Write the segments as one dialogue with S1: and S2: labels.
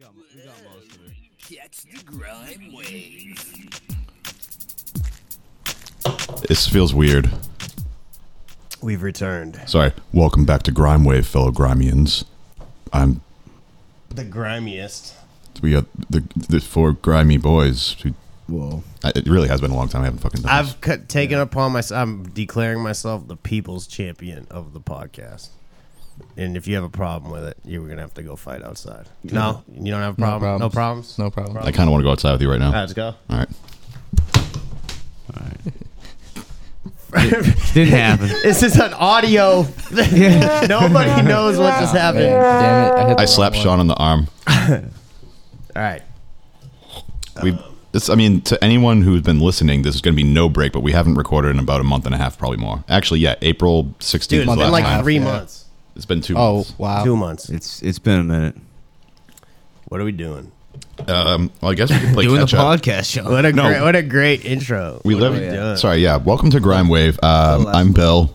S1: got, we got most of it.
S2: Catch the grime wave.
S3: This feels weird.
S4: We've returned.
S3: Sorry. Welcome back to Grime Wave, fellow Grimians. I'm
S4: The grimiest.
S3: we are the, the four grimy boys. Who,
S1: Whoa.
S3: I, it really has been a long time. I haven't fucking done this.
S4: I've cut, taken upon myself. I'm declaring myself the people's champion of the podcast. And if you have a problem with it, you're gonna have to go fight outside. No, you don't have a problem. No, problems.
S1: No problem.
S3: I kind of want to go outside with you right now.
S4: All right, let's go.
S3: All right.
S1: Didn't happen.
S4: This is an audio. Nobody knows what just happened.
S5: Damn it! I, hit the
S3: I
S5: wrong
S3: slapped
S5: one.
S3: Sean on the arm.
S4: All right.
S3: We. It's, I mean, to anyone who's been listening, this is going to be no break, but we haven't recorded in about a month and a half, probably more. Actually, yeah, April 16th.
S4: Dude, it's
S3: was
S4: been
S3: last
S4: like
S3: time.
S4: three
S5: yeah.
S4: months.
S3: It's been two
S5: Oh
S3: months.
S5: wow!
S4: Two months.
S1: It's it's been a minute.
S4: What are we doing?
S3: Um, well, I guess we could play
S1: Doing the
S3: catch up.
S1: podcast show.
S4: What a
S3: No.
S4: great, what a great intro.
S3: We
S4: What are
S3: live.
S4: doing?
S3: Sorry, yeah. Welcome to Grime Wave. Um, I'm Bill.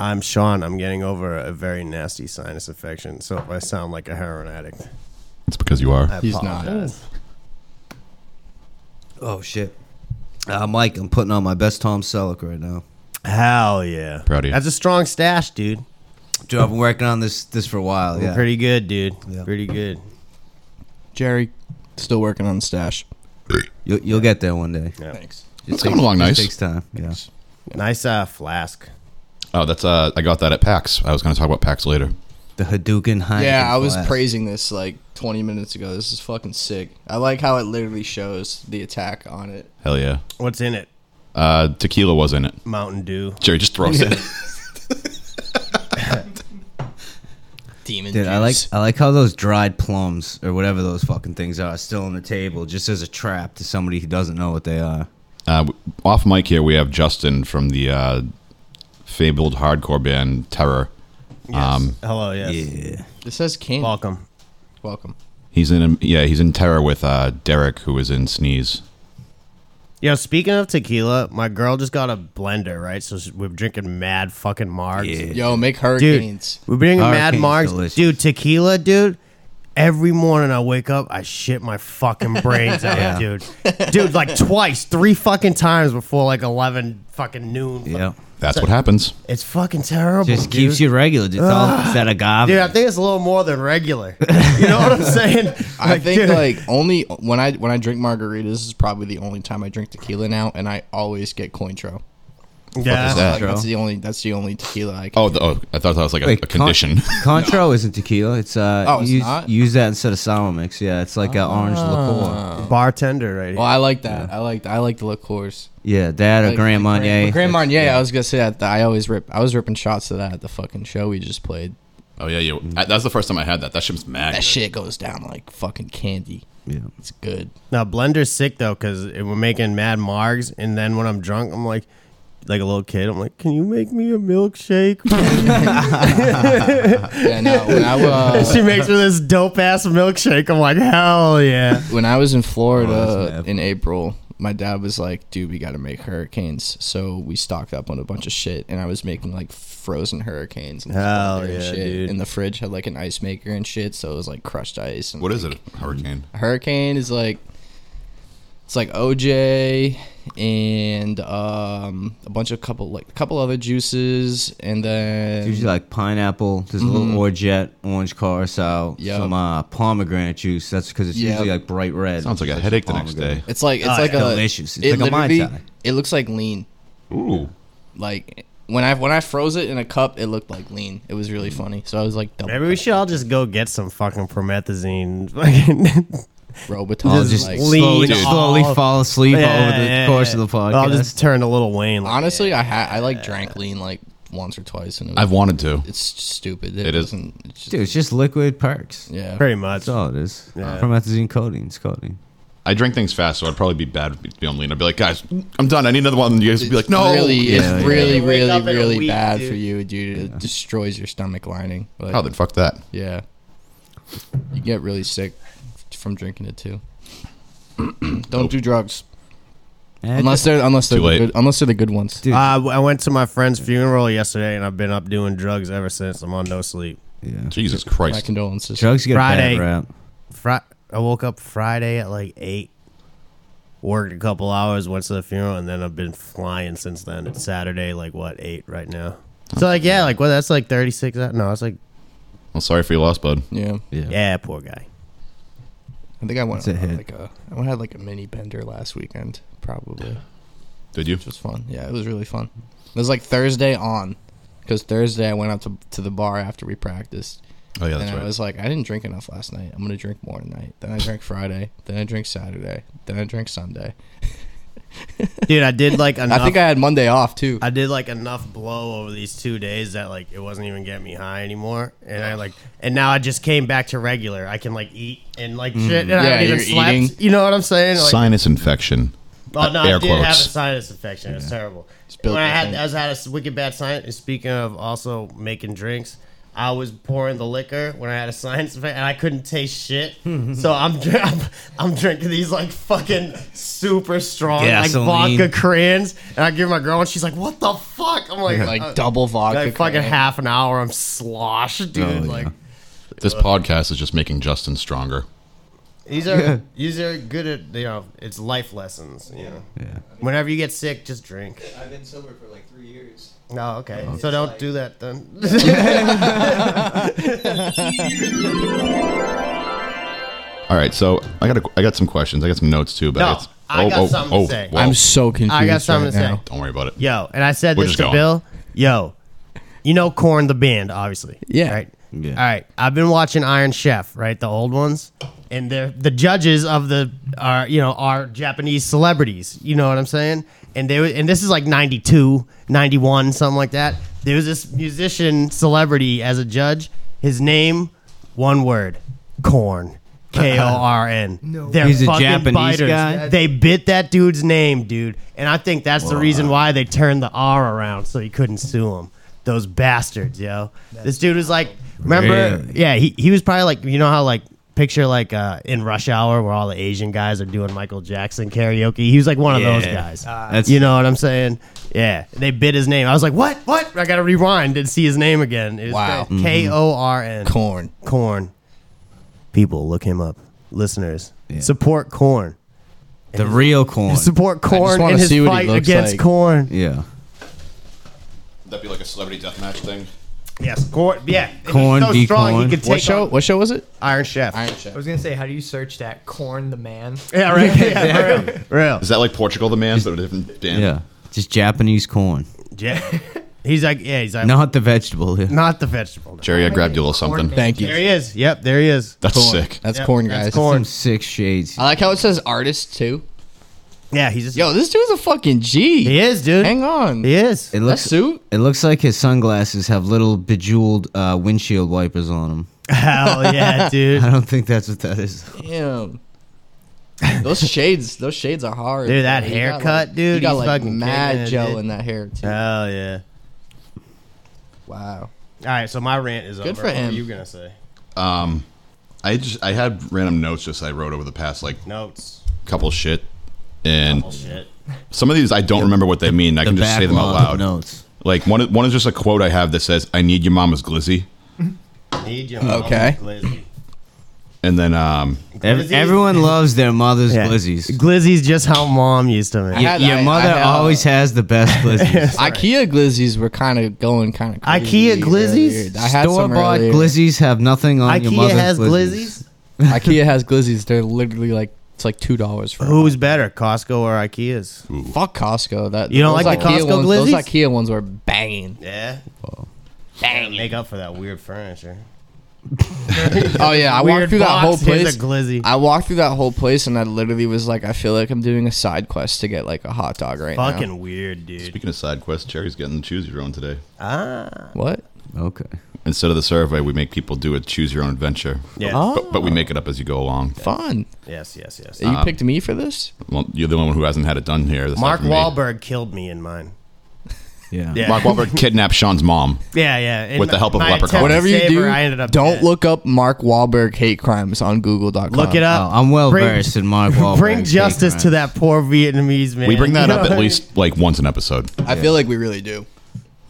S4: I'm Sean. I'm getting over a very nasty sinus infection, so if I sound like a heroin addict,
S3: It's because you are.
S4: I
S5: He's not.
S4: apologize.
S6: Oh shit. Uh, Mike, I'm putting on my best Tom Selleck right now.
S4: Hell yeah!
S3: Proud of you.
S4: That's a strong stash, dude.
S6: Dude, I've been working on this this for a while. Yeah.
S4: Pretty good, dude.
S6: Yeah.
S4: Pretty good.
S5: Jerry, still working on the stash.
S6: You'll, you'll get there one day.
S4: Yeah.
S5: Thanks.
S3: It's coming along
S6: it
S3: nice.
S6: Takes time. Yeah.
S4: Nice uh, flask.
S3: Oh, that's uh, I got that at PAX. I was going to talk about PAX later.
S6: The Hadouken Heineken
S5: Yeah, I was
S6: flask.
S5: praising this like 20 minutes ago. This is fucking sick. I like how it literally shows the attack on it.
S3: Hell yeah.
S4: What's in it?
S3: Uh, tequila was in it.
S4: Mountain Dew.
S3: Jerry just throws it.
S5: Demon
S6: Dude, I like
S5: juice.
S6: I like how those dried plums or whatever those fucking things are still on the table, just as a trap to somebody who doesn't know what they are.
S3: Uh, w- off mic here, we have Justin from the uh, fabled hardcore band Terror. Um,
S4: Hello, yes.
S6: Mm. Yeah.
S5: It says king.
S4: Welcome.
S5: Welcome.
S3: he's in yeah, he's in Terror with uh, Derek, who is in Sneeze.
S4: Yo, speaking of tequila, my girl just got a blender, right? So she- we're drinking mad fucking margs.
S5: Yo, make
S4: Dude,
S5: hurricanes.
S4: we're drinking mad
S6: Hurricane's
S4: margs.
S6: delicious.
S4: Dude, tequila, dude. Every morning I wake up, I shit my fucking brains out,
S6: Yeah.
S4: dude. Dude, like twice, three fucking times before like 11 fucking noon.
S6: Yeah.
S3: That's what happens.
S4: It's fucking terrible.
S6: Just
S4: dude.
S6: keeps you regular. It's all it's that agave.
S4: Dude, I think it's a little more than regular. You know what I'm saying?
S5: I think
S4: dude,
S5: like only when I when I drink margaritas this is probably the only time I drink tequila now, and I always get Cointreau.
S3: Is
S4: yeah.
S3: that-
S5: Like, that's the only that's the only tequila I can.
S3: Oh, the, oh, I thought that was like a,
S6: Wait,
S3: a condition.
S6: Con- Cointreau isn't tequila. It's uh.
S5: Oh, it's
S6: use,
S5: not?
S6: use that instead of sour mix. Yeah, it's like an orange liqueur.
S4: Uh, bartender right here.
S5: Oh, I like that. I like I like the liqueurs.
S6: Yeah, that or Grand Marnier.
S5: Grand Marnier. I was gonna say that. I always rip. I was ripping shots of that at the fucking show we just played.
S3: oh yeah, yeah. That was the first time I had that. That shit was mad.
S5: That
S3: good.
S5: shit goes down like fucking candy.
S6: Yeah.
S5: It's good.
S4: now Blender's sick though because we're making mad margs, and then when I'm drunk, I'm like, like a little kid, I'm like, can you make me a milkshake?
S5: Yeah, no, uh, when I
S4: And
S5: was
S4: she makes me this dope ass milkshake. I'm like, hell yeah.
S5: when I was in Florida
S6: Oh, that's mad.
S5: in April, my dad was like, "Dude, we got to make hurricanes." So we stocked up on a bunch of shit, and I was making like frozen hurricanes and, just
S4: Hell
S5: water and
S4: yeah,
S5: shit.
S4: dude.
S5: And the fridge had like an ice maker and shit, so it was like crushed ice. And
S3: What is it? A hurricane.
S5: A hurricane is like it's like OJ and um, a bunch of couple like a couple other juices, and then
S6: Usually like pineapple. There's a little orgeat, orange curacao,
S5: Yep.
S6: some uh, pomegranate juice. That's because it's
S5: Yep.
S6: usually like bright red.
S3: Sounds like a
S6: It's
S3: headache the next
S6: pomegranate.
S3: day.
S5: it's like it's
S4: Oh,
S5: like
S4: yeah.
S5: a
S6: Ah, Delicious. It's
S5: it
S6: like a Mai
S5: literally-
S6: Tai.
S5: It looks like lean.
S3: Ooh.
S5: like when I when I froze it in a cup, it looked like lean. It was
S6: Mm.
S5: really funny. So I was like, double
S4: Maybe we should all just go get some fucking promethazine. Fucking
S5: Robitussin.
S6: I'll
S4: Just
S6: just
S5: like,
S4: lean
S6: slowly,
S4: off.
S6: slowly fall asleep over the
S4: yeah,
S6: course
S4: yeah.
S6: of the podcast.
S4: I'll just turn to Little Wayne. Like,
S5: honestly, I ha- I like drank lean like once or twice, and it was,
S3: I've wanted to.
S5: it's stupid.
S3: It
S5: It,
S3: is.
S5: doesn't. It's just,
S6: Dude, it's just liquid perks.
S5: yeah.
S4: pretty much.
S6: That's all it is.
S4: Yeah.
S6: Promethazine codeine. It's codeine.
S3: I drink things fast, so I'd probably be bad to be on lean. I'd be like, guys, I'm done. I need another one. You guys would be like, no.
S5: really,
S6: Yeah,
S5: it's
S6: yeah.
S5: really,
S4: Wake up in a
S5: really, really
S4: week,
S5: bad
S4: dude.
S5: for you, dude. It destroys your stomach lining. Like,
S3: Oh, then fuck that.
S5: yeah, you get really sick from drinking it too. Don't do drugs
S6: Eh,
S5: unless they're unless they're
S3: Too
S5: the
S3: late.
S5: good, unless they're the good ones.
S6: Dude.
S4: Uh, I went to my friend's funeral yesterday, and I've been up doing drugs ever since. I'm on no sleep.
S6: yeah.
S3: Jesus
S5: My
S3: Christ.
S5: condolences.
S6: Drugs get
S4: Friday.
S6: bad rap.
S4: Fri- I woke up Friday at like eight, worked a couple hours, went to the funeral, and then I've been flying since then. It's Saturday, like what eight right now. So like yeah, like well that's like thirty six. No, it's like
S3: Well, sorry for your loss, bud.
S5: Yeah.
S4: yeah, poor guy.
S5: I think I went
S6: That's a
S5: on
S6: hit.
S5: like a I had like a mini bender last weekend, probably.
S3: Did you?
S5: It was fun. Yeah, it was really fun. It was like Thursday on, because Thursday I went out to to the bar after we practiced,
S3: Oh yeah, that's
S5: and I
S3: right.
S5: was like, I didn't drink enough last night. I'm gonna drink more tonight. Then I drank Friday. Then I drank Saturday. Then I drank Sunday.
S4: Dude, I did like enough.
S5: I think I had Monday off too.
S4: I did like enough blow over these two days that like it wasn't even getting me high anymore, and I like, and now I just came back to regular. I can like eat and like shit, and I
S5: Mm. Yeah,
S4: haven't even
S5: you're
S4: slept.
S5: eating.
S4: You know what I'm saying? Like,
S3: Sinus infection.
S4: oh no, I
S3: air
S4: did have a
S3: quotes.
S4: sinus infection. It was terrible.
S5: built
S4: When I
S5: up,
S4: had,
S5: ain't it?
S4: I was had a s- wicked bad sinus. and Speaking of also making drinks. I was pouring the liquor when I had a sinus infection, and I couldn't taste shit. so I'm, dr- I'm I'm drinking these like fucking super strong like
S6: Gasoline.
S4: vodka crayons, and I give my girl, and she's like, "What the fuck?" I'm like,
S5: like
S4: uh,
S5: double vodka.
S4: like fucking
S5: cran.
S4: half an hour, I'm sloshed, dude.
S6: Oh, yeah.
S4: Like
S3: This podcast is just making Justin stronger.
S4: these are these are good at you know, it's life lessons. You know,
S6: Yeah.
S4: whenever you get sick, just drink.
S7: I've been sober for like three years.
S4: No, Oh, okay, so don't do that then.
S3: All right, so I got a, I got some questions. I got some notes too, but
S4: No,
S3: it's, oh,
S4: I got something to say.
S3: whoa.
S5: I'm so confused.
S4: I got something to
S5: right
S4: say.
S5: now.
S3: Don't worry about it.
S4: Yo, and I said
S3: We're
S4: this
S3: just
S4: to
S3: going.
S4: Bill. Yo, you know Corn the band, obviously.
S5: Yeah.
S4: Right.
S7: Yeah.
S4: All right. I've been watching Iron Chef, right? The old ones, and they're the judges of the are you know are Japanese celebrities. You know what I'm saying? And they were- and this is like 92, 91, something like that. There was this musician celebrity as a judge. His name, one word, Corn. K O R N. No, they're
S6: He's a
S4: fucking
S6: Japanese
S4: biters.
S6: guy?
S4: They bit that dude's name, dude, and I think that's the reason why they turned the R around so he couldn't sue him. Those bastards, yo. this dude was like, remember?
S6: Really?
S4: Yeah, he, he was probably like, you know how like picture like uh, in Rush Hour where all the Asian guys are doing Michael Jackson karaoke. He was like one of those
S6: Yeah.
S4: guys.
S6: That's-
S4: you know what I'm saying? Yeah, they bit his name. I was like, what? What? I gotta rewind and see his name again. It was
S5: Wow.
S6: Mm-hmm.
S4: K O R N.
S5: Corn.
S4: Corn. People, look him up. Listeners, support Corn.
S6: The real corn.
S4: Support Corn
S5: wanna
S4: in his
S5: see what he
S4: fight
S5: looks
S4: against
S5: like.
S4: Corn.
S6: Yeah.
S3: That'd be like a celebrity death match thing.
S4: Yes, Corn. Yeah,
S6: Corn,
S4: He's so
S6: D.
S4: strong he
S6: Corn.
S4: could take
S5: What show?
S4: on
S5: What show was it?
S4: Iron Chef.
S5: Iron
S7: I
S5: Chef.
S7: was gonna say, how do you search that? Corn the man.
S4: Yeah, right. Yeah, for real.
S3: Is that like Portugal the man, but a different Dan?
S6: Yeah. Just Japanese corn.
S4: Yeah. He's like, yeah, he's like,
S6: Not the vegetable. Yeah.
S4: not the vegetable. no.
S3: Jerry, I grabbed you a little something.
S7: Corn
S5: Thank you.
S4: There he is. Yep, there he is.
S3: That's
S5: Corn.
S3: sick.
S5: That's
S4: Yep,
S5: corn,
S4: that's
S5: guys.
S4: corn. Uh,
S6: Some six shades.
S5: I like how it says artist too.
S4: Yeah, he's just.
S5: Yo, this dude's a fucking G.
S4: he is, dude.
S5: Hang on.
S4: He is.
S6: It
S5: That
S6: looks
S5: suit?
S6: it looks like his sunglasses have little bejeweled uh, windshield wipers on them.
S4: Hell yeah, dude.
S6: I don't think that's what that is.
S5: Damn. Those shades, those shades are hard.
S4: Dude, that
S5: He got, like-
S4: haircut, dude,
S5: He got
S4: he's
S5: like
S4: fucking kicking
S5: mad
S4: it,
S5: gel
S4: dude.
S5: in that hair too.
S4: Hell yeah.
S5: Wow.
S4: All right, so my rant is over.
S5: Good for
S4: What
S5: him.
S4: were you gonna say?
S3: Um, I just I had random notes just I wrote over the past like
S4: Notes.
S3: couple shit, and
S4: Bullshit.
S3: some of these I don't remember what they mean. I can just say them out
S6: backlog of
S3: loud.
S6: Notes.
S3: Like one one is just a quote I have that says, "I need your mama's glizzy,"
S4: Need your
S5: Okay.
S4: mama's glizzy.
S3: and then um,
S6: Ev-
S4: Glizzies?
S6: everyone loves their mother's
S4: Yeah.
S6: glizzies.
S4: Glizzy's just how mom used to
S5: I
S4: make.
S5: Yeah.
S6: Y-
S5: had-
S6: your
S5: I-
S6: mother
S5: I had, uh,
S6: always has the best glizzies.
S5: IKEA glizzies were kind of going kind of
S4: IKEA glizzies?
S5: I had
S6: Store
S5: some
S6: bought
S5: earlier.
S6: glizzies have nothing on your
S4: IKEA
S6: mother's
S4: has
S6: glizzies.
S4: glizzies.
S5: IKEA has glizzies. They're literally like it's like two dollars for. a
S4: Who's better, Costco or IKEA's?
S5: box. Fuck Costco. That
S4: You don't
S5: those
S4: like the
S5: IKEA
S4: Costco
S5: ones, Those
S4: glizzies?
S5: IKEA ones were banging.
S4: Yeah.
S5: Banging.
S4: Make up for that weird furniture.
S5: Oh yeah, I
S4: Weird
S5: walked through that
S4: box,
S5: whole
S4: here's
S5: place.
S4: a glizzy.
S5: I walked through that whole place and I literally was like, I feel like I'm doing a side quest to get like a hot dog right
S4: Fucking weird, dude.
S3: speaking of side quests, Jerry's getting the choose your own today.
S5: now. What?
S6: Okay.
S3: Instead of the survey, we make people do a choose your own adventure.
S4: Yes.
S3: But, but we make it up as you go along.
S5: Fun.
S4: Yes, yes, yes.
S5: You picked me for this?
S3: Well, you're the one who hasn't had it done here. aside
S4: Uh, Mark
S3: from me.
S4: Wahlberg killed me in mine.
S6: Yeah.
S4: Yeah.
S3: Mark Wahlberg kidnapped Sean's mom.
S4: Yeah, yeah. In
S3: With the help of
S4: my
S3: leprechauns.
S4: attempt to
S5: Whatever you
S4: save
S5: do,
S4: her, I ended up
S5: don't
S4: dead.
S5: look up Mark Wahlberg hate crimes on Google.com.
S4: Look it
S6: Oh,
S4: up.
S6: I'm well
S4: Bring-
S6: versed in Mark Wahlberg.
S4: Bring
S6: hate
S4: justice to
S6: crimes.
S4: that poor Vietnamese man.
S3: We bring that
S4: You know
S3: up
S4: what
S3: at
S4: I mean?
S3: least like once an episode.
S5: I feel like we really do.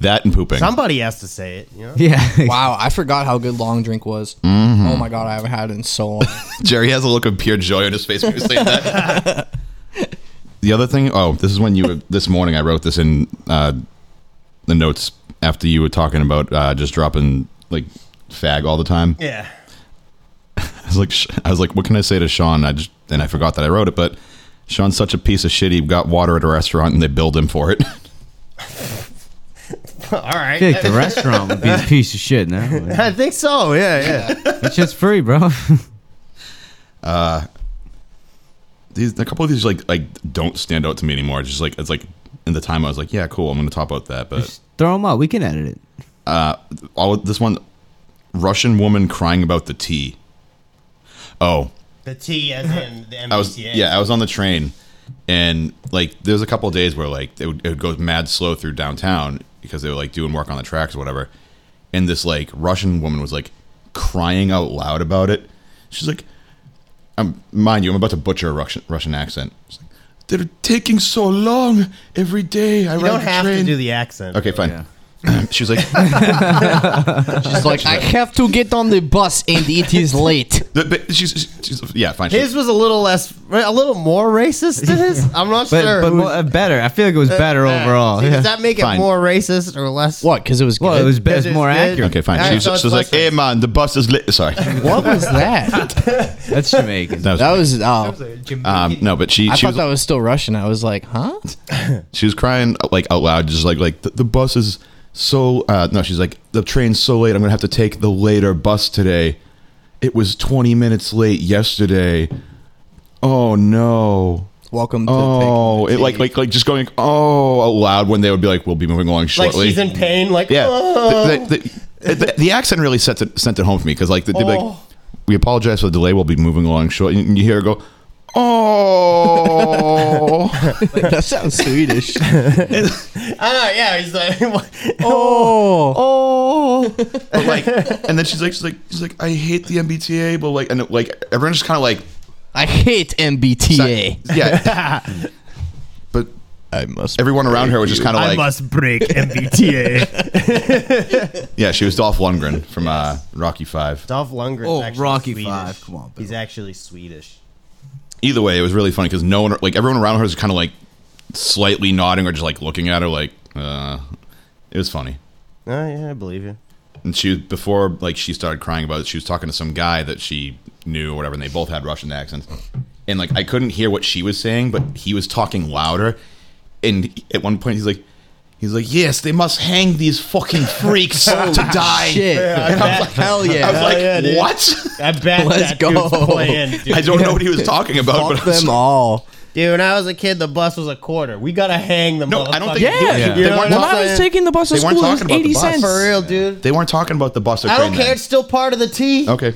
S3: That and pooping.
S4: Somebody has to say it. You know?
S6: Yeah.
S5: Wow, I forgot how good long drink was.
S3: Mm-hmm.
S5: Oh my god, I haven't had it in so long.
S3: Jerry has a look of pure joy on his face when you say that. the other thing, oh, this is when you were, this morning I wrote this in uh, the notes after you were talking about uh, just dropping like fag all the time.
S4: Yeah.
S3: I was like, sh- I was like, what can I say to Sean? I just and I forgot that I wrote it, but Sean's such a piece of shit. He got water at a restaurant and they billed him for it.
S4: All right.
S6: I feel like the restaurant would be a piece of shit now.
S4: I think so. Yeah, yeah.
S6: It's just free, bro.
S3: these a couple of these like like don't stand out to me anymore. It's just like it's like in the time I was like, yeah, cool, I'm gonna top out that, but
S6: Just throw them up. We can edit it.
S3: all this one Russian woman crying about the tea. Oh,
S4: the T as in the MBTA.
S3: I was yeah, I was on the train, and like there was a couple of days where like it would, it would go mad slow through downtown because they were like doing work on the tracks or whatever, and this like Russian woman was like crying out loud about it. She's like, "I'm mind you, I'm about to butcher a Russian Russian accent." She's like, They're taking so long every day. I
S4: You
S3: ride
S4: don't
S3: the
S4: have
S3: train."
S4: to do the accent.
S3: Okay, fine. she was like,
S5: She's like, I have to get on the bus and it is late.
S3: but- but she's, she's, yeah, fine. She's-
S4: His was a little less, a little more racist than his. I'm not
S6: But,
S4: sure.
S6: but
S4: who-
S6: more, uh, better. I feel like it was better
S4: Yeah.
S6: overall.
S4: See,
S6: Yeah.
S4: Does that make it
S3: Fine.
S4: more racist or less?
S5: What? Because it was good.
S6: Well, it was, be- it
S4: Because
S6: was more
S4: it's good.
S6: accurate.
S3: okay, fine.
S4: All right,
S3: she's
S4: so it's
S3: she's like,
S4: less
S3: "Hey,
S4: racist.
S3: man, the bus is lit." Sorry.
S5: what was that?
S6: That's Jamaican.
S3: That was,
S5: That was.
S7: That
S5: Oh,
S7: was a Jamaican.
S3: um, no, but she
S5: I
S3: she
S5: thought
S3: was,
S5: that was still Russian. I was like, huh?
S3: she was crying like out loud, just like like the, the bus is so uh, no. She's like the train's so late. I'm gonna have to take the later bus today. It was 20 minutes late yesterday. Oh no.
S5: Welcome to.
S3: Oh,
S5: Taking
S3: it
S5: the
S3: like
S5: Tea.
S3: like like just going oh out loud when they would be like we'll be moving along
S4: Like
S3: shortly.
S4: she's in pain. Like
S3: Yeah,
S4: "Oh."
S3: the, the, the, the, the accent really sent it sent it home for me because like they'd be like,
S4: Oh.
S3: "We apologize for the delay. We'll be moving along short." And you hear her go, "Oh,
S5: that sounds Swedish.
S4: I know. Ah, Yeah. He's like,
S5: oh,
S3: oh," but like, and then she's like, she's like, she's like, "I hate the MBTA," but like, and it, like everyone just kind of like,
S5: I hate MBTA.
S3: yeah, but
S5: I must.
S3: everyone around her was just kind of like,
S4: must break MBTA.
S3: yeah, she was Dolph Lundgren from uh, Rocky Five.
S4: Dolph Lundgren.
S6: Oh,
S4: actually
S6: Rocky
S4: Swedish.
S6: Five, come on,
S4: He's
S6: Bill.
S4: actually Swedish.
S3: Either way, it was really funny because no one, like everyone around her, was kind of like slightly nodding or just like looking at her, like, uh, it was funny.
S4: Oh yeah, I believe you.
S3: And she before like she started crying about it, she was talking to some guy that she knew or whatever, and they both had Russian accents. And like I couldn't hear what she was saying, but he was talking louder. And at one point he's like he's like, Yes, they must hang these fucking freaks to die.
S5: Shit. Hell yeah.
S3: I was like,
S4: yeah, dude.
S3: What?
S4: I bet
S5: Let's
S4: that dude's
S5: go.
S4: playing, dude.
S3: I don't know what he was talking about,
S5: Fuck
S3: but I was
S5: them
S3: like,
S5: all.
S4: Dude, when I was a kid, the bus was a quarter. We gotta hang the
S3: No, I don't think
S4: motherfucker.
S3: yeah,
S5: Yeah.
S3: They,
S4: You know
S3: weren't
S4: what
S5: When
S3: talking-
S5: I was taking the bus to
S3: They weren't
S5: school, it was
S3: talking about the
S5: 80
S3: bus.
S5: cents.
S4: for real, dude.
S3: they weren't talking about the bus or
S4: I
S3: train
S4: don't care.
S3: then.
S4: It's still part of the T.
S3: Okay.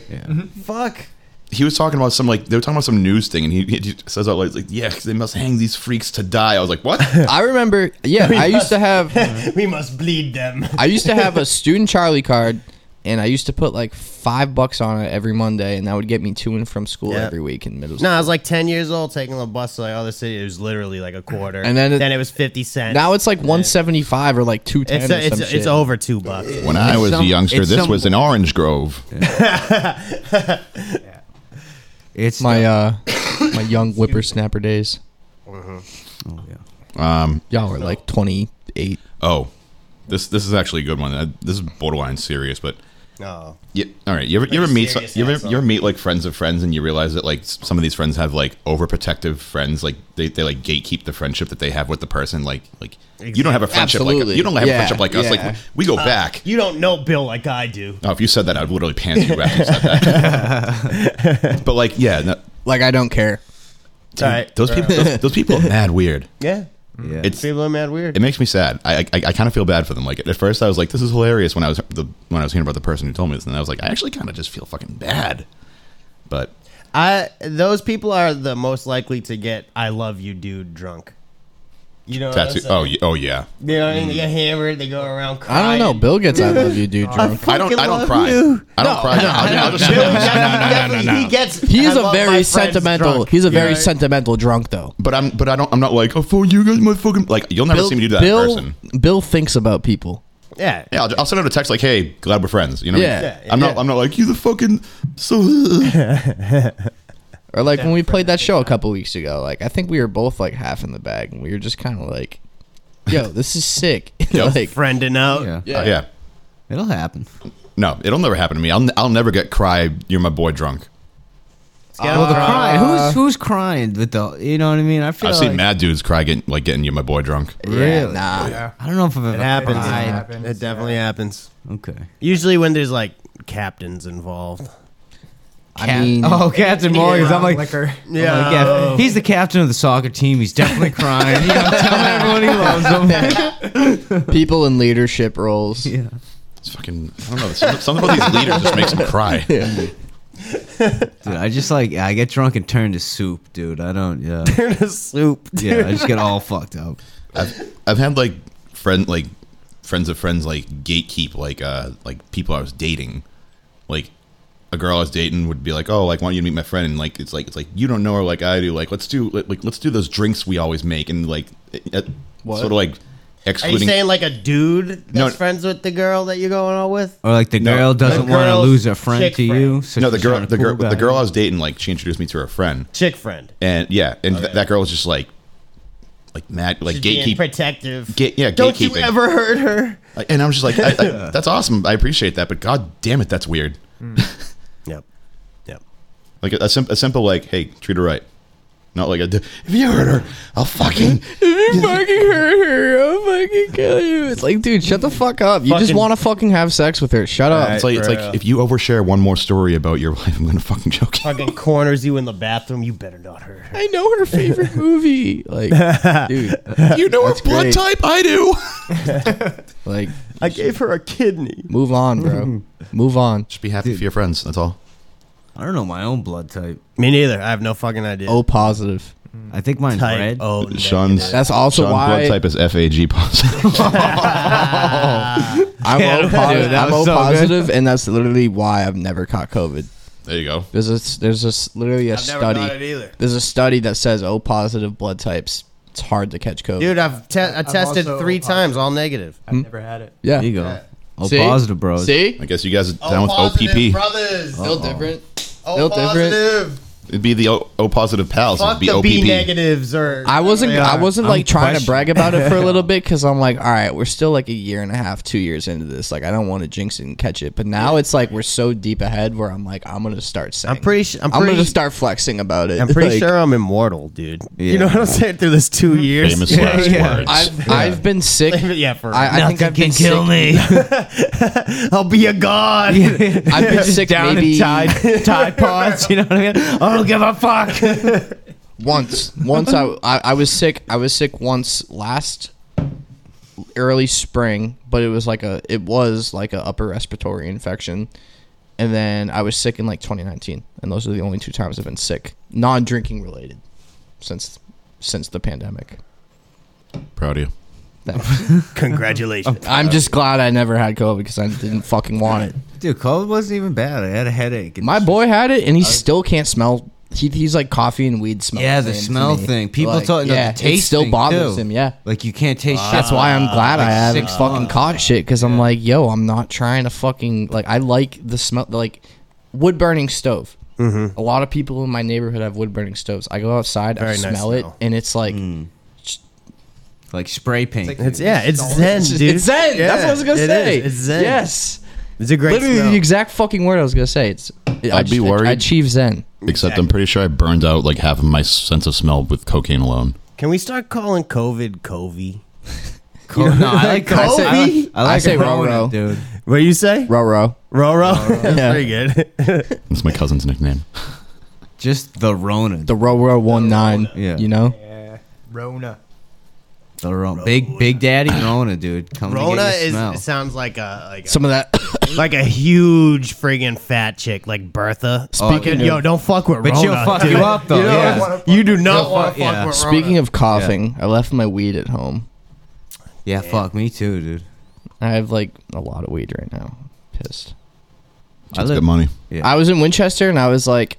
S4: Fuck.
S3: He was talking about some like they were talking about some news thing, and he, he says out loud, he's like, "Yeah, 'cause they must hang these freaks to die." I was like, "What?"
S5: I remember, yeah, I used to have,
S4: we must bleed them.
S5: I used to have a student Charlie card, and I used to put like five bucks on it every Monday, and that would get me to and from school
S4: Yeah.
S5: every week in middle school.
S4: No, I was like 10 years old taking the bus to like other city. It was literally like a quarter.
S5: And then it-
S4: then it was 50 cents.
S5: Now it's like one seventy five or like two ten
S4: it's,
S5: or
S4: it's,
S5: some
S4: it's,
S5: shit.
S4: over two bucks.
S3: When I was
S6: some-
S3: a youngster,
S6: it's
S3: this
S6: some-
S3: was an Orange Grove.
S6: It's
S5: My uh, my young whippersnapper days.
S6: Oh, yeah.
S5: Y'all were like twenty eight.
S3: Oh, this this is actually a good one. Uh, This is borderline serious, but
S4: Oh.
S3: yeah. All right, you ever, you ever
S4: Pretty
S3: meet some,
S4: serious
S3: you ever
S4: asshole.
S3: you ever meet like friends of friends, and you realize that like s- some of these friends have like overprotective friends, like they, they like gatekeep the friendship that they have with the person. Like like you don't have a friendship
S5: Absolutely.
S3: like you don't have
S5: Yeah,
S3: a friendship like us.
S5: yeah.
S3: Like we go back.
S4: Uh, You don't know Bill like I do.
S3: Oh, if you said that, I'd literally pants you after you said that. but like, yeah, no,
S5: Like I don't care.
S4: All right.
S3: those people those, those people are mad weird.
S4: Yeah.
S6: Yeah.
S3: It's
S4: People are mad weird.
S3: it makes me sad. I I, I kind of feel bad for them. Like at first, I was like, "This is hilarious." When I was the when I was hearing about the person who told me this, and I was like, "I actually kind of just feel fucking bad." But
S4: I those people are the most likely to get "I love you, dude" drunk. You know,
S3: tattoo. Oh,
S4: what I'm saying?
S3: y- oh yeah.
S4: you know, what I mean? they get hammered, they go around crying.
S5: mm-hmm. I don't know. Bill gets I love you, dude. Drunk.
S3: I don't. I don't cry. I don't cry. I'll- I'll just-
S4: Bill definitely- He gets.
S5: He
S4: "I
S5: is a
S4: love my
S5: very
S4: friends"
S5: sentimental.
S4: drunk.
S5: He's a
S4: You
S5: very
S4: know?
S5: sentimental drunk though.
S3: But I'm. But I don't. I'm not like. Oh, fuck you guys, my fucking. Like you'll never see me do that
S5: Bill,
S3: in person.
S5: Bill thinks about people.
S4: Yeah.
S3: Yeah, I'll, I'll send out a text like, "Hey, glad we're friends." You know, what I mean?
S5: Yeah.
S3: I'm not. I'm not like you. The fucking so.
S5: Or like when we played that show a couple weeks ago, like I think we were both like half in the bag, and we were just kind of like, "Yo, this is sick."
S3: Yep.
S5: like,
S4: Friending out.
S6: Yeah.
S5: yeah,
S3: Oh, yeah.
S6: It'll happen.
S3: No, it'll never happen to me. I'll, n- I'll never get cry. You're my boy drunk.
S6: well,
S4: Uh,
S6: the cry. Who's who's crying with the? You know what I mean? I feel
S3: I've
S6: like
S3: seen mad dudes cry getting like getting you my boy drunk.
S5: Yeah,
S6: Really?
S5: nah.
S6: I don't know if I've ever
S4: It happens.
S7: It
S6: cried.
S7: happens,
S4: It definitely happens.
S6: Okay.
S4: Usually when there's like captains involved.
S5: I mean,
S6: Oh, Captain Morgan. I'm like,
S7: liquor.
S6: I'm like,
S4: Oh.
S6: yeah, he's the captain of the soccer team. He's definitely crying. You know, tell everyone he loves him.
S5: people in leadership roles.
S6: Yeah.
S3: It's fucking. I don't know. Something, something about these leaders just makes them cry.
S6: Dude, I just like I get drunk and turn to soup, dude. I don't. Yeah.
S4: Turn to soup.
S6: Yeah. I just get all fucked up.
S3: I've, I've had like friend like friends of friends like gatekeep like uh like people I was dating, like a girl I was dating would be like, oh, like want you to meet my friend, and like it's like it's like you don't know her like I do. Like let's do like like, let's do those drinks we always make, and like it- it-
S5: What?
S3: sort of like
S4: Are you
S3: excluding.
S4: saying like a dude that's
S3: No. Oh.
S4: friends with the girl that you're going out with?
S6: Or like the
S3: No.
S6: girl doesn't
S4: The
S6: want to
S4: girl's
S6: lose her friend
S4: chick
S6: to
S4: friend.
S6: you. So
S3: no, the
S6: she's
S3: girl,
S6: trying to
S3: the girl,
S6: cool
S3: the
S6: guy.
S3: girl I was dating, like she introduced me to her friend,
S4: Chick friend.
S3: and yeah, and th- that girl was just like, like mad, like
S4: She's being
S3: gatekeep,
S4: protective.
S3: Ga- yeah,
S4: Don't you
S3: gatekeeping.
S4: ever hurt her?
S3: Like, and I'm just like, I, I, that's awesome, I appreciate that, but god damn it, that's weird.
S4: Yep. Yep.
S3: Like a, a, sim- a simple like, hey, treat her right. Not like a, d- if you hurt her, I'll fucking.
S5: If you fucking hurt her, I'll fucking kill you. It's like, dude, shut the fuck up. You just
S4: Fucking-
S5: want to fucking have sex with her. Shut up.
S3: It's like it's like if you overshare one more story about your life, I'm gonna fucking choke you.
S4: Fucking corners you in the bathroom. You better not hurt her.
S5: I know her favorite movie. Like, dude,
S3: You know her
S5: blood great.
S3: type, I do.
S5: like,
S4: I gave her a kidney.
S5: move on, bro. Move on.
S3: Just be happy for your friends. That's all.
S6: I don't know my own blood type.
S4: Me neither. I have no fucking idea.
S3: Oh,
S5: O positive.
S6: I think mine's
S4: Type
S6: red.
S4: O negative.
S3: Sean's
S5: That's also
S3: Sean's
S5: why
S3: blood type is FAG positive.
S5: I'm
S6: Yeah,
S5: O
S6: dude,
S5: positive.
S6: that
S5: I'm O
S6: was so good.
S5: positive, and that's literally why I've never caught COVID.
S3: there you go.
S5: There's a s- there's a s- literally a study.
S4: either.
S5: There's a study that says O positive blood types. It's hard to catch COVID.
S4: Dude, I've te- I
S7: I've
S4: tested
S7: also-
S4: three times, all negative.
S7: I've never had it.
S5: yeah.
S6: There you go. Oh,
S5: See?
S6: positive, bros.
S5: See,
S3: I guess you guys are down with OPP. Oh.
S4: brothers.
S6: oh.
S5: still different.
S4: O
S5: Still different.
S4: positive.
S3: It'd be the O, o positive pals.
S4: Fuck
S3: It'd be
S4: the
S3: OPP.
S4: B negatives or
S5: I wasn't.
S4: Yeah.
S5: I wasn't like trying to
S6: questioning.
S5: brag about it for a little bit because I'm like, all right, we're still like a year and a half, two years into this. Like, I don't want to jinx it and catch it. But now it's like we're so deep ahead where I'm like, I'm gonna start saying.
S4: I'm pretty. su- I'm,
S5: I'm
S4: pretty.
S5: gonna start flexing about it.
S4: I'm pretty
S5: Like,
S4: sure I'm immortal, dude. You know what I'm saying? Through this two years,
S3: Famous
S4: yeah,
S3: last
S6: yeah.
S3: words.
S5: I've I've been sick.
S4: yeah, for
S5: I, I think I've been sick
S6: me.
S4: I'll be a god.
S5: I've been sick
S6: down
S5: maybe
S6: in tide, tide pods. You know what I mean? I don't give a fuck.
S5: once. Once I, I I was sick. I was sick once last early spring, but it was like a it was like a upper respiratory infection. And then I was sick in like 2019, and those are the only two times I've been sick, non-drinking related, since since the pandemic.
S3: Proud of you.
S4: Congratulations.
S5: I'm just glad I never had COVID because I didn't fucking want it.
S6: Dude, COVID wasn't even bad. I had a headache.
S5: My boy had it, and he still can't smell. He, he's like coffee and weed smell.
S6: Yeah, the
S5: same to
S6: smell
S5: me.
S6: thing. People
S5: Like,
S6: talk.
S5: yeah,
S6: Yeah, the taste
S5: it still
S6: thing,
S5: bothers
S6: too.
S5: him. Yeah,
S6: Like you can't taste shit.
S5: That's why I'm glad I haven't
S6: six
S5: fucking caught shit because I'm like, yo, I'm not trying to fucking like. I like the smell, like wood burning stove. A lot of people in my neighborhood have wood burning stoves. I go outside, I
S4: Mm-hmm. Very nice
S5: smell it,
S4: smell.
S5: and it's like,
S6: like spray paint.
S7: It's like-
S4: It's yeah, it's
S7: It's
S4: zen,
S5: it's,
S4: dude.
S5: it's zen.
S4: Yeah,
S5: That's what I was gonna
S4: it
S5: say.
S4: is. It's zen.
S5: Yes,
S4: it's a great
S5: literally
S4: smell.
S5: the exact fucking word I was gonna say. It's. I'd
S3: be worried.
S5: I achieve zen.
S3: Except I'm pretty sure I burned out like half of my sense of smell with cocaine alone.
S4: Can we start calling COVID Covey?
S6: no, I like
S4: Kobe?
S6: I like- I
S5: I
S6: like
S5: say
S6: Corona,
S5: Roro.
S6: dude.
S4: What do you say?
S5: Roro.
S4: Roro. That's
S5: Yeah.
S4: pretty good.
S3: That's my cousin's nickname.
S6: Just the Rona,
S5: The
S6: the,
S5: Roro one nine.
S6: Yeah.
S5: You know.
S7: Yeah. Rona.
S6: Rona, big Big Daddy Rona, dude. Come to
S4: Rona
S6: get your
S4: is
S6: smell.
S4: it sounds like a like a,
S5: Some of that.
S4: like a huge friggin' fat chick like Bertha. Speaking,
S5: Speaking
S4: yo,
S5: of-
S4: don't fuck with
S6: But
S4: Rona.
S6: she'll fuck
S4: dude.
S6: you up, though,
S4: You, don't
S6: yeah.
S4: wanna- you do not
S6: She'll
S4: want
S6: fuck-
S4: to fuck
S6: yeah.
S4: with Rona.
S5: Speaking of coughing, I left my weed at home.
S6: yeah, fuck me too, dude.
S5: I have like a lot of weed right now. Pissed.
S6: I
S3: It's
S6: live-
S3: good money.
S5: I was in Winchester and I was like,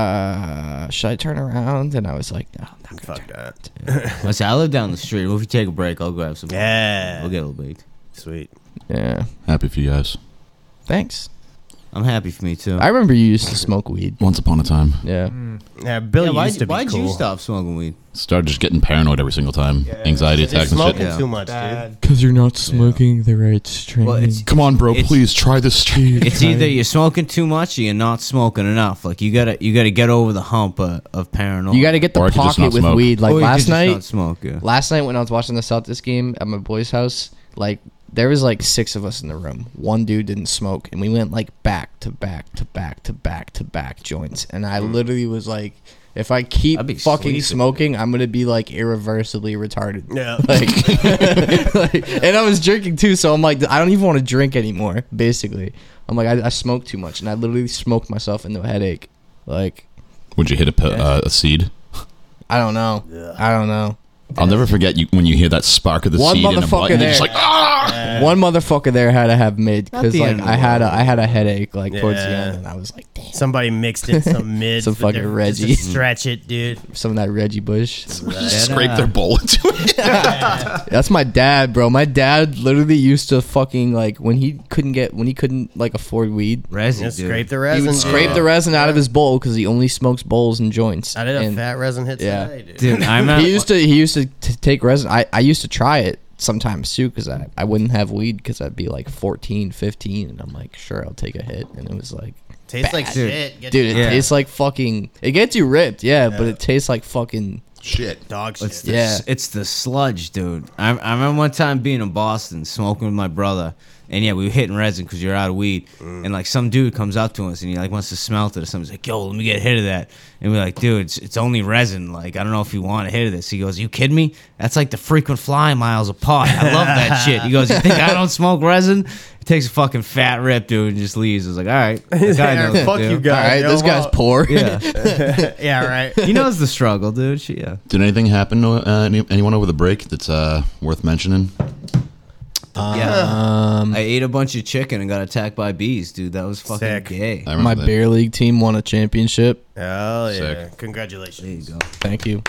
S5: uh, should I turn around? And I was like, no, I'm not gonna turn around.
S6: I say I live down the street. Well, if you take a break, I'll grab some.
S4: yeah,
S6: I'll get a little baked.
S1: Sweet.
S5: Yeah.
S3: Happy for you guys.
S5: Thanks.
S6: I'm happy for me too.
S5: I remember you used to smoke weed.
S3: Once upon a time,
S5: Yeah.
S4: Yeah, Billy
S6: yeah, why'd,
S4: used to be
S6: why'd
S4: cool.
S6: you stop smoking weed?
S3: started just getting paranoid every single time,
S7: Yeah.
S3: anxiety
S7: Just
S3: attacks and shit.
S4: Smoking
S6: Yeah.
S4: too much, dude.
S7: Bad.
S5: Because you're not smoking the right strain.
S6: Well, it's
S3: Come on, bro,
S6: It's-
S3: please try this strain.
S6: it's either you're smoking too much or you're not smoking enough. Like you gotta you gotta get over the hump of, of paranoia.
S5: you got to get
S3: Or
S5: the
S3: I could just not
S5: pocket with
S3: smoke.
S5: weed. Like
S6: Or Oh, you could
S5: last
S6: just
S5: night,
S6: Not smoke. Yeah.
S5: last night when I was watching the Celtics game at my boy's house, like there was like six of us in the room. One dude didn't smoke, and we went like back to back to back to back to back joints. And I literally was like, if I keep
S6: I'd Hmm. be
S5: fucking
S6: sleeping.
S5: smoking, I'm gonna be like irreversibly retarded.
S4: Yeah.
S5: Like, like- and I was drinking too, so I'm like, I don't even want to drink anymore. Basically, I'm like, I, I smoke too much, and I literally smoked myself into a headache. Like,
S3: Would you hit a, pe- uh, a seed?
S5: I don't know. I don't know.
S3: I'll never forget you when you hear that spark of the
S5: One
S3: seed in a
S5: motherfucker
S3: butt. and You're
S5: there.
S3: just like, ah!
S5: One motherfucker there had to have mid
S6: Not
S5: because
S6: the
S5: like
S6: end of the
S5: I had a,
S6: world.
S5: I had a headache like towards the
S4: Yeah.
S5: end, and I was like, damn,
S4: Somebody mixed in some mid.
S5: Some fucking Reggie.
S4: Stretch it, dude.
S5: some of that Reggie Bush.
S3: Just scrape their bowl into it.
S5: That's my dad, bro. My dad literally used to fucking like when he couldn't get when he couldn't like afford weed.
S6: Resi,
S4: Just
S6: dude.
S4: scrape the
S5: He
S4: resin.
S5: would
S4: dude.
S5: scrape the resin out of his bowl because he only smokes bowls and joints.
S4: I did a
S5: And
S4: fat resin hit
S5: Yeah.
S4: today, dude.
S6: Dude, I'm not.
S5: he used to he used to t- take resin. I, I used to try it sometimes too because I, I wouldn't have weed because I'd be like 14, 15, and I'm like, sure, I'll take a hit, and it was like
S4: Tastes like
S5: Bad.
S4: shit. Get
S5: Dude, it
S6: Yeah.
S5: tastes like fucking. It gets you ripped, yeah, but it tastes like fucking.
S3: Shit.
S4: dog shit.
S6: It's the,
S5: Yeah.
S6: it's the sludge, dude. I, I remember one time being in Boston smoking with my brother, and yeah, we were hitting resin because you're out of weed,
S4: Mm.
S6: and like some dude comes up to us and he like wants to smelt it or something. He's like, "Yo, let me get a hit of that," and we're like, "Dude, it's, it's only resin. Like, I don't know if you want a hit of this." He goes, "You kidding me? That's like the frequent fly miles apart. I love that shit." He goes, "You think I don't smoke resin?" He takes a fucking fat rip, dude, and just leaves. I was like, "All right, the guy
S4: Yeah,
S6: knows,
S4: fuck
S6: dude."
S4: you
S5: All
S4: guys.
S5: right,
S4: yo,
S5: this guy's
S4: well,
S5: poor.
S6: Yeah,
S4: Yeah, right.
S6: he knows the struggle, dude. She, yeah.
S3: Did anything happen to uh, any, anyone over the break that's uh, worth mentioning?
S6: Yeah.
S4: Um,
S6: I ate a bunch of chicken and got attacked by bees, dude. That was fucking
S4: Sick.
S6: gay.
S3: I
S5: My
S3: remember that.
S5: beer league team won a championship.
S4: Hell yeah!
S3: Sick.
S6: There you
S4: Congratulations.
S6: go.
S5: Thank you.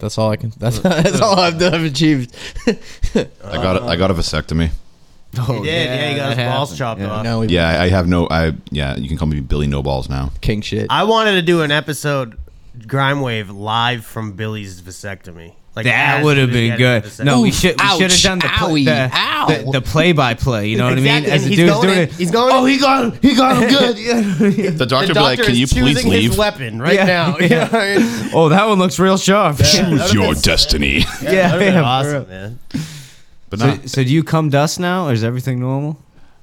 S5: That's all I can. That's that's all I've, I've achieved.
S3: I got a, I got a vasectomy.
S6: Oh,
S4: He did. Yeah, he got his
S6: that
S4: balls
S6: happened.
S4: chopped
S6: Yeah.
S4: off.
S5: no, we
S3: Yeah, I I have no. I yeah, you can call me Billy No Balls now.
S5: king shit.
S4: I wanted to do an episode, Grimewave live from Billy's vasectomy. Like
S6: That
S4: as
S6: would
S4: he
S6: have
S4: was
S6: been
S4: getting
S6: good.
S4: vasectomy.
S6: No, we
S5: Oof,
S6: should we should have
S5: ouch,
S6: done the, pl-
S5: owie,
S6: the,
S5: ow.
S6: the play by play. You know what I mean?
S4: Exactly,
S6: As
S4: and
S6: the
S4: he's
S6: dude's
S4: going
S6: doing
S4: in-
S6: it,
S4: he's going
S6: Oh,
S4: in-
S6: he got him. He got him good. Yeah.
S3: The doctor,
S4: The
S3: be like,
S4: doctor
S3: "Can
S4: is
S3: you please
S4: choosing
S3: leave?
S4: His weapon right
S6: Yeah,
S4: now. You know what I mean?
S6: oh, that one looks real sharp.
S3: Choose your destiny."
S6: Yeah,
S4: That would've been
S6: yeah, for
S4: awesome,
S6: real.
S4: man.
S3: But
S6: So,
S3: no,
S6: so do you come dust now, or is everything normal?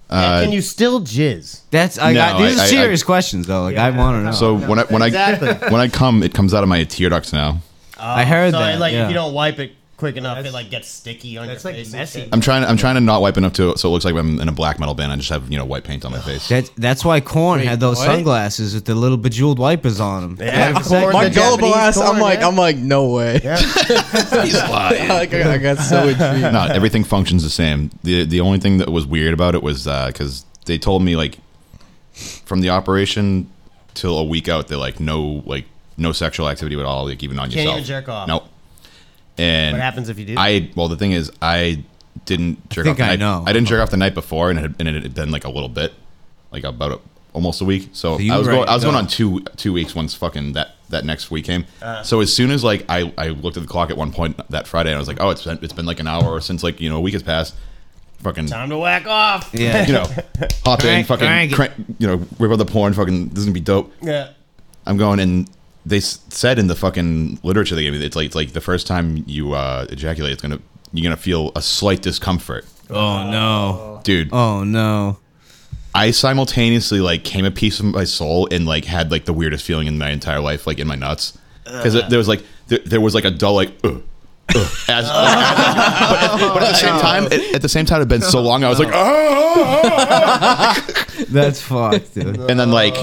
S3: uh,
S4: Can you still jizz?
S6: That's I,
S3: No,
S6: I, these
S3: I-
S6: are
S3: I-
S6: serious questions though. Like I want to know.
S3: so when I when
S4: Exactly.
S3: I when I come, it comes out of my tear ducts now.
S6: I heard
S4: so
S6: that.
S4: like
S6: yeah.
S4: if you don't wipe it quick enough, it like gets sticky on
S7: that's
S4: your
S7: like
S4: face. and
S7: messy.
S4: shit.
S3: I'm trying. I'm trying to not wipe enough to so it looks like I'm in a black metal band. I just have you know white paint on my face.
S6: That, that's why Corn had those sunglasses with the little bejeweled wipers on them.
S4: Yeah, of course,
S5: My
S4: the
S5: gullible
S4: Japanese
S5: ass. I'm
S4: corn,
S5: like
S4: yeah.
S5: I'm like no way.
S3: He's lying.
S5: like, I, I got so intrigued.
S3: no, everything functions the same. the The only thing that was weird about it was because they told me like from the operation till a week out, they're like no like no sexual activity at all, like even on
S4: Can't
S3: yourself.
S4: even jerk off.
S3: Nope. And
S4: What happens if you do?
S3: I well, the thing is, I didn't jerk
S6: think
S3: off. the
S6: I
S3: night-
S6: know.
S3: I didn't jerk off the night before, and it had, and it had been like a little bit, like about a, almost a week. So,
S6: So you
S3: I was
S6: were
S3: going. I was
S6: ready to
S3: going
S6: go.
S3: on two two weeks once fucking that that next week came. so as soon as like I I looked at the clock at one point that Friday, and I was like, oh, it's been it's been like an hour since like you know a week has passed. Fucking.
S4: Time to whack off.
S6: Yeah.
S3: You know, hop in,
S6: Crank-
S3: fucking,
S6: crank it.
S3: crank, you know, rip out the porn, fucking, this is gonna be dope.
S4: Yeah.
S3: I'm going and they s- said in the fucking literature they gave me it's like it's like the first time you uh, ejaculate it's gonna you're gonna feel a slight discomfort
S6: Oh no.
S3: dude
S6: Oh no.
S3: I simultaneously like came a piece of my soul and like had like the weirdest feeling in my entire life like in my nuts because there was like there, there was like a dull like Ugh. Ugh, as, like, as- but, at, but at the same time, at, at the same time, it had been so long. I was like, oh,
S6: That's fucked, dude.
S3: and then like,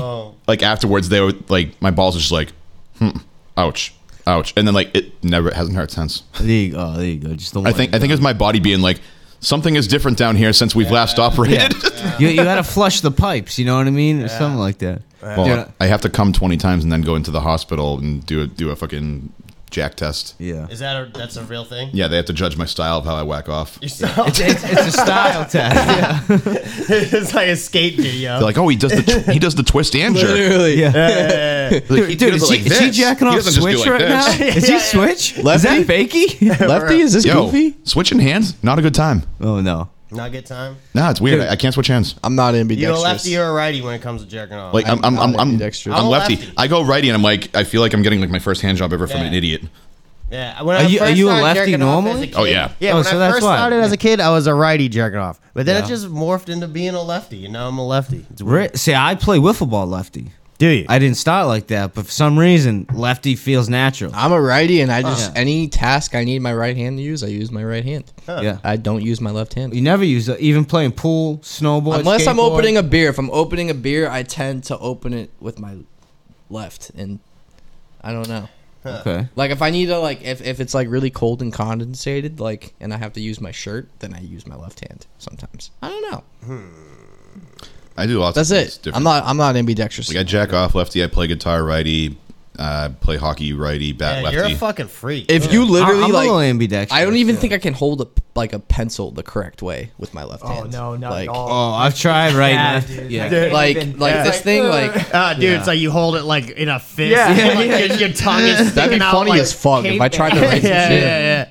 S3: like afterwards, they were like, my balls were just like, hmm, ouch, ouch, and then like it never it hasn't hurt since.
S6: There you go. There you go. Just the one.
S3: I think I think it's my body being like something is different down here since we've last operated.
S6: you, you had to flush the pipes. You know what I mean, or something like that.
S3: well,
S6: Yeah.
S3: I have to come twenty times and then go into the hospital and do a do a fucking jack test.
S6: Yeah.
S4: Is that a, that's a real thing?
S3: Yeah, they have to judge my style of how I whack off.
S4: You sound-
S6: It's, it's a style test. Yeah.
S4: it's like a skate video.
S3: They're like, oh, he does the tw- he does the twist and jerk.
S5: Literally.
S6: Yeah.
S3: Like, he
S6: Dude,
S3: does
S6: is
S3: it
S6: he,
S3: like
S6: is he
S3: this.
S6: jacking off
S3: doesn't just do
S6: Switch
S3: like
S6: right now?
S3: this.
S6: Is he Switch? Is that fakie?
S5: Lefty, is this
S3: Yo,
S5: goofy?
S3: switching hands, not a good time.
S6: oh no.
S4: Not good time.
S3: Nah, it's weird. I, I can't switch hands.
S5: I'm not
S4: You
S5: ambidextrous.
S4: a lefty or a righty when it comes to jerking off?
S3: Like I'm, I'm,
S5: I'm
S3: I'm,
S5: not
S3: I'm,
S5: ambidextrous.
S3: I'm
S4: I'm a
S3: lefty.
S4: lefty.
S3: I go righty, and I'm like, I feel like I'm getting like my first hand job ever from
S4: Yeah.
S3: an idiot.
S4: yeah. When
S6: Are you-
S4: first
S6: are you a
S4: started
S6: lefty
S4: jerking off as a
S6: normally?
S4: kid-
S3: Oh, yeah.
S4: Yeah.
S6: Oh,
S4: when
S6: so
S4: I
S6: that's
S4: first
S6: why.
S4: started as a kid, I was a righty jerking off, but then it
S6: Yeah.
S4: just morphed into being a lefty, and now I'm a lefty. It's
S6: Ri- See, I play wiffle ball lefty.
S4: Do you?
S6: I didn't start like that, but for some reason, lefty feels natural.
S5: I'm a righty, and I
S4: Uh-huh.
S5: just
S6: Yeah.
S5: any task I need my right hand to use, I use my right hand.
S6: Yeah.
S5: I don't use my left hand.
S6: You never use it, even playing pool, snowboard.
S5: Unless I'm
S6: skateboard.
S5: opening a beer. If I'm opening a beer, I tend to open it with my left, and I don't know.
S6: Okay.
S5: Like if I need to, like if, if it's like really cold and condensated, like, and I have to use my shirt, then I use my left hand sometimes. I don't know.
S3: I do lots.
S5: That's
S3: of things
S5: it.
S3: Hmm. different.
S5: I'm not. I'm not ambidextrous.
S3: Like I jack off lefty. I play guitar righty. Uh, play hockey righty. Bat
S4: yeah,
S3: lefty.
S4: you're a fucking freak.
S5: if you literally
S6: I, am a little
S5: like,
S6: ambidextrous.
S5: I don't even think I can hold a like a pencil the correct way with my left
S7: Oh
S5: hand.
S7: no, not
S5: like,
S7: at
S6: Oh,
S7: all.
S6: I've tried right
S7: Yeah,
S6: now.
S7: dude.
S6: Yeah.
S7: Dude.
S5: Like
S7: Even-
S5: like
S7: Yeah.
S5: this
S7: Like,
S5: thing
S7: uh,
S5: like.
S4: Ah, dude, it's like you hold it like in a fist.
S7: Yeah.
S4: and,
S7: Yeah,
S4: like,
S7: yeah.
S4: Your, your tongue is sticking
S5: That'd be
S4: out
S5: funny
S4: like
S5: as fuck if I tried to
S4: caveman.
S5: write some
S4: yeah,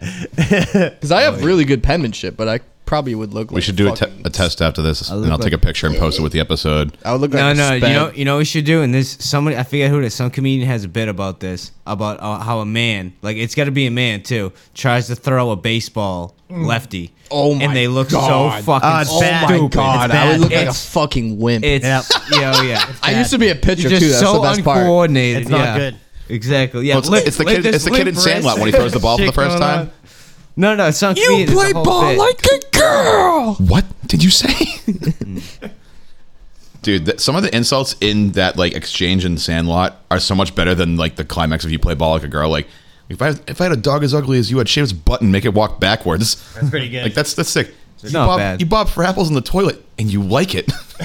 S5: shit.
S4: yeah, yeah.
S5: Because I have really good penmanship, but I probably would look like
S3: we should do a, te-
S5: fucking-
S3: a test after this,
S6: look
S3: and I'll
S6: like-
S3: take a picture and post it with the episode.
S5: I would look like
S6: No,
S5: a
S6: no, you
S5: sped.
S6: know, you know, what we should do. And this, somebody, I forget who it is. Some comedian has a bit about this, about uh, how a man, like it's got to be a man too, tries to throw a baseball lefty.
S5: Oh my
S6: And they look so
S5: God.
S6: fucking
S4: Oh, it's
S5: Oh
S6: stupid.
S4: bad.
S5: my god,
S4: It's
S5: I would
S4: bad.
S5: look like a
S6: It's-
S5: fucking wimp.
S6: It's
S4: Yep.
S6: yeah, yeah.
S5: I used to be a pitcher
S6: You're
S5: too.
S6: just
S5: That's
S6: so
S5: the best part.
S6: uncoordinated.
S4: It's not
S6: yeah.
S4: good.
S6: Exactly. Yeah.
S3: Well, it's,
S6: Lip-
S3: it's the
S6: lip-
S3: kid.
S6: there's
S3: It's the kid in
S6: lip
S3: Sandlot when he
S6: wrist.
S3: throws the ball for the
S6: Shit
S3: first
S6: going
S3: time.
S6: No, no, it's not. comedian, it's the whole bit.
S5: a girl.
S3: What did you say? Dude, th- some of the insults in that like exchange in Sandlot are so much better than like the climax of you play ball like a girl. Like if I if I had a dog as ugly as you, I'd shave its butt and make it walk backwards.
S4: That's pretty good.
S3: Like that's that's sick. You
S6: not
S3: bob,
S6: bad.
S3: you bob for apples in the toilet and you like it.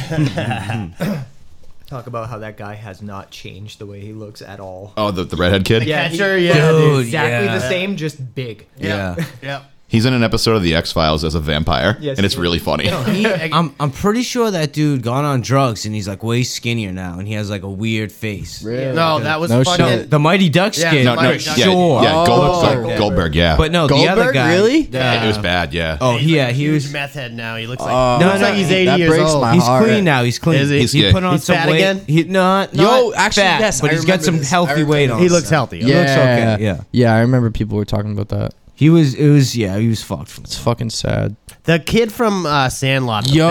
S7: Talk about how that guy has not changed the way he looks at all.
S3: oh, the, the redhead kid.
S7: Yeah, he-
S4: Catcher, yeah,
S6: Dude,
S7: exactly
S6: yeah.
S7: the same, just big.
S6: Yeah.
S4: Yep.
S3: He's in an episode of the X Files as a vampire,
S7: Yes,
S3: and it's
S7: he is.
S3: really funny.
S6: I'm I'm pretty sure that dude gone on drugs and he's like way skinnier now and he has like a weird face.
S5: Really?
S4: No, that was
S5: No
S4: fucking.
S5: shit.
S6: The Mighty Duck
S4: Yeah,
S6: skin.
S4: No, no,
S6: for
S4: yeah,
S6: sure.
S3: Yeah, Goldberg,
S5: Oh.
S3: Gold- Goldberg, yeah.
S6: But no, the other
S5: Goldberg,
S6: guy.
S5: really?
S6: Yeah.
S3: it was bad. Yeah.
S6: Oh
S4: He's
S6: yeah,
S4: like a
S6: he
S4: huge
S6: was.
S4: meth head now. He looks like
S5: Oh,
S4: no, looks like he's
S5: that
S4: 80 years
S5: breaks
S4: old.
S5: my
S6: He's
S5: heart.
S6: clean now. He's clean.
S4: Is he?
S3: He's
S6: he
S3: gay.
S6: put on
S4: He's
S6: some
S4: fat
S6: weight.
S4: again?
S6: He not,
S5: Yo,
S6: not
S5: actually,
S6: fat,
S5: yes,
S6: but
S5: I
S6: he's got
S5: remember
S6: some
S5: this. I
S6: healthy
S5: remember
S6: weight
S5: this.
S6: on.
S4: he looks
S6: so.
S4: healthy.
S6: He looks okay. Yeah.
S5: Yeah, I remember people were talking about that.
S6: He was. It was. Yeah. He was fucked. From
S5: It's fucking sad.
S4: The kid from uh, Sandlot, the
S5: Yo.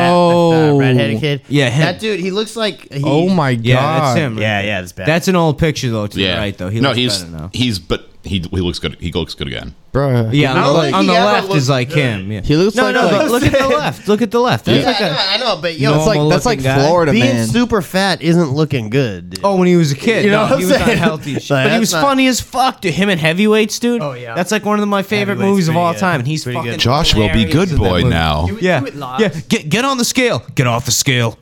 S4: fat, the, uh, redheaded kid.
S6: Yeah, him.
S4: that dude. He looks like he,
S5: oh my god.
S6: yeah. That's him. right
S4: Yeah,
S6: there.
S4: yeah, it's bad.
S6: That's an old picture though. To
S3: yeah.
S6: the right though. He
S3: no,
S6: looks
S3: he's
S6: better now.
S3: he's but he he looks good. He looks good again.
S5: Bro.
S6: Yeah, on
S4: I
S6: the,
S4: don't
S6: le-
S4: think
S6: on
S4: he
S6: the
S4: ever
S6: left is
S4: looked
S6: like
S4: good.
S6: him. Yeah.
S5: He looks
S6: no,
S5: like,
S6: no.
S5: like-
S6: but look at the left. Look at the left. That's
S4: Yeah,
S6: like a.
S4: I, know, I know, but yo,
S6: No,
S5: that's
S4: it's like
S5: like that's like
S6: normal-looking guy.
S5: Florida
S4: being
S5: man.
S4: super fat isn't looking good. Dude.
S6: Oh, when he was a kid,
S4: You know
S6: no,
S4: what I'm
S6: he was
S4: saying?
S6: not healthy.
S4: Like,
S6: as shit. but he
S4: that's
S6: was
S4: not-
S6: funny as fuck, dude. Him and heavyweights, dude.
S7: Oh, yeah.
S6: that's like one of my favorite
S4: Heavyweight's
S6: movies of
S4: pretty
S6: all
S4: good.
S6: time. And he's
S4: Pretty
S6: fucking
S4: good.
S3: Josh will be
S6: hilarious
S3: good
S6: in that
S3: boy
S6: movie.
S3: now.
S7: Do it,
S6: Yeah,
S7: do it live.
S6: yeah. Get get on the scale. Get off the scale,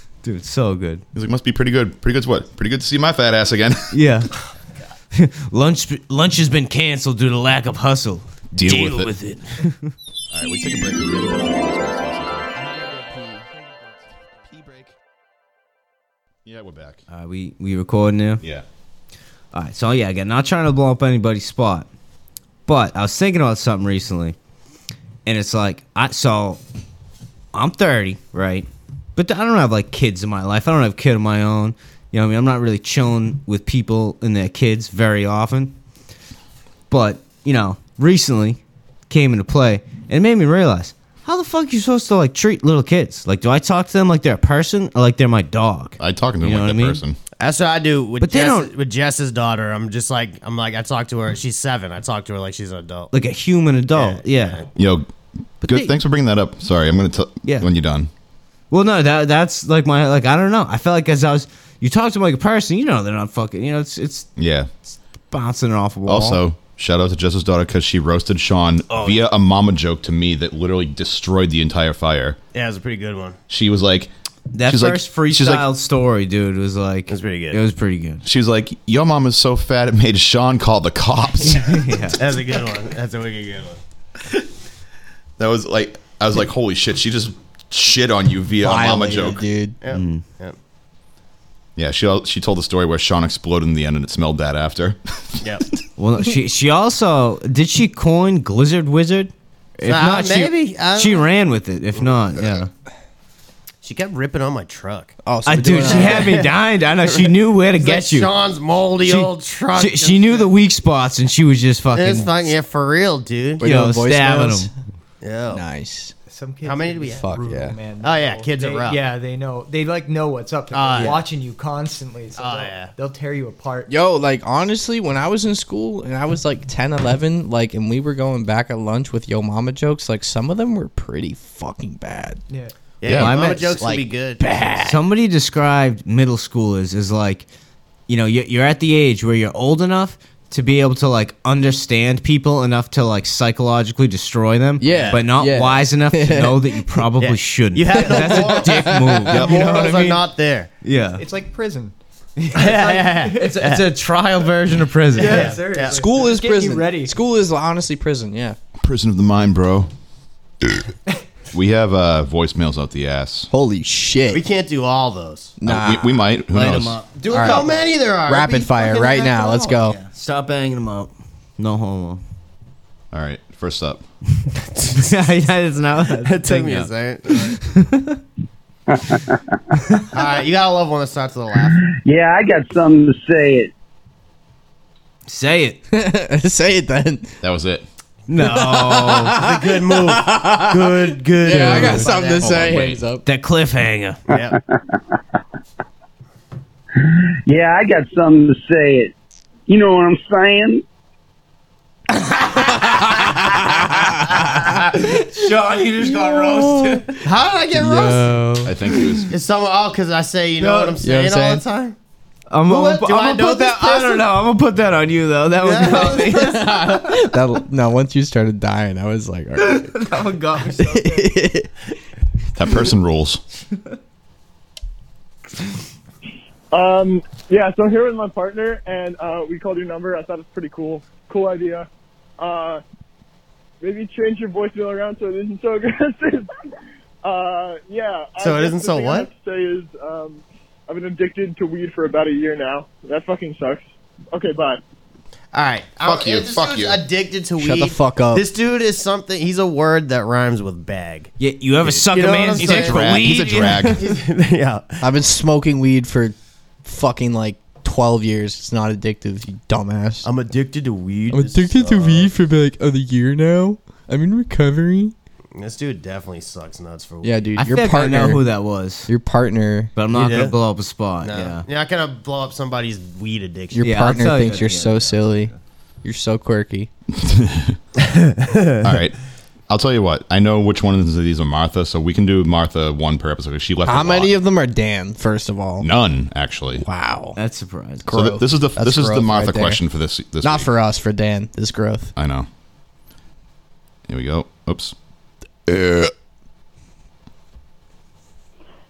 S6: dude. So good.
S3: He's like, must be pretty good. Pretty good's what? Pretty good to see my fat ass again.
S6: Yeah. lunch lunch has been canceled due to lack of hustle.
S3: Deal with it.
S6: it.
S3: All right, we take a break. We really wanna do this podcast episode. Yeah, we're back.
S6: All right, we we recording now.
S3: Yeah.
S6: All right, so yeah, again, not trying to blow up anybody's spot, but I was thinking about something recently, and it's like I so I'm 30, right? But I don't have like kids in my life. I don't have a kid of my own. You know, what I mean, I'm not really chilling with people and their kids very often. But you know, recently came into play and it made me realize how the fuck you supposed to like treat little kids? Like, do I talk to them like they're a person or like they're my dog?
S3: I talking to him
S6: You know
S3: like
S6: what
S3: that
S6: I mean?
S3: person.
S4: That's what I do with
S6: But they
S4: Jess,
S6: don't-
S4: with Jess's daughter. I'm just like I'm like I talk to her. She's seven. I talk to her like she's an adult.
S6: Like a human adult, yeah.
S3: Yo, good.
S6: they-
S3: thanks for bringing that up. Sorry, I'm gonna tell
S6: Yeah.
S3: when you're done.
S6: Well, no, that that's like my like I don't know. I felt like as I was you talk to them like a person, you know they're not fucking. You know it's it's
S3: Yeah.
S6: bouncing off a wall.
S3: Also, shout out to Jess's daughter because she roasted Sean
S6: Oh.
S3: via a mama joke to me that literally destroyed the entire fire.
S4: Yeah, it was a pretty good one.
S3: She was like,
S6: That
S3: She's like-
S6: first
S3: she's
S6: freestyle
S3: like-
S6: story, dude, was like it
S4: was pretty good.
S6: It was pretty good.
S3: She was like, "Your mom is so fat it made Sean call the cops."
S6: yeah.
S4: That's a good one. That's a wicked good one.
S3: that was like, I was like, "Holy shit!" She just shit on you via a mama
S5: Violated,
S3: joke.
S5: dude.
S4: Yep.
S6: Mm.
S4: Yep.
S3: Yeah, she she told the story where Sean exploded in the end and it smelled that after.
S4: Yep.
S6: Well, she she also did she coin Glizzard Wizard? If
S4: Uh,
S6: not, she-
S4: maybe. I
S6: she,
S4: don't
S6: ran with it. If not, yeah.
S4: she kept ripping on my truck.
S5: Oh, so
S6: I
S5: we're
S6: dude,
S5: doing
S6: she
S5: that.
S6: had me dying. I know she knew where to
S4: It's
S6: get
S4: like
S6: you.
S4: Sean's moldy
S6: she,
S4: old truck.
S6: she, she knew the weak spots, and she was just
S4: It's
S6: fucking,
S4: fucking yeah, for real, dude.
S5: We're
S6: yo,
S5: doing
S6: stabbing
S5: voicemails?
S6: them.
S4: Yeah.
S5: Nice.
S7: Some kids
S4: How many
S7: are
S4: do we have?
S5: Fuck,
S7: brutal,
S5: yeah.
S7: Man.
S4: Oh, yeah,
S7: They'll-
S4: kids are
S7: they,
S4: rough.
S7: Yeah, they know. They like know what's up. They're
S4: Ah, yeah.
S7: watching you constantly. So
S4: Ah,
S7: they'll,
S4: yeah.
S7: they'll tear you apart.
S5: Yo, like honestly, when I was in school and I was like 10, 11, like, and we were going back at lunch with yo mama jokes, like some of them were pretty fucking bad.
S7: Yeah.
S3: Yeah.
S4: Yeah, your
S3: I
S4: mama
S5: meant,
S4: jokes
S5: like,
S4: can be good.
S6: Somebody described middle schoolers as like, you know, you're, you're at the age where you're old enough to be able to like understand people enough to like psychologically destroy them.
S5: Yeah,
S6: But not
S5: yeah.
S6: wise enough to know that you probably
S4: Yeah.
S6: shouldn't.
S4: You have no
S6: That's a
S4: morals.
S6: dick move.
S4: The morals are not there.
S6: Yeah.
S7: It's like prison.
S6: It's a, it's a trial version of prison.
S7: Yeah, seriously.
S4: Yeah.
S5: School is
S7: Get you
S5: prison.
S7: ready.
S5: School is honestly prison. Yeah.
S3: Prison of the mind, bro. we have uh, voicemails out the ass.
S5: Holy
S4: We
S5: shit.
S4: can't do all those.
S5: Nah.
S3: Uh, we, we might. Who
S6: Light
S3: knows?
S6: them up.
S4: Do
S5: All
S4: how
S5: right.
S4: many there are?
S5: Rapid fire right now. Let's go.
S6: Stop banging them up. No homo.
S3: All right, first up.
S6: That's not what
S4: It took me a second. all right, you gotta love when it starts with a laugh.
S8: Yeah, I got something to say. It.
S6: Say it.
S5: Say it then.
S3: That was it.
S6: No.
S4: It's a good move. Good, good.
S5: Yeah, I
S4: move.
S5: got something to
S4: Hold on,
S5: say.
S4: wait.
S5: Hands up.
S6: that cliffhanger.
S4: Yep.
S8: Yeah, I got something to say. It. You know what I'm saying?
S6: Sean, you just got roasted.
S4: How did I get roasted?
S3: I think it was.
S4: Is someone oh, because I say you know what I'm
S5: you know
S4: saying
S5: what I'm
S4: all
S5: saying?
S4: the time?
S6: I'm
S4: Well,
S6: gonna,
S4: what- do
S6: I'm
S4: I
S6: gonna
S4: know
S6: put
S4: this
S6: that. I don't
S4: person?
S6: know. I'm gonna put that on you though. That was
S4: Yeah.
S6: got me.
S5: That, no, once you started dying, I was like, all right.
S6: that one got me. So
S3: That person rules.
S9: Um, yeah, so I'm here with my partner, and uh, we called your number. I thought it was pretty cool. Cool idea. Uh, maybe change your voicemail around so it isn't so aggressive. uh, yeah. I
S4: So it
S9: guess
S4: isn't
S9: the
S4: so
S9: thing I
S4: what?
S9: have to say is um, I've been addicted to weed for about a year now. That fucking sucks. Okay, bye.
S4: All right.
S3: Fuck
S4: I'm-
S3: you,
S4: This
S3: fuck
S4: dude's
S3: you.
S4: Addicted to weed.
S5: Shut the fuck up.
S4: This dude is something. He's a word that rhymes with bag.
S6: yeah, you ever suck
S4: You know
S6: a
S4: what
S6: man's
S4: I'm
S6: dick
S4: saying?
S6: for
S3: Drag.
S6: weed?
S3: He's a drag.
S4: yeah.
S5: I've been smoking weed for fucking like 12 years. It's not addictive, you dumbass.
S4: I'm addicted to weed. This
S6: uh,
S4: sucks.
S5: for like a year now. I'm in recovery.
S4: This dude definitely sucks nuts for weed.
S5: Yeah, dude.
S6: I
S5: your
S6: think
S5: partner.
S6: I know who that was,
S5: your partner.
S6: but I'm not
S4: You
S6: gonna
S4: do?
S6: blow up a spot.
S4: No.
S6: Yeah.
S4: You're not gonna blow up somebody's weed addiction.
S5: Your
S6: Yeah, I'll tell
S5: partner
S6: you
S5: thinks
S6: that,
S5: you're
S6: yeah,
S5: so silly. You're so quirky.
S3: All right. I'll tell you what. I know which one of these are Martha, so we can do Martha one per episode. 'cause She left.
S5: How
S3: a
S5: many
S3: lot.
S5: of them are Dan? First of all,
S3: None, actually.
S5: wow.
S6: That's surprising.
S3: So th-
S5: growth.
S3: this is the
S5: That's
S3: this is the
S5: growth
S3: Martha
S5: right there.
S3: question for this this
S5: Not
S3: week.
S5: for us, for Dan. This growth.
S3: I know. Here we go. Oops.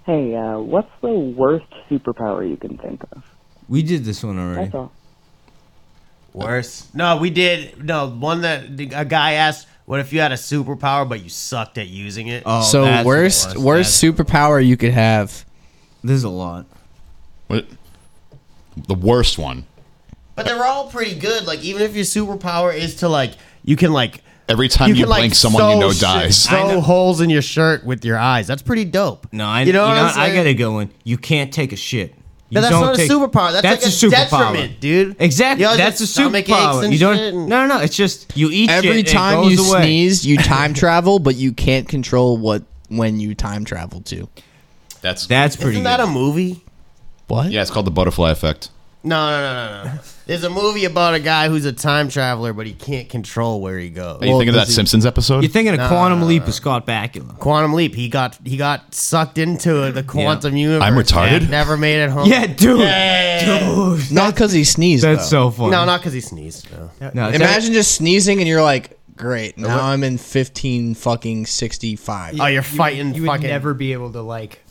S10: Hey, uh, what's the worst superpower you can think of?
S6: We did this one already.
S10: That's all.
S4: Worse. No, we did. No, one that the- a guy asked, "What if you had a superpower but you sucked at using it?"
S6: Oh,
S5: so
S6: that's what it
S5: worst
S6: was.
S5: worst superpower you could have.
S6: There's a lot.
S3: What? The worst one.
S4: But they're all pretty good. Like even if your superpower is to like, you can like.
S3: Every time you, blink, someone you
S4: sew
S3: know
S4: shit-
S3: dies.
S4: Sew holes in your shirt with your eyes. That's pretty dope.
S6: No, I,
S4: you know, what I'm
S6: I
S4: saying?
S6: gotta go in. You can't take a shit. You
S4: But that's
S6: don't
S4: not a
S6: take-
S4: superpower. That's, like a, detriment, dude.
S6: Exactly.
S4: You know,
S6: that's a
S4: like stomach aches
S6: superpower.
S4: and
S6: You
S4: shit
S6: don't.
S4: and-
S6: No, no, no. It's just you eat
S5: Every
S6: shit, it
S5: time
S6: goes
S5: you
S6: away.
S5: sneeze, you time travel, but you can't control what when you time travel to.
S3: That's
S6: That's pretty.
S4: Isn't that a
S6: good.
S4: movie?
S5: What?
S3: yeah. It's called the butterfly effect.
S4: No, no, no, no, no. There's a movie about a guy who's a time traveler, but he can't control where he goes.
S3: Are you thinking of that Simpsons episode?
S6: You're thinking of Quantum Leap with Scott Bakula.
S4: Quantum leap. He got he got sucked into the quantum universe.
S3: I'm retarded?
S4: and Never made it home.
S6: Yeah, dude. Dude.
S5: Not because he sneezed.
S6: That's
S5: though.
S6: so funny.
S4: No, not because he sneezed. No.
S6: No, it's-
S5: Imagine just sneezing and you're like, great. Now I'm in fifteen fucking sixty five.
S4: Oh, you're fighting
S7: You would
S4: fucking.
S7: never be able to like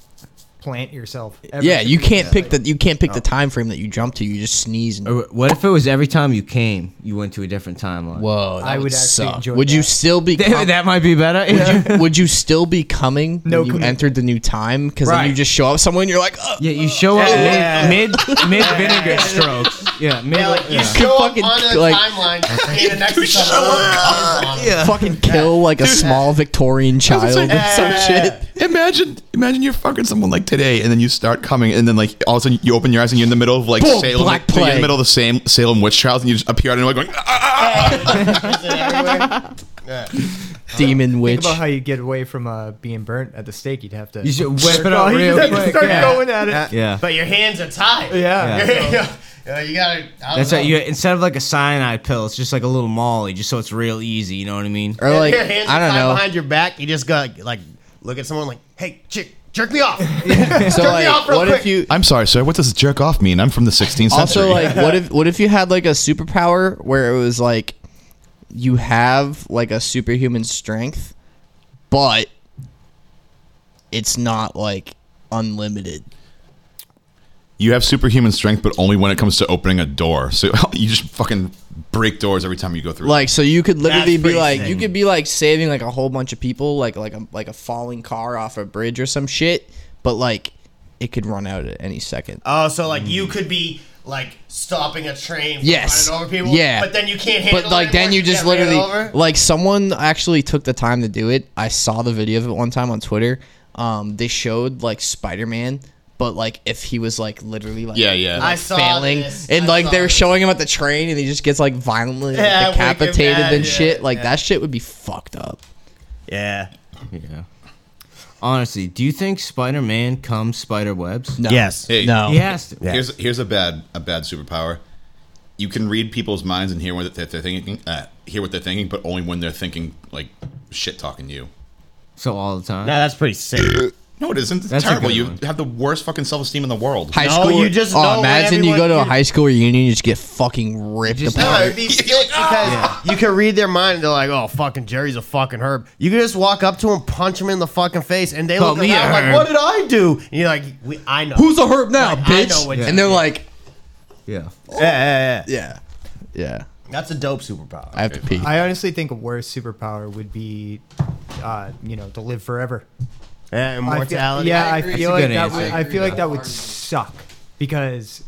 S7: plant yourself.
S5: yeah, you can't pick the you can't pick the time frame that you jump to. You just sneeze. And,
S6: Or what if it was every time you came, you went to a different timeline?
S5: Whoa, that
S7: I would
S5: would
S7: actually
S5: suck.
S7: enjoy
S5: Would you
S7: that.
S5: still be? com-
S6: that might be better. Yeah.
S5: would, you, would you still be coming
S7: No
S5: when you
S7: commu-
S5: entered the new time? Because
S6: Right.
S5: then you just show up somewhere and you're like, "Ugh."
S6: Yeah, you show up
S4: Yeah.
S6: mid mid, mid vinegar strokes. Yeah, mid.
S4: Yeah, like you show
S5: show
S4: up
S5: up fucking,
S4: on
S5: on
S4: a
S5: a like-
S4: timeline, standing next to someone.
S5: fucking kill like a small Victorian child and some shit.
S3: Imagine, imagine you're fucking someone like today, and then you start coming, and then like all of a sudden you open your eyes and you're in the middle of like
S5: Boom,
S3: Salem,
S5: Black
S3: you're in
S5: Plague.
S3: the middle of the same Salem witch trials, and you just appear out of nowhere going. "Ah, ah, ah, ah."
S5: Demon
S7: Think
S5: witch.
S7: about how you get away from uh, being burnt at the stake. You'd have to.
S6: You should whip it
S7: Oh,
S6: up
S7: you
S6: real
S7: just have to
S6: quick.
S7: start
S6: yeah.
S7: going at it.
S6: Yeah.
S4: But your hands are tied.
S7: Yeah.
S4: Yeah, you gotta. I don't
S6: That's
S4: know.
S6: right. You instead of like a cyanide pill, it's just like a little molly, just so it's real easy. You know what I mean?
S5: or like
S4: your hands
S5: I
S4: are
S5: don't
S4: tied
S5: know.
S4: behind your back. You just got like look at someone like, hey, chick, jerk me off.
S5: So
S4: Jerk me off
S5: like,
S4: real
S5: what
S4: quick.
S5: if you?
S3: I'm sorry, sir. What does jerk off mean? I'm from the 16th
S5: Also,
S3: century.
S5: like, what if what if you had like a superpower where it was like you have like a superhuman strength, but it's not like unlimited.
S3: you have superhuman strength, but only when it comes to opening a door. So you just fucking break doors every time you go through.
S5: Like, so you could literally be
S4: pretty
S5: like, you
S4: sick.
S5: could be like saving like a whole bunch of people, like like a like a falling car off a bridge or some shit, but like it could run out at any second.
S4: Oh, so like you could be like stopping a train, from
S5: Yes.
S4: running over people.
S5: Yeah.
S4: but then you can't handle.
S5: but like
S4: it
S5: then
S4: anymore,
S5: you just
S4: can't ran
S5: literally
S4: over?
S5: like someone actually took the time to do it i saw the video of it one time on twitter um they showed like spider-man but like if he was like literally like
S3: yeah, yeah.
S4: I saw
S5: failing
S4: this.
S5: and
S4: I
S5: like
S4: saw
S5: they were
S4: this.
S5: showing him at the train and he just gets like violently like,
S4: Yeah, wicked
S5: decapitated
S4: bad,
S5: and
S4: yeah,
S5: shit like
S4: yeah.
S5: that shit would be fucked up
S4: Yeah.
S6: Yeah. Honestly, do you think Spider-Man comes spider webs?
S5: no.
S4: Yes.
S3: Hey,
S5: no
S6: He has to.
S3: Here's here's a bad a bad superpower. You can read people's minds and hear what they're, they're thinking. Uh, hear what they're thinking, but only when they're thinking like shit talking to you.
S6: So all the time.
S4: Now that's pretty sick.
S3: No, it isn't. It's
S6: That's a
S3: terrible.
S6: good
S3: You
S6: one.
S3: have the worst fucking self esteem in the world.
S5: High
S4: No,
S5: school.
S4: you just know
S5: oh,
S4: when
S5: imagine you go
S4: everyone-
S5: to a
S4: you-
S5: high school reunion, you just get fucking ripped
S6: just-
S5: apart.
S4: No, it'd be sick because you can read their mind. And they're like, "Oh, fucking Jerry's a fucking herb." You can just walk up to him, punch him in the fucking face, and they
S6: Call
S4: look
S6: me a
S4: around like,
S6: herb.
S4: "What did I do?" And you're like, we, "I know."
S5: Who's a herb now,
S4: Like, I know what
S5: bitch?
S4: you-
S5: And they're like,
S6: Yeah.
S4: yeah, yeah, yeah.
S5: yeah, yeah.
S4: That's a dope superpower.
S5: I have to pee.
S7: I honestly think a worse superpower would be, uh, you know, to live forever.
S4: yeah,
S7: I feel-
S4: immortality.
S7: yeah, I
S6: That's
S7: feel
S6: a
S7: like
S6: good
S7: that
S6: answer.
S7: would.
S6: I
S7: I feel like that would suck because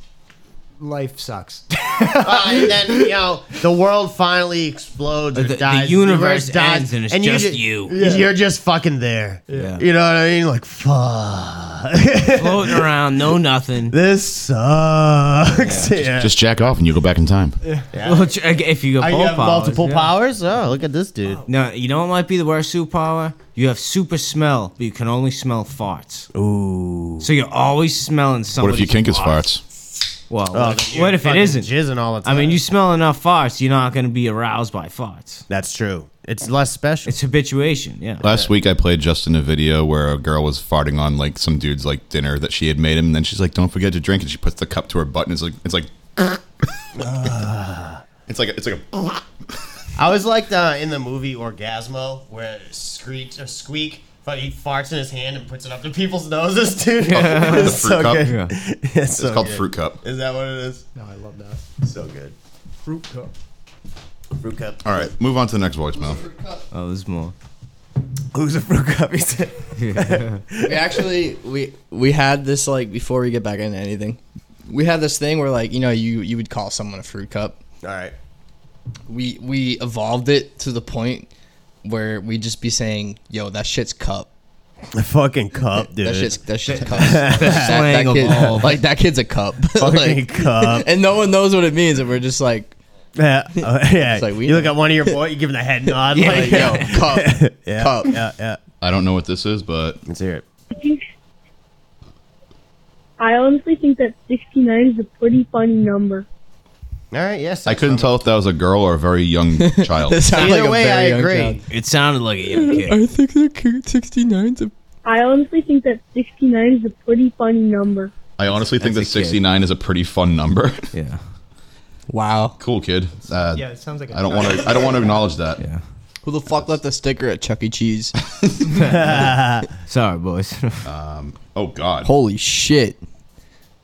S7: life sucks.
S4: Uh, and then you know the world finally explodes or
S6: The- the
S4: dies.
S6: universe ends and it's just you.
S4: You're just fucking there.
S6: Yeah.
S4: You know what I mean? Like fuck.
S6: Floating around, no nothing.
S4: this sucks. Yeah.
S3: Just jack off and you go back in time.
S6: Well, j- if you got
S4: Are you
S6: both
S4: have
S6: powers,
S4: multiple
S6: yeah.
S4: powers? Oh, look at this dude.
S6: No, you know what might be the worst superpower? You have super smell, but you can only smell farts. Ooh. So you're always smelling
S3: What
S6: something.
S3: if you kink his farts?
S6: Well, what- what if it isn't?
S4: jizzing all the
S6: I
S4: time?
S6: mean, you smell enough farts, you're not going to be aroused by farts.
S4: That's true. It's less special.
S6: It's habituation, yeah.
S3: Last week I played Justin a video where a girl was farting on like some dude's like dinner that she had made him, and then she's like, "Don't forget to drink," and she puts the cup to her butt, and it's like it's like. It's like a, it's like a
S4: I was like the, in the movie Orgasmo where Screech or Squeak, but he farts in his hand and puts it up to people's noses, dude.
S3: the fruit
S4: it's so
S3: cup.
S4: good.
S6: Yeah.
S4: It's, so
S3: it's called
S4: good.
S3: fruit cup.
S4: Is that what it is?
S7: no, I love that.
S4: So good.
S7: Fruit cup.
S4: Fruit cup.
S3: All right, move on to the next voicemail.
S6: Oh, there's more.
S4: Who's a fruit cup? He said.
S5: we actually we we had this like before we get back into anything we had this thing where like you know you you would call someone a fruit cup
S4: All right.
S5: we we evolved it to the point where we just be saying yo that shit's cup
S4: The fucking cup, dude.
S5: that shit's that shit's cup that, that
S6: slang
S5: kid-
S6: evolved.
S5: like that kid's a cup
S4: fucking
S5: like,
S4: cup.
S5: and no one knows what it means and we're just like
S4: Yeah. uh, yeah.
S5: It's like we
S4: you look
S5: know.
S4: at one of your boys, you give him the head nod. like,
S5: like yo cup
S4: Oh, yeah,
S5: cup
S4: Yeah, yeah.
S3: I don't know what this is, but
S4: Let's hear it.
S11: I honestly think that 69 is a pretty funny number.
S4: All right. Yes.
S3: I couldn't tell if that was a girl or a very young child.
S5: That sounds
S4: Either
S5: like a
S4: way,
S5: very
S4: I
S5: young
S4: agree.
S5: child.
S6: It sounded like a young kid.
S5: think the 69's a
S11: I honestly think that 69 is a pretty funny number.
S3: I honestly think that
S6: That's a kid.
S3: 69 is a pretty fun number.
S6: Yeah.
S5: wow
S3: cool Uh, kid. Uh,
S7: Yeah, it sounds like. I
S3: I don't want to. I don't want to acknowledge that.
S6: Yeah.
S5: Who the fuck left a sticker at Chuck E. Cheese?
S6: Sorry, boys.
S3: um, oh God.
S5: Holy shit.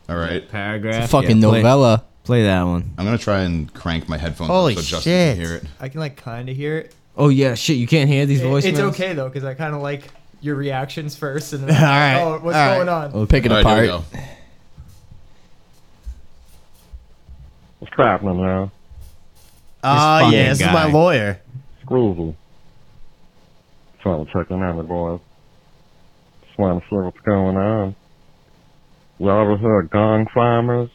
S3: All right.
S6: Paragraph.
S5: Fucking
S6: yeah, play-
S5: novella.
S6: Play that one.
S3: I'm gonna try and crank my headphones.
S7: Holy
S3: up so Justin can
S7: shit.
S3: hear it.
S7: I can like kind of hear it.
S6: Oh yeah, shit. You can't hear these
S7: It-
S6: voices.
S7: It's okay though, because I kind of like your reactions first, and then
S6: All right,
S7: oh, what's
S6: all right.
S7: going on?
S6: We'll pick it
S3: All here we
S6: apart.
S3: go.
S12: What's happening now?
S4: Oh, yeah, this is my lawyer.
S12: Scroozle. Trying to check in on the boys. Just want to see what's going on. Y'all ever heard of Gong Farmers?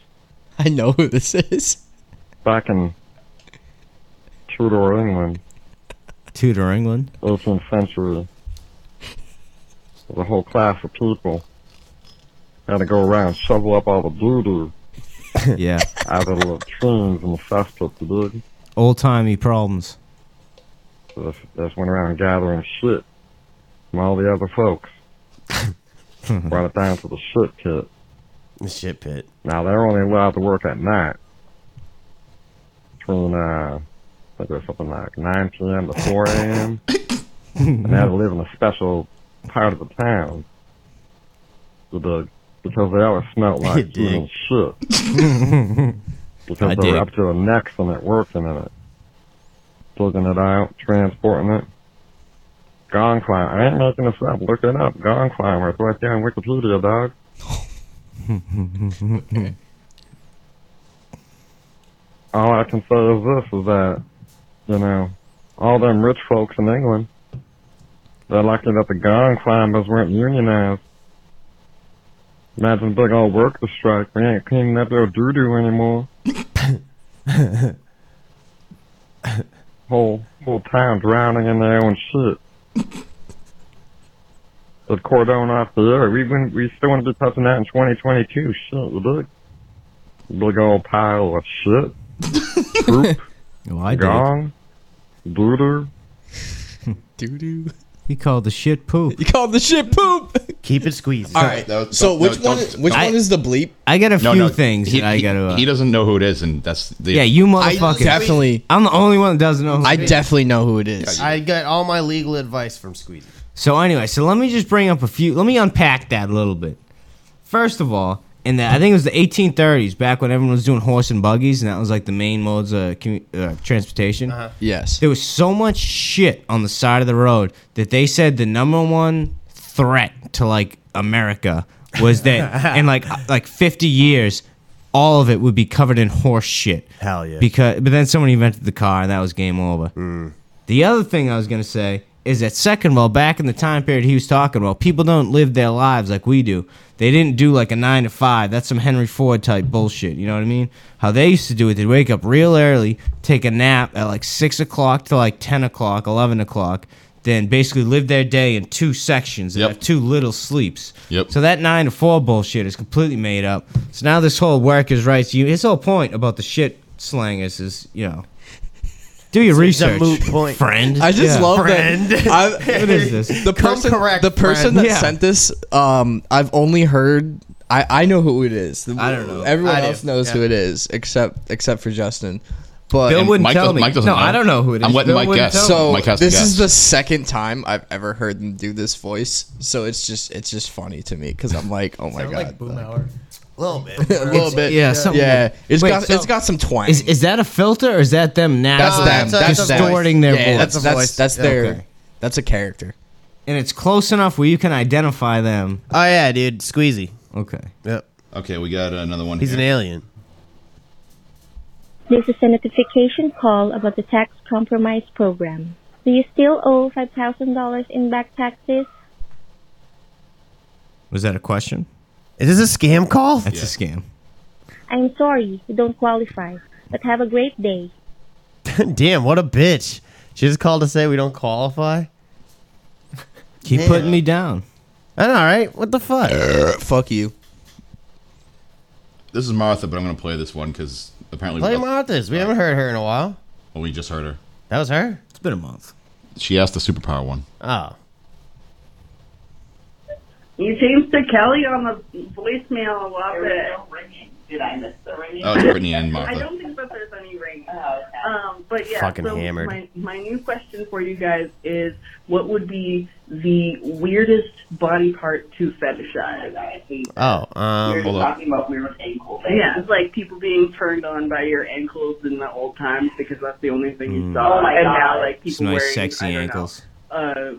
S5: I know who this is.
S12: Back in Tudor England,
S6: Tudor England.
S12: 18th century. There's a whole class of people. Had to go around and shovel up all the doo-doo
S6: yeah.
S12: out of the latrines and the cesspits, you dig?
S6: Old timey problems.
S12: So that's, that's went around gathering shit from all the other folks. Brought it down to the shit pit.
S4: The shit pit.
S12: Now they're only allowed to work at night. Between uh I think it was something like nine PM to four AM. and they had to live in a special part of the town. You dig? Because they always smelled like
S4: Dig.
S12: human shit. Because
S4: I
S12: they
S4: dig.
S12: were up to their necks in it, working in it, plugging it out, transporting it. Gong climber. I ain't making this up. Look it up. Gong climber. It's right there on Wikipedia, dog. All I can say is this: is that you know, all them rich folks in England, they're lucky that the Gong climbers weren't unionized. Imagine big old worker strike. We ain't cleaning up their doo doo anymore. whole whole town drowning in their own shit. The cordon off the air. We wouldn't, we still wouldn't be touching that in 2022. Shit, look, big old pile of shit, poop,
S6: Oh, I did.
S12: gong, doo
S5: Doo doo.
S6: He called the shit poop.
S5: You called the shit poop.
S4: Keep it squeezed.
S5: All right.
S3: That was-
S5: so
S3: that
S5: which
S3: was-
S5: one?
S3: don't-
S5: which
S3: don't-
S5: one is the bleep?
S6: I got a
S3: No,
S6: few
S3: no,
S6: things
S3: he-
S6: that I
S3: he-
S6: got to. Uh,
S3: He doesn't know who it is, and that's the
S6: yeah, you motherfucker.
S5: definitely-
S6: I'm the only one that doesn't know. Who
S5: I
S6: it is.
S5: definitely know who it is.
S4: I got all my legal advice from Squeezy.
S6: So anyway, so let me just bring up a few. Let me unpack that a little bit. First of all, in the I think it was the 1830s, back when everyone was doing horse and buggies, and that was like the main modes of commu- uh, transportation.
S4: Uh-huh.
S5: Yes.
S6: There was so much shit on the side of the road that they said the number one threat to like America was that in like like 50 years, all of it would be covered in horse shit.
S4: Hell yeah.
S6: Because but then someone invented the car and that was game over. The other thing I was gonna say is that second of all, back in the time period he was talking about, people don't live their lives like we do. They didn't do like a nine to five. That's some Henry Ford type bullshit. You know what I mean? How they used to do it, they'd wake up real early, take a nap at like six o'clock to like ten o'clock, eleven o'clock, then basically live their day in two sections and have two little sleeps.
S3: Yep.
S6: So that nine to four bullshit is completely made up. So now this whole workers' rights, you his whole point about the shit slang is, is you know, do your
S4: It's a
S6: research,
S4: moot point.
S6: friend.
S5: I just
S6: Yeah.
S5: love
S4: Friend.
S5: that. I,
S6: What is this?
S5: The
S4: Come
S5: person,
S4: correct,
S5: the person
S4: friend.
S5: that
S4: Yeah.
S5: sent this, um, I've only heard. I, I know who it is. I
S6: don't know.
S5: Everyone
S6: I do.
S5: else knows who
S6: Yeah.
S5: it is, except except for Justin. But
S6: Bill wouldn't Mike tell doesn't- me. Mike doesn't No, know. I don't know who it is. I'm letting Bill Mike wouldn't guess. tell me.
S5: So
S6: Mike has to
S5: this
S6: guess.
S5: is the second time I've ever heard them do this voice. So it's just it's just funny to me because I'm like, oh my god,
S7: Like boom hour.
S4: A little bit.
S5: a little bit,
S6: Yeah, something
S5: yeah.
S6: like-
S5: It's
S6: Wait,
S5: got
S6: so-
S5: it's got some twang.
S6: Is, is that a filter or is that them now?
S4: uh,
S5: that's them. That's, them.
S6: distorting their
S5: Yeah,
S6: voice.
S5: That's that's, that's their
S6: Okay.
S5: that's a character.
S6: And it's close enough where you can identify them.
S4: Oh, yeah, dude. Squeezy.
S6: Okay.
S4: Yep.
S3: Okay, we got another one.
S4: He's
S3: here.
S4: an alien.
S11: This is a notification call about the tax compromise program. Do you still owe $5,000 in back taxes?
S6: Was that a question?
S4: Is this a scam call?
S6: That's a scam.
S11: I'm sorry, you don't qualify, but have a great day.
S4: Damn, what a bitch. She just called to say we don't qualify.
S6: Keep
S4: Yeah.
S6: putting me down.
S4: I know, right? What the fuck?
S5: Fuck you.
S3: This is Martha, but I'm gonna play this one because apparently
S4: Play
S3: we,
S4: Martha's. We haven't heard her in a while.
S3: well, we just heard her.
S4: That was her?
S6: It's been a month.
S3: She asked the superpower one.
S4: Oh.
S13: You changed to Kelly on the voicemail a lot.
S14: There was no ringing. Did I miss the ringing?
S3: Oh, it's Brittany and Martha.
S13: I don't think that there's any ring. Oh, okay. Um, but yeah,
S4: Fucking
S13: so
S4: hammered.
S13: My, my new question for you guys is: What would be the weirdest body part to fetishize?
S4: Oh, um,
S13: about weird ankle Yeah, it's like people being turned on by your ankles in the old times because that's the only thing you saw.
S6: Oh my
S13: and
S6: God.
S13: now, like
S6: It's
S13: people
S6: nice,
S13: wearing
S6: sexy ankles.
S13: uh,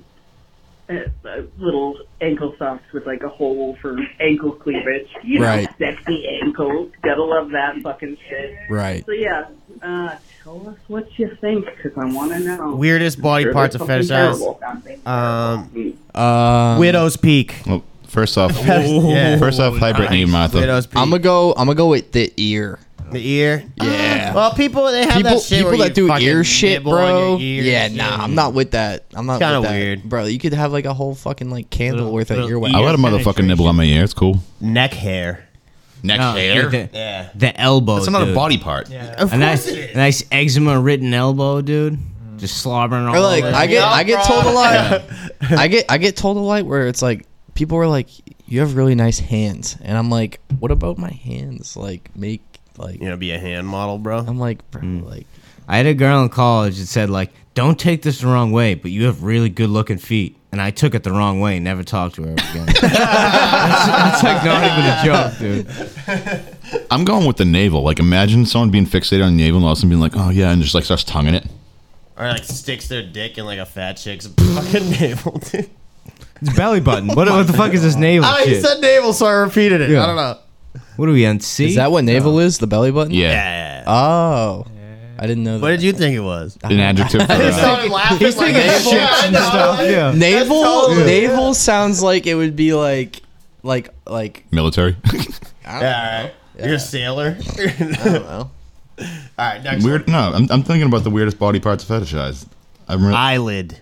S13: uh, little ankle socks with like a hole for ankle cleavage. You
S5: Right.
S13: know, sexy ankles. Gotta love that fucking shit.
S5: Right.
S13: So yeah, uh, tell us what you think because I want to know.
S4: Weirdest body
S13: Sure,
S4: parts to
S13: there's something terrible.
S4: fetishize. Um,
S5: Widow's
S4: Peak.
S3: Well, first off,
S5: Yeah.
S3: first off, hi Brittany, Martha.
S5: I'm gonna go. I'm gonna go with the ear.
S4: The ear.
S5: Yeah.
S4: Well, people they have
S5: people
S4: that shit
S5: people
S4: where
S5: that
S4: you
S5: do
S4: fucking
S5: ear shit,
S4: nibble on
S5: bro.
S4: your ear
S5: yeah,
S4: and
S5: nah,
S4: shit.
S5: I'm not with that. I'm not.
S4: It's kinda
S5: with that. bro. You could have like a whole fucking like candle worth of earwax.
S3: I let a motherfucker nibble on my ear. It's cool.
S4: Neck hair.
S3: Neck
S6: No,
S3: hair.
S6: The, the elbow.
S3: That's another
S6: dude.
S3: body part.
S4: Of
S6: a nice,
S4: course
S6: a nice eczema ridden elbow, dude. Just slobbering all
S5: Or like
S6: over.
S5: I get I get told a lot. I get I get told a lot where it's like people were like, "You have really nice hands," and I'm like, "What about my hands? Like make like
S4: you know be a hand model, bro."
S5: I'm like, bro,
S6: Mm.
S5: like
S6: I had a girl in college that said like, "Don't take this the wrong way, but you have really good looking feet." And I took it the wrong way. and Never talked to her ever again. it's, it's like not even a joke, dude.
S3: I'm going with the navel. Like, imagine someone being fixated on the navel and all of a sudden being like, "Oh yeah," and just like starts tonguing it.
S4: Or like sticks their dick in like a fat chick's fucking navel. Dude.
S6: It's belly button. What, what the fuck is this navel
S4: Oh, he
S6: shit?
S4: said navel, so I repeated it.
S6: Yeah.
S4: I don't know.
S6: what are we on? C?
S5: is that what navel is? The belly button?
S3: Yeah.
S5: Oh, I didn't know. that. What did
S4: you think it was?
S3: An adjective. For,
S5: He's
S3: uh,
S4: Started laughing
S5: He's
S4: like
S5: thinking
S4: navel.
S5: shit
S4: I
S5: and
S4: know.
S5: stuff,
S6: yeah.
S5: Navel
S4: totally-
S5: navel sounds like it would be like like like
S3: military.
S5: I don't,
S4: Yeah, all right. You're a sailor.
S5: I don't know.
S4: All right, next
S3: Weird. No, I'm, I'm thinking about the weirdest body parts to fetishize. I'm re-
S4: eyelid.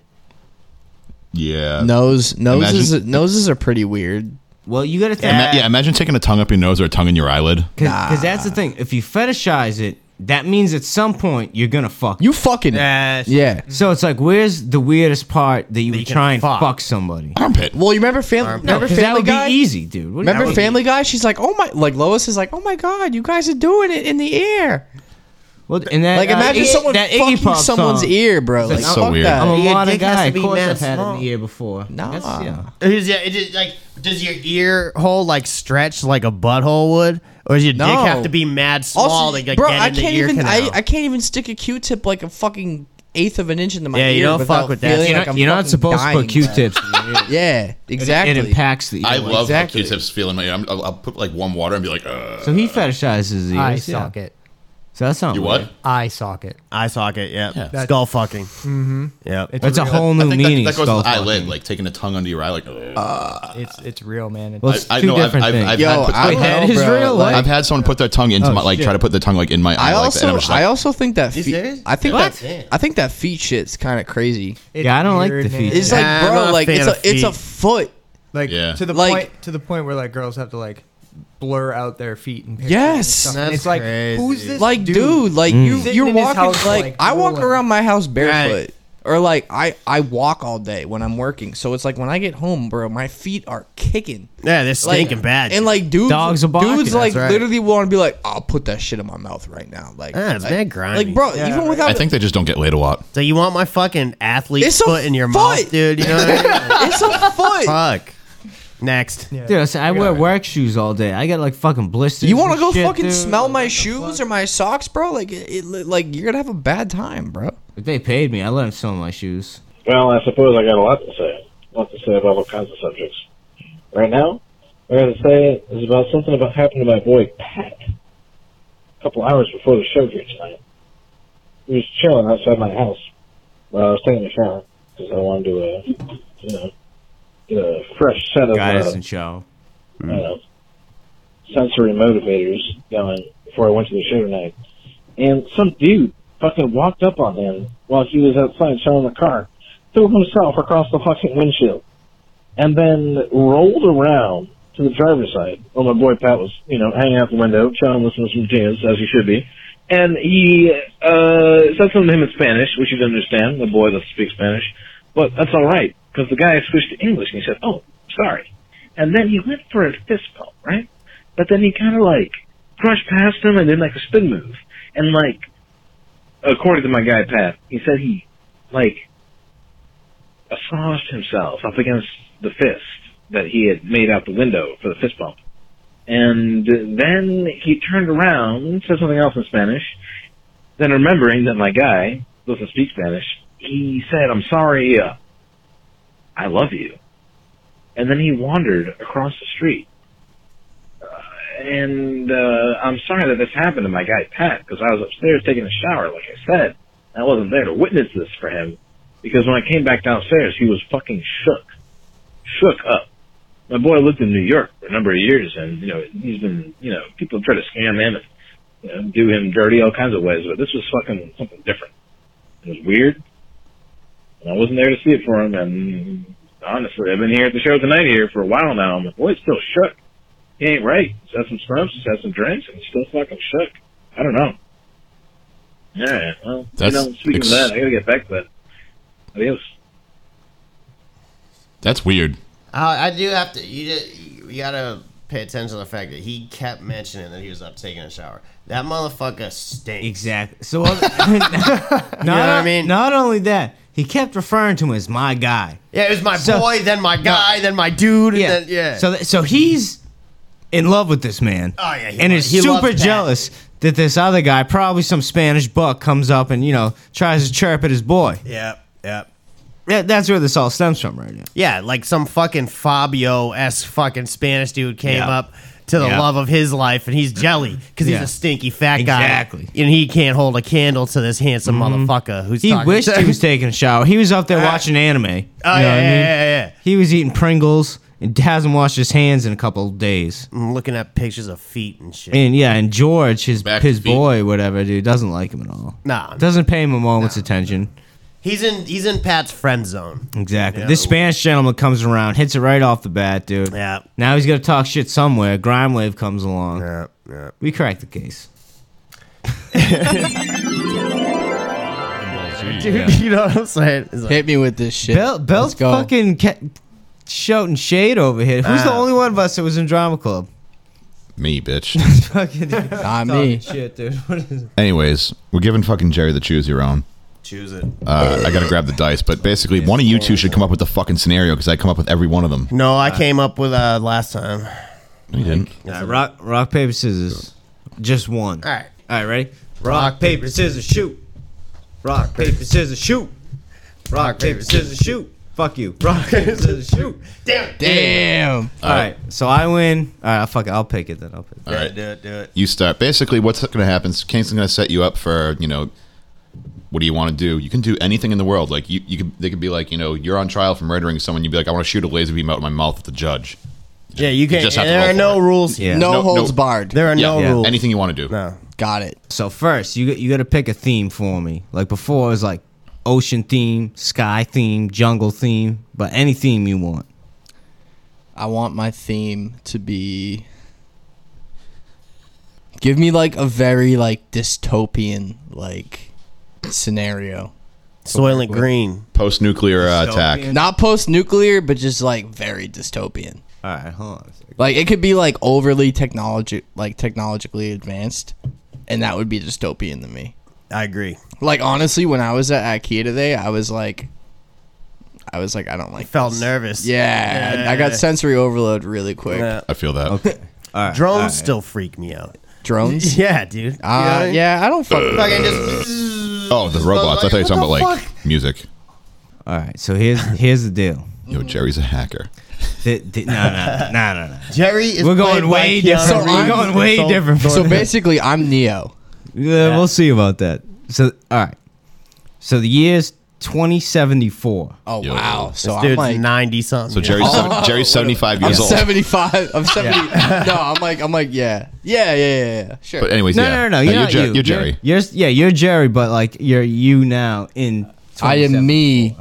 S3: Yeah.
S5: Nose noses
S3: Imagine-
S5: noses are pretty weird.
S6: Well, you got to think.
S3: Ima- yeah. Imagine taking a tongue up your nose or a tongue in your eyelid.
S6: Because that's the thing. If you fetishize it, that means at some point you're gonna fuck.
S5: You fucking yeah.
S6: So it's like, where's the weirdest part that you would
S5: can
S6: try and
S5: fuck.
S6: fuck, somebody?
S3: Armpit.
S5: Well, you remember family?
S6: No,
S5: remember
S6: 'cause
S5: family
S6: that would
S5: guy?
S6: be easy, dude. What do you-
S5: Remember Family Guy? She's like, oh my, like Lois is like, oh my god, you guys are doing it in the air.
S6: Well, and that,
S5: Like
S6: uh,
S5: imagine
S6: Iggy-
S5: someone
S6: that Iggy
S5: fucking
S6: Pop
S5: someone's
S6: song.
S5: ear, bro. Like,
S6: That's so
S5: fuck
S6: weird.
S5: that.
S6: I'm a
S4: Your
S6: modern
S4: dick has
S6: guy.
S4: to
S6: Of
S4: be
S6: course,
S4: mad
S6: I've had
S4: small.
S6: an ear before. Nah. yeah.
S4: Is- yeah, it is, like, does your ear hole like stretch like a butthole would, or does your
S5: No.
S4: dick have to be mad small
S5: Also,
S4: to like,
S5: bro,
S4: get
S5: I
S4: in the
S5: can't
S4: ear
S5: even, I,
S4: canal?
S5: I can't even stick a Q-tip like a fucking eighth of an inch into my
S4: Yeah,
S5: ear.
S4: you don't
S5: without
S4: fuck with that.
S5: feeling
S4: You're
S5: like
S4: not-
S5: I'm
S6: You're not
S5: fucking
S6: supposed to put
S5: dying, bro.
S6: Q-tips. in your ear.
S5: Yeah, exactly.
S6: It, it impacts the ear.
S3: I love
S5: Exactly.
S3: the Q-tips feeling. My, I'm, I'll, I'll put like warm water and be like, uh.
S6: So he fetishizes his ears.
S7: Eye
S6: yeah.
S7: socket.
S6: So that's not
S3: You
S6: weird.
S3: what?
S7: Eye socket.
S4: Eye socket, yep.
S7: That-
S4: Skull fucking.
S7: Mm-hmm.
S4: Yep.
S7: It's
S6: That's a
S7: real.
S6: whole
S3: I
S6: new
S3: think
S6: meaning.
S3: that, that goes
S6: skull
S3: with eyelid,
S6: fucking.
S3: like taking a tongue under your eye, like. Uh,
S7: It's it's real, man. It's,
S6: Well, it's
S3: I
S6: two
S3: know. I've,
S6: different
S3: I've,
S6: things.
S3: I've
S5: Yo,
S3: had put,
S5: I
S3: I've,
S5: don't
S6: That
S5: know,
S6: is
S5: bro.
S6: real,
S5: Like,
S3: I've had someone put their tongue into
S6: Oh,
S3: my, like,
S6: shit.
S3: try to put their tongue like in my eye,
S5: I
S3: like that.
S5: also,
S3: and I'm just
S5: I
S3: like,
S5: also think that
S4: You
S5: feet.
S4: serious?
S5: I think
S4: What?
S5: that I think that feet shit's kind of crazy.
S6: Yeah, I don't like
S7: weird,
S6: the
S7: man.
S6: feet.
S5: It's
S4: Yeah,
S5: like,
S4: I'm not
S5: bro,
S4: a
S5: like
S4: fan
S5: it's a
S4: of
S5: it's a
S4: feet.
S5: foot.
S7: like
S3: Yeah.
S7: to the
S5: Like-
S7: point to the point where like girls have to like blur out their feet and pictures and
S5: Yes.
S7: stuff.
S4: That's
S7: and it's like
S4: crazy.
S7: who's this
S5: Like, dude, like you
S7: Sitting
S5: you're
S7: in his
S5: walking
S7: house,
S5: like,
S7: like,
S5: I walk
S7: drooling.
S5: around my house barefoot.
S4: Right.
S5: Or like I I walk all day when I'm working. So it's like when I get home, bro, my feet are kicking.
S4: yeah, they're
S5: Like,
S4: stinking bad.
S5: And like dudes
S6: Dogs are barking.
S5: dudes like
S4: That's right.
S5: literally want to be like, I'll put that shit in my mouth right now. Like
S4: Ah, it's
S5: like,
S4: mad grimy.
S5: Like bro, even without
S3: I think they just don't get laid a lot.
S4: so you want my fucking athlete's
S5: It's a
S4: foot in your
S5: foot!
S4: mouth, dude? You know what I mean?
S5: it's a foot.
S4: Fuck. Next.
S6: Dude, I say- I wear work shoes all day. I got like fucking blisters.
S5: You
S6: want to
S5: go fucking smell my shoes or my socks, bro? Like it, it, like you're gonna have a bad time, bro.
S6: If they paid me, I let them smell my shoes.
S12: Well, I suppose I got a lot to say. A lot to say about all kinds of subjects. Right now, what I got to say is about something about happened to my boy Pat. A couple hours before the show here tonight, he was chilling outside my house while I was taking a shower because I wanted to, uh, you know, get a fresh set of
S6: Guy
S12: uh,
S6: doesn't show.
S12: you know, sensory motivators going before I went to the show tonight. And some dude fucking walked up on him while he was outside showing the car, threw himself across the fucking windshield, and then rolled around to the driver's side. Well, my boy Pat was, you know, hanging out the window, chilling, listening to some jams, as he should be. And he uh, said something to him in Spanish, which he didn't understand, the boy doesn't speak Spanish. But that's all right, because the guy switched to English, and he said, oh, sorry. And then he went for a fist pump, right? But then he kind of like crushed past him and did like a spin move. And like, according to my guy Pat, he said he like assaulted himself up against the fist that he had made out the window for the fist bump. And then he turned around, said something else in Spanish. Then remembering that my guy doesn't speak Spanish, he said, I'm sorry, uh, I love you. And then he wandered across the street. Uh, and uh, I'm sorry that this happened to my guy Pat because I was upstairs taking a shower, like I said. I wasn't there to witness this for him because when I came back downstairs, he was fucking shook, shook up. My boy lived in New York for a number of years, and you know he's been, you know, people try to scam him and you know, do him dirty all kinds of ways, but this was fucking something different. It was weird, and I wasn't there to see it for him. And honestly, I've been here at the show tonight here for a while now, and my boy's still shook. He ain't right. He's had some smokes, he's had some drinks, and he's still fucking shook. I don't know. All right, well,
S3: That's
S12: you know, speaking
S3: ex-
S12: of that, I gotta get back to that. Adios.
S3: That's weird.
S4: Uh, I I do have to. You just, you gotta pay attention to the fact that he kept mentioning that he was up taking a shower. That motherfucker stinks.
S6: Exactly. So not, I mean? Not only that, he kept referring to him as my guy.
S4: Yeah, it was my
S6: So-
S4: boy, then my guy, then my dude.
S6: Yeah.
S4: And then, yeah.
S6: So th- so he's in love with this man.
S4: Oh, yeah, he
S6: and
S4: loves-
S6: is
S4: he loves
S6: super
S4: Pat.
S6: jealous that this other guy, probably some Spanish buck, comes up and you know tries to chirp at his boy.
S4: Yep. Yep.
S6: Yeah, that's where this all stems from, right now.
S4: Yeah, like some fucking Fabio s fucking Spanish dude came
S6: Yeah.
S4: up to the
S6: Yeah.
S4: love of his life, and he's jelly because he's
S6: Yeah.
S4: a stinky fat guy.
S6: Exactly.
S4: and he can't hold a candle to this handsome
S6: Mhm.
S4: motherfucker who's
S6: He
S4: talking
S6: wished
S4: to-
S6: he was taking a shower. He was out there
S4: Uh,
S6: watching anime. Oh
S4: yeah, yeah, yeah, yeah.
S6: He was eating Pringles and hasn't washed his hands in a couple of days.
S4: I'm looking at pictures of feet and shit.
S6: And yeah, and George, his
S4: to
S6: his boy, whatever, dude, doesn't like him at all.
S4: Nah.
S6: doesn't pay him a moment's attention.
S4: He's in he's in Pat's friend zone.
S6: Exactly.
S4: Yeah.
S6: This Spanish gentleman comes around, hits it right off the bat, dude.
S4: Yeah.
S6: Now he's gonna talk shit somewhere. Grime Wave comes along.
S4: Yeah, yeah.
S6: We crack the case.
S4: Dude, you know what I'm saying? It's like-
S5: Hit me with this shit.
S6: Bell, Bell's
S5: go.
S6: fucking ca- shouting shade over here. Who's the
S5: Ah.
S6: only one of us that was in drama club?
S3: Me, bitch.
S6: fucking
S5: Not
S6: talking
S5: me.
S6: Shit, dude. What is it?
S3: Anyways, we're giving fucking Jerry the choose your own.
S4: Choose it.
S3: Uh, I gotta grab the dice, but basically, one of you two should come up with the fucking scenario because I come up with every one of them.
S4: No, I came up with uh last time.
S3: No, you didn't.
S6: All right, rock, rock, paper, scissors. Just one. All right. All right, ready? Ah. Rock, paper, scissors, shoot. Rock, paper, scissors, shoot. Rock, paper, scissors, shoot. Fuck you. Rock, paper, scissors, shoot.
S4: Damn.
S5: Damn.
S6: All right. So I win. All right. Fuck it. I'll pick it then. I'll pick it.
S3: All right.
S4: do it, do it.
S3: You start. Basically, what's going to happen? is Kingston's going to set you up for you know, what do you want to do? You can do anything in the world. Like you, you could they could be like you know you're on trial for murdering someone. You'd be like I want to shoot a laser beam out of my mouth at the judge.
S4: Yeah, you can't.
S3: just have to
S4: there
S3: go
S4: are
S3: for
S4: no rules.
S6: Yeah.
S5: No,
S6: No-
S5: holds
S6: no-
S5: barred.
S4: There are
S3: Yeah,
S4: no
S3: yeah.
S4: rules.
S3: Anything you want to do. No.
S5: Got it.
S6: So first, you got- you got to pick a theme for me. Like before, it was like ocean theme, sky theme, jungle theme, but any theme you want.
S5: I want my theme to be. Give me like a very like dystopian like scenario.
S4: Soylent Green.
S3: Post nuclear uh, attack.
S5: Not post nuclear, but just like very dystopian.
S6: All right. Hold on. a second.
S5: Like it could be like overly technology like technologically advanced, and that would be dystopian to me.
S4: I agree.
S5: Like honestly, when I was at IKEA today, I was like, I was like, I don't like.
S4: Felt nervous.
S5: Yeah, I got sensory overload really quick.
S4: Yeah.
S3: I feel that.
S6: All right,
S4: Drones
S6: all right.
S4: still freak me out.
S5: Drones.
S4: Yeah, dude. You know what I
S5: Uh,
S4: mean?
S5: yeah, I don't fuck.
S4: Fucking just.
S3: Oh, the robots. I thought you were talking about like music.
S6: All right. So here's here's the deal.
S3: Yo, Jerry's a hacker.
S6: Th- th- no, no, no, no, no.
S4: Jerry is.
S6: We're
S4: played
S6: going
S4: by
S6: way
S4: Keanu
S6: different. We're
S4: Reeves.
S6: going way
S4: So-
S6: different.
S5: So basically, I'm Neo.
S6: Yeah, we'll see about that. So, all right. So the year's 2074.
S5: Oh
S3: Yo.
S5: wow! So
S4: This
S5: I'm
S4: dude's
S5: like,
S4: ninety something.
S3: So Jerry's sev- Jerry's seventy five
S5: I'm
S3: years old.
S5: 75. I'm 70. no, I'm like, I'm like, yeah, yeah, yeah, yeah, yeah. Sure.
S3: But anyways,
S6: No,
S3: yeah.
S6: no, no, no. You're, not
S3: Jer-
S6: you.
S3: You're Jerry.
S6: You're, you're- yeah, you're Jerry, but like you're you now in.
S5: I am me.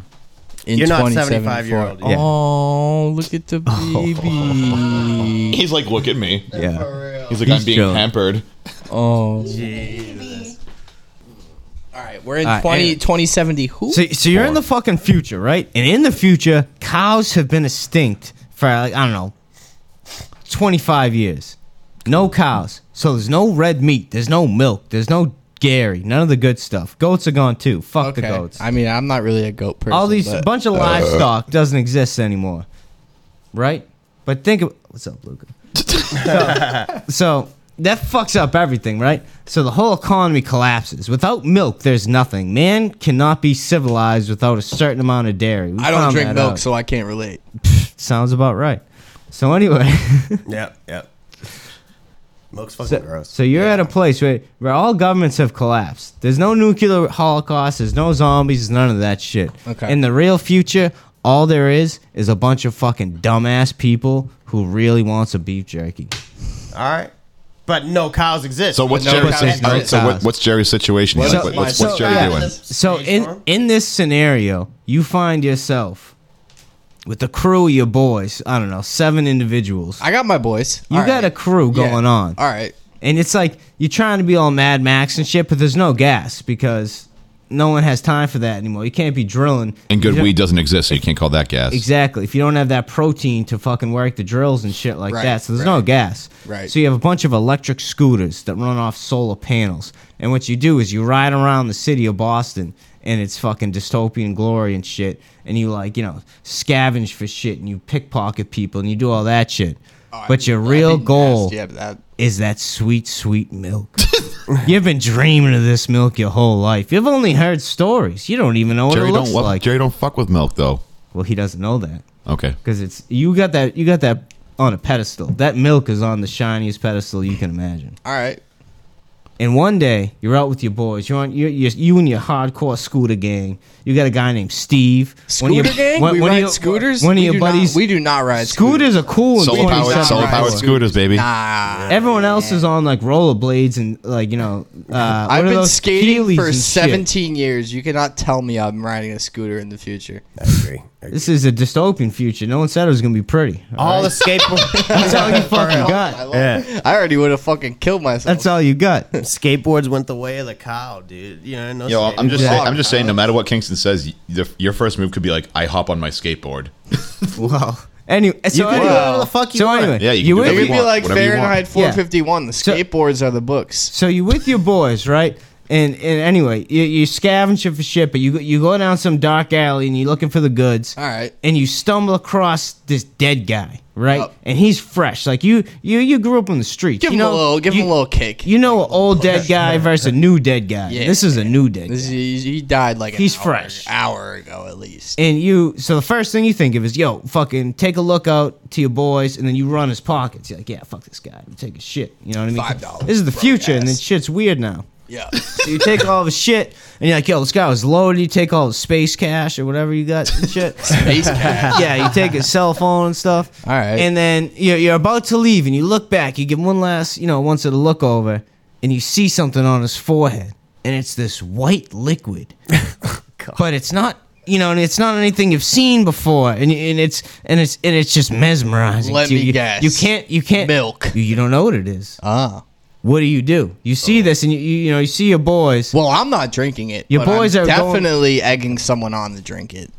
S5: In
S4: You're not
S5: 75
S4: year old,
S6: yeah.
S5: Oh, look at the baby.
S3: He's like, look at me.
S6: Yeah.
S3: He's like,
S6: He's
S3: I'm being
S6: chilling.
S3: pampered.
S5: oh. All right, we're in
S6: All right,
S5: 20,
S6: anyway.
S5: 2070. Who?
S6: So, so you're in the fucking future, right? And in the future, cows have been extinct for like I don't know, 25 years. No cows. So there's no red meat. There's no milk. There's no Gary. None of the good stuff. Goats are gone too. Fuck the
S5: Okay.
S6: goats.
S5: I mean, I'm not really a goat person.
S6: All these
S5: but-
S6: bunch of livestock doesn't exist anymore, right? But think of what's up, Luca. so, so that fucks up everything, right? So the whole economy collapses. Without milk, there's nothing. Man cannot be civilized without a certain amount of dairy. We
S5: I don't
S6: found
S5: drink
S6: that
S5: milk,
S6: out.
S5: so I can't relate.
S6: Sounds about right. So anyway,
S15: Yep, yep. Milk's fucking
S6: so,
S15: gross.
S6: so you're at a place where, where all governments have collapsed. There's no nuclear holocaust. There's no zombies. There's none of that shit.
S5: Okay.
S6: In the real future, all there is is a bunch of fucking dumbass people who really wants a beef jerky.
S15: All right. But no cows exist.
S3: So what's
S15: no
S3: Jerry's?
S15: cows
S3: so,
S15: exist.
S3: so what, what's Jerry's situation? Like, what- what's, uh, what's Jerry
S4: uh,
S6: yeah,
S3: doing?
S6: So in in this scenario, you find yourself with the crew of your boys. I don't know, seven individuals.
S5: I got my boys.
S6: You got a crew
S5: Yeah.
S6: going on.
S5: All right.
S6: And it's like you're trying to be all Mad Max and shit, but there's no gas because no one has time for that anymore. You can't be drilling.
S3: And good
S6: You don't-
S3: weed doesn't exist, so you can't call that gas.
S6: Exactly. If you don't have that protein to fucking work the drills and shit like
S3: Right,
S6: that, so there's no
S3: right.
S6: gas.
S3: Right.
S6: So you have a bunch of electric scooters that run off solar panels, and what you do is you ride around the city of Boston and it's fucking dystopian glory and shit, and you like you know scavenge for shit and you pickpocket people and you do all that shit.
S3: Oh,
S6: but your real goal
S5: Yeah, but that-
S6: is that sweet, sweet milk. You've been dreaming of this milk your whole life. You've only heard stories. You don't even know what
S3: Jerry
S6: it
S3: don't
S6: looks
S3: love-
S6: like.
S3: Jerry don't fuck with milk though.
S6: Well, he doesn't know that
S3: Okay.
S6: because it's you got that you got that on a pedestal. That milk is on the shiniest pedestal you can imagine.
S5: All right.
S6: And one day you're out with your boys. You're on you you you and your hardcore scooter gang. You got a guy named Steve. One
S5: Scooter
S6: of your-
S5: gang?
S6: one-
S5: we
S6: one of
S5: ride
S6: your-
S5: scooters?
S6: One of
S5: we
S6: your
S5: do
S6: buddies.
S5: Not, we do not ride
S6: scooters. are cool. in
S3: Solar powered,
S6: 27
S3: solar powered
S6: hours.
S3: scooters, baby.
S5: Nah.
S6: Everyone else is on like rollerblades and like you know. Uh, what
S5: I've
S6: are
S5: been
S6: those?
S5: skating
S6: Heelys
S5: for
S6: and shit.
S5: 17 years. You cannot tell me I'm riding a scooter in the future.
S15: I agree.
S6: This is a dystopian future. No one said it was gonna be pretty. right?
S5: All the skateboard-
S6: That's all you
S5: For
S6: fucking
S5: real.
S6: got.
S5: Oh, I love Yeah. I already would have fucking killed myself.
S6: That's all you got.
S15: Skateboards went the way of the cow, dude. You know, no
S3: Yo,
S15: skating.
S3: I'm just saying, I'm just saying. No matter what Kingston says, y- the, your first move could be like, I hop on my skateboard.
S6: Wow. Anyway, so
S15: can do
S6: anyway-
S15: whatever the fuck you
S6: so
S15: want.
S6: anyway,
S3: Yeah, you can do
S6: with-
S3: whatever
S5: It'd be like
S3: whatever you want.
S5: Fahrenheit 451. The skateboards are the books.
S6: So you with your boys, right? And and anyway, you you scavenging for shit, but you go- you go down some dark alley and you're looking for the goods.
S5: All right.
S6: And you stumble across this dead guy, right? And he's fresh, like you you you grew up on the streets.
S5: Give
S6: you
S5: him a
S6: know-
S5: little- give him
S6: you-
S5: a little kick.
S6: You know, an old dead guy versus a new dead guy.
S5: Yeah.
S6: This is a new dead.
S5: This is, he he died like an
S6: He's
S5: hour,
S6: fresh.
S5: hour ago at least.
S6: And you, so the first thing you think of is, yo, fucking take a look out to your boys, and then you run his pockets. You're like, yeah, fuck this guy. Take his shit. You know what I mean?
S5: $5
S6: This is the future, and then shit's weird now.
S5: Yeah.
S6: So you take all the shit, and you're like, yo, this guy was loaded. You take all the space cash or whatever you got and shit.
S5: space cash.
S6: yeah, you take his cell phone and stuff. All
S5: right.
S6: And then you're, you're about to leave, and you look back. You give one last, you know, once at a look over, and you see something on his forehead, and it's this white liquid.
S5: Oh,
S6: but it's not. You know, and it's not anything you've seen before, and, and it's and it's and it's just mesmerizing.
S5: Let
S6: to you.
S5: me
S6: You-
S5: guess.
S6: You can't. You can't milk. You, you don't know what it is.
S5: Ah.
S6: What do you do? You
S5: Oh.
S6: see this, and you you, you know you see your boys.
S5: Well, I'm not drinking it.
S6: Your
S5: but I'm
S6: boys are going-
S5: definitely egging someone on to drink it.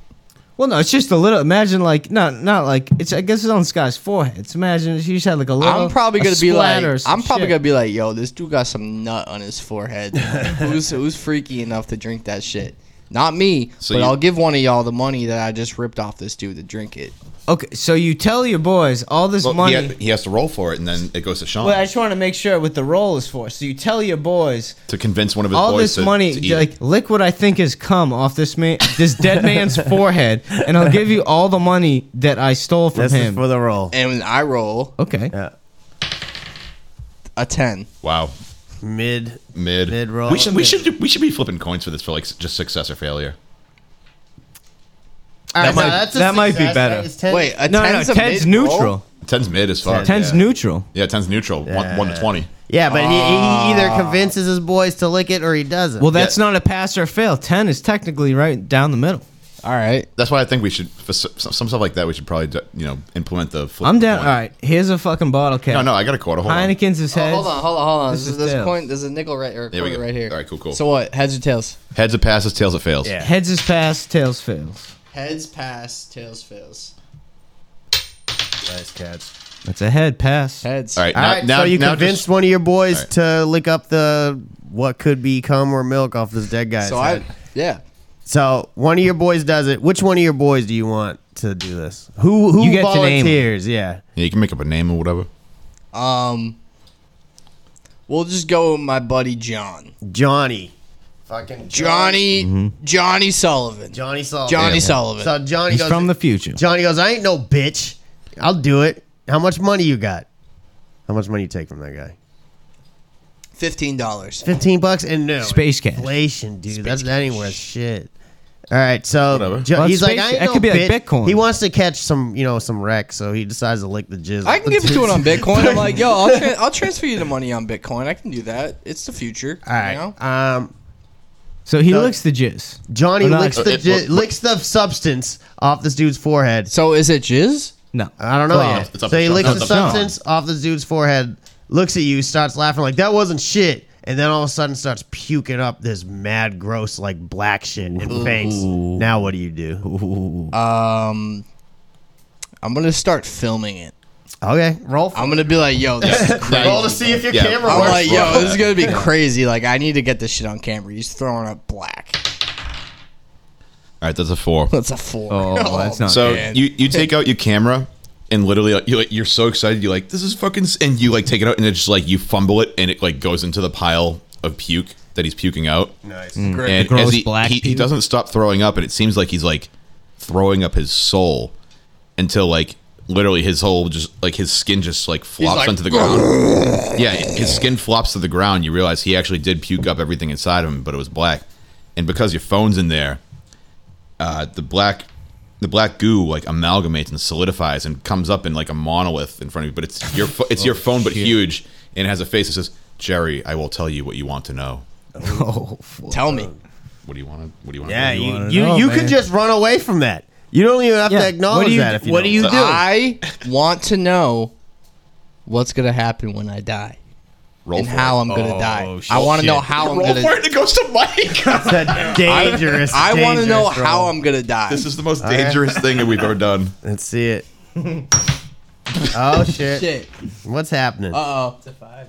S6: Well, no, it's just a little. Imagine like not not like it's. I guess it's on this guy's forehead. So imagine she just had like a little.
S5: I'm probably
S6: a
S5: gonna be like,
S6: splatter or
S5: I'm
S6: some
S5: probably
S6: shit.
S5: gonna be like, yo, this dude got some nut on his forehead. who's who's freaky enough to drink that shit? Not me,
S6: So
S5: but
S6: you-
S5: I'll give one of y'all the money that I just ripped off this dude to drink it.
S6: Okay, so you tell your boys all this
S3: Well,
S6: money.
S3: He, ha- he has to roll for it, and then it goes to Sean
S6: Well, I just want to make sure what the role is for. So you tell your boys
S3: to convince one of his
S6: all
S3: boys
S6: this
S3: to,
S6: money,
S3: to eat it.
S6: like liquid, I think has come off this man, this dead man's forehead, and I'll give you all the money that I stole from him.
S15: the roll.
S5: And I roll
S6: okay.
S5: a ten.
S3: Wow.
S15: Mid.
S3: Mid. Mid
S15: roll.
S3: We should we
S15: Mid.
S3: should do- we should be flipping coins for this for like s- just success or failure.
S15: All right,
S6: That might-
S15: no, that's a
S6: that might be
S15: success.
S6: better.
S15: That is ten-
S5: Wait, a
S6: No, no,
S5: ten's
S6: no,
S5: a
S6: ten's
S5: mid roll?
S6: neutral.
S3: Ten's mid as fuck.
S6: Ten's
S3: yeah.
S6: neutral.
S3: Yeah, ten's neutral. One, one to twenty.
S15: Yeah, but he, he either
S6: Ah.
S15: convinces his boys to lick it or he doesn't.
S6: Well, that's not a pass or fail. Ten is technically right down the middle.
S5: All right.
S3: That's why I think we should for s- some some stuff like that. We should probably do- you know implement the. Flip
S6: I'm down.
S3: coin.
S6: All right, here's a fucking bottle cap.
S3: No, no, I got a quarter. Hold on.
S6: Heineken's his head.
S5: Oh, hold on, hold on, hold on.
S6: This
S5: This,
S6: is
S5: is this
S6: tails.
S5: coin. There's a nickel right or a
S3: There we
S5: quarter
S3: go.
S5: right here.
S3: All right, cool, cool.
S5: So what? Heads or tails?
S3: Heads it passes, tails it fails.
S6: Heads is passed, tails fails.
S5: Heads pass, tails fails.
S15: Nice cats.
S6: That's a head pass.
S5: Heads.
S6: All
S3: right,
S4: All right, so you convinced one of your boys to lick up the what could be cum or milk off this dead guy's
S5: So
S4: head.
S5: I, yeah.
S4: so one of your boys does it. Which one of your boys do you want to do this? Who who
S5: You get to name 'em.
S4: volunteers? Yeah.
S3: Yeah, you can make up a name or whatever.
S5: Um, we'll just go with my buddy John.
S4: Johnny. Fucking
S5: Johnny. Johnny Sullivan.
S4: Johnny Sullivan.
S5: Johnny Sullivan.
S4: So Johnny goes
S6: the future.
S4: Johnny goes, I ain't no bitch. I'll do it. How much money you got? How much money you take from that guy?
S5: Fifteen dollars.
S4: Fifteen bucks and no
S6: Space cash.
S4: Inflation, dude. That's that ain't worth shit. All right, so Jo-
S6: Well,
S4: he's
S6: space-
S4: like, I ain't
S6: that
S4: no
S6: could be like
S4: bitch.
S6: Bitcoin.
S4: He wants to catch some, you know, some wreck, so he decides to lick the jizz.
S5: I can give it to it on Bitcoin. I'm like, yo, I'll, tran I'll transfer you the money on Bitcoin. I can do that. It's the future.
S4: All right.
S5: You know?
S4: Um,
S6: so he licks the jizz.
S4: Johnny
S5: Or not.
S4: licks the
S5: It-
S4: ji-
S5: it-
S4: licks the substance off this dude's forehead.
S5: So is it jizz?
S6: No,
S4: I don't know
S5: Well,
S4: yet.
S5: it's up
S4: So
S5: to
S4: he
S5: Sean.
S4: licks
S5: No,
S4: the
S5: it's up to Sean.
S4: substance off this dude's forehead, looks at you, starts laughing like that wasn't shit, and then all of a sudden starts puking up this mad, gross, like black shit and faints. Now what do you do? Uh,
S5: Um, I'm gonna start filming it.
S4: Okay, roll.
S5: I'm gonna be like, yo, this is crazy.
S4: Roll to see if your
S5: Yeah.
S4: camera
S5: I'm
S4: works.
S5: like, yo, this is gonna be crazy. Like, I need to get this shit on camera. He's throwing up black.
S3: All right, that's a four.
S5: That's a four.
S6: Oh, that's not
S3: so
S6: bad.
S3: you you take out your camera and literally like, you like you're so excited you like this is fucking s-" and you like take it out and it's just like you fumble it and it like goes into the pile of puke that he's puking out.
S4: Nice.
S3: And
S4: Great.
S3: as
S4: Gross
S3: he,
S4: black
S3: he, he
S4: puke.
S3: doesn't stop throwing up and it seems like he's like throwing up his soul until like literally his whole just like his skin just like flops
S5: like,
S3: onto the ground. yeah, his skin flops to the ground. You realize he actually did puke up everything inside of him, but it was black. And because your phone's in there, uh, the black the black goo like amalgamates and solidifies and comes up in like a monolith in front of you. But it's your pho- it's your phone, but huge, and it has a face that says, "Jerry, I will tell you what you want to know."
S6: Oh,
S5: tell me.
S3: What do you want to? What do you want?
S4: Yeah,
S3: to
S4: you you, you could just run away from that. You don't even have to acknowledge that. If you don't.
S5: I want to know what's gonna happen when I die.
S3: Roll
S5: and
S3: for
S5: how
S3: it.
S5: I'm gonna
S3: Oh,
S5: die. I want to know
S3: shit.
S5: how I'm
S3: Roll
S5: gonna.
S3: for it, it goes to Mike.
S4: dangerous,
S5: I, I want to know
S4: dangerous
S5: how
S4: roll.
S5: I'm gonna die.
S3: This is the most dangerous thing that we've ever done.
S4: Let's see it. Oh shit!
S5: Shit.
S4: What's happening?
S5: Uh oh. It's a five.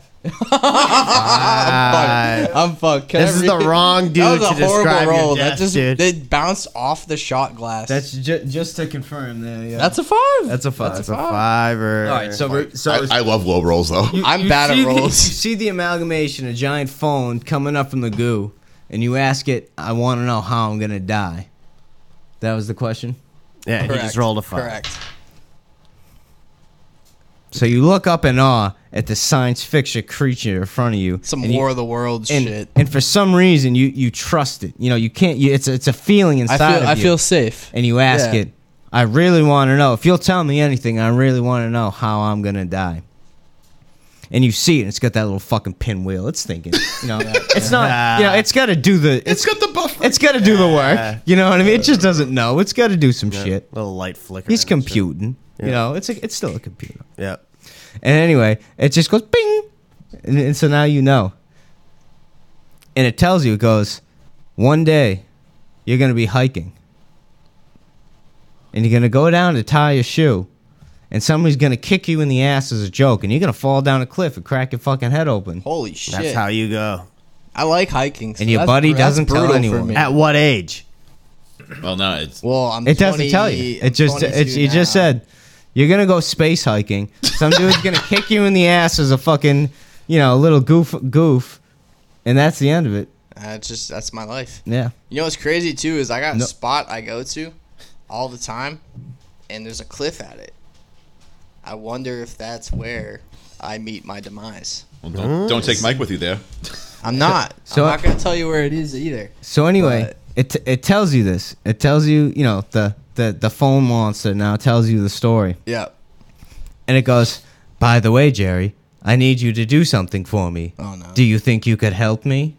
S4: Uh,
S5: I'm fucked. I'm fucked. Can
S4: This
S5: I
S4: is the
S5: read-
S4: wrong
S5: that
S4: dude
S5: was a
S4: to
S5: horrible
S4: describe your
S5: roll.
S4: death,
S5: that just
S4: dude.
S5: It bounced off the shot glass.
S6: That's ju- just to confirm that. Yeah.
S5: That's a five.
S6: That's a five.
S4: That's a fiver.
S6: All right, so we're, so it's-
S3: I, I love low rolls though.
S6: You-
S5: I'm
S6: you
S5: bad at
S6: see the-
S5: rolls.
S6: you see the amalgamation, a giant phone coming up from the goo, and you ask it, "I want to know how I'm gonna die." That was the question.
S4: Yeah,
S5: Correct.
S4: he just rolled a five.
S5: Correct.
S6: So you look up in awe at the science fiction creature in front of you.
S5: Some
S6: and you-
S5: War of the Worlds
S6: and,
S5: shit.
S6: And for some reason, you you trust it. You know, you can't. You, it's a, it's a feeling
S5: I
S6: inside
S5: feel.
S6: of
S5: I
S6: you.
S5: feel safe.
S6: and you ask
S5: Yeah.
S6: it, "I really want to know. If you'll tell me anything, I really want to know how I'm gonna die." And you see it. It's got that little fucking pinwheel. It's thinking. You know, it's not. You know, it's got to do the. It's,
S3: it's got the buffer.
S6: It's got to do the work. You know what I mean? It just doesn't know. It's got to do some shit.
S4: Little light flicker.
S6: He's computing. You
S4: Yeah.
S6: know, it's a, it's still a computer.
S4: Yeah.
S6: And anyway, it just goes bing, and, and so now you know. And it tells you, it goes, one day, you're gonna be hiking, and you're gonna go down to tie your shoe, and somebody's gonna kick you in the ass as a joke, and you're gonna fall down a cliff and crack your fucking head open.
S5: Holy shit!
S4: That's how you go.
S5: I like hiking. so
S6: And your
S5: that's
S6: buddy
S5: br- that's
S6: doesn't tell
S5: brutal for
S6: anyone.
S5: me.
S4: At what age?
S3: Well, no, it's
S5: Well, I'm
S6: It doesn't
S5: 20
S6: tell you. It just
S5: I'm
S6: it,
S5: 22
S6: it just
S5: now.
S6: said you're gonna go space hiking. Some dude's gonna kick you in the ass as a fucking you know little goof goof, and that's the end of it.
S5: That's just that's my life.
S6: Yeah.
S5: You know what's crazy too is I got
S6: No.
S5: a spot I go to all the time, and there's a cliff at it. I wonder if that's where I meet my demise.
S3: Well, don't, don't take Mike with you there.
S5: I'm not.
S6: So-
S5: I'm not gonna tell you where it is either.
S6: So anyway, it it tells you this. It tells you you know the the the phone monster now tells you the story,
S5: Yeah.
S6: and it goes. By the way, Jerry, I need you to do something for me.
S5: Oh, no.
S6: Do you think you could help me?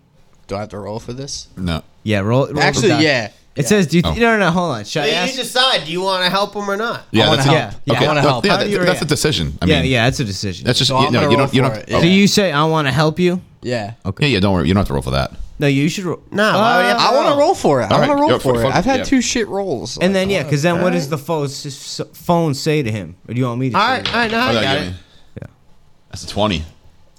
S5: Do I have to roll for this?
S3: No.
S6: Yeah. Roll. roll the
S5: Actually,
S6: die.
S5: yeah.
S6: It says, "Do you?"
S3: Oh.
S6: No, no, no. Hold on. Should
S4: So
S6: I
S4: you
S6: ask?
S4: decide. Do you want to help him or not?
S3: Yeah,
S5: wanna
S3: that's
S5: help.
S6: Yeah,
S3: Okay,
S6: I wanna
S3: that-
S6: help.
S3: Yeah,
S6: How do
S3: that-
S6: you
S3: that's
S6: react?
S3: a decision. I
S6: yeah,
S3: mean,
S6: yeah. It's a decision.
S3: That's just
S5: So
S3: you,
S5: I'm
S3: no.
S5: gonna
S3: You
S5: roll
S3: don't. You
S5: for
S3: don't.
S5: it,
S3: oh,
S6: Do you say I want to help you?
S5: Yeah.
S3: Yeah, yeah. Don't worry. You don't have to roll for that.
S6: No, you should. Ro- Uh,
S4: no,
S5: Uh, I want to roll for it. I want to roll
S6: Yo,
S5: for
S6: fuck
S5: it.
S6: it,
S5: I've had
S6: yeah.
S5: two shit rolls.
S6: And then yeah, because then what
S5: okay.
S6: does the phone s- phone say to him? Or do you want me to?
S4: All
S6: say
S4: right,
S6: it?
S4: all right, now I Oh, that got gave it.
S6: Yeah,
S3: that's a twenty.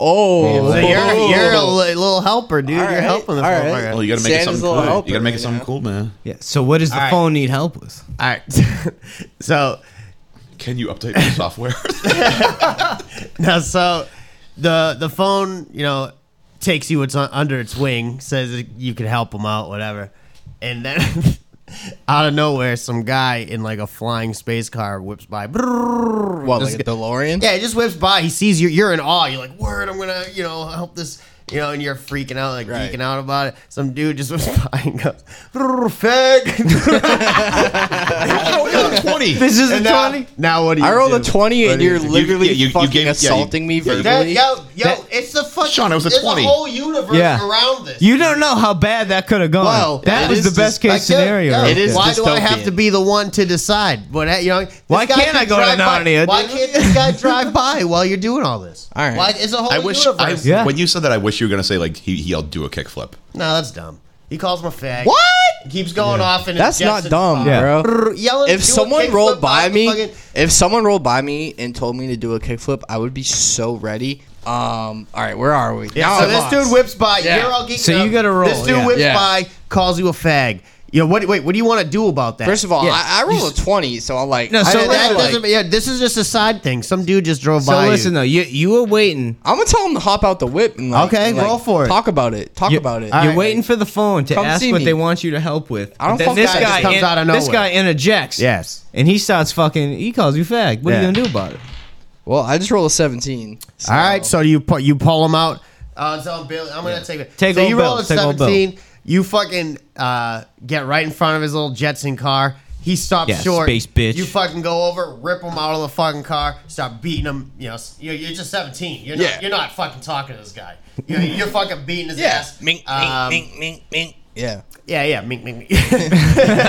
S5: Oh,
S4: So you're, you're a li- little helper, dude. you're helping the motherfucker.
S3: Well, Oh, you gotta make it something cool. You gotta make it something cool, man.
S6: Yeah. So what does the
S4: Alright.
S6: phone need help with?
S4: All right. so
S3: Can you update the software?
S4: now, so the the phone, you know, takes you it's un- under its wing, says that you can help them out, whatever, and then out of nowhere, some guy in like a flying space car whips by. What,
S5: like a DeLorean?
S4: Yeah, it just whips by. He sees you. You're in awe. You're like, word, I'm gonna, you know, help this. You know, and you're freaking out, like geeking out about it. Some dude just whips by and goes, "Fag."
S3: Oh, twenty.
S4: This is
S5: And
S4: a
S5: now-
S4: twenty. Now what do you?
S5: I rolled a
S4: do?
S5: 20
S4: What
S5: and
S4: do you
S5: you're
S4: do?
S5: literally
S4: yeah, you- you
S5: fucking
S4: gave- yeah, you-
S5: assaulting me verbally.
S4: That- yo, yo, it's the fucking.
S3: Sean, it was a
S4: there's
S3: 20.
S4: whole universe around this.
S6: You don't know how bad that could have gone.
S4: Well,
S6: that was the best case scenario. right there.
S4: Why do I have to be the one to decide? What you know? this
S6: Why
S4: guy
S6: can't I
S4: could
S6: go to
S4: drive by-
S6: Narnia,
S4: Why
S6: dude?
S4: can't this guy drive by while you're doing all this? All
S5: right.
S4: Why, it's a whole
S3: I wish. I,
S4: universe.
S3: When you said that, I wish you were gonna say like he he will do a kickflip.
S4: No, that's dumb. He calls him a fag.
S5: What?
S4: He keeps going off and
S5: That's not dumb, bro.
S4: Yelling,
S5: if
S4: doing
S5: someone
S4: kickflips
S5: rolled by
S4: off the
S5: me,
S4: fucking-
S5: if someone rolled by me and told me to do a kickflip, I would be so ready. Um, all right, where are we? Now
S4: Yeah, so
S5: I'm
S4: this
S5: lost.
S4: dude whips by.
S5: Yeah.
S4: You're all geeked
S5: So you
S4: up.
S5: gotta roll,
S4: This dude
S5: yeah.
S4: whips
S5: Yeah.
S4: by, calls you a fag. You know, what? Wait, what do you want to do about that?
S5: First of all, I, I rolled a twenty, so I'm like,
S4: No,
S5: I
S4: so
S5: didn't
S4: that
S5: know, like-
S4: doesn't. Yeah, this is just a side thing. Some dude just drove
S6: So
S4: by.
S6: listen though, you you were waiting.
S5: I'm gonna tell him to hop out the whip and like,
S4: Okay,
S5: and, like,
S4: roll for it.
S5: Talk about it. Talk
S6: You-
S5: about it.
S6: You're waiting for the phone to
S5: Come
S6: ask
S5: see
S6: what
S5: me.
S6: they want you to help with.
S5: I don't
S6: But then
S5: fuck
S6: this
S5: that. It just
S6: guy
S5: comes
S6: in-
S5: out of
S6: This
S5: nowhere.
S6: guy interjects.
S4: Yes.
S6: And he starts fucking. He calls you fag. What are
S4: Yeah.
S6: you gonna do about it?
S5: Well, I just rolled a seventeen.
S4: All right, so you pu- you pull him out. Uh, so Billy, I'm gonna take it.
S6: Take
S4: so
S6: old
S4: you roll
S6: Bill,
S4: a
S6: take old Bill.
S4: 17. You fucking uh, get right in front of his little Jetson car. He stops
S6: Yeah,
S4: short.
S6: space bitch.
S4: You fucking go over, rip him out of the fucking car, start beating him. You know, s- you're, you're just 17. You're not,
S5: Yeah.
S4: you're not fucking talking to this guy. You're, you're fucking beating his
S5: Yeah.
S4: ass. Um,
S5: Mink, mink, mink, mink, mink. Yeah.
S4: Yeah, yeah, mink, mink, mink.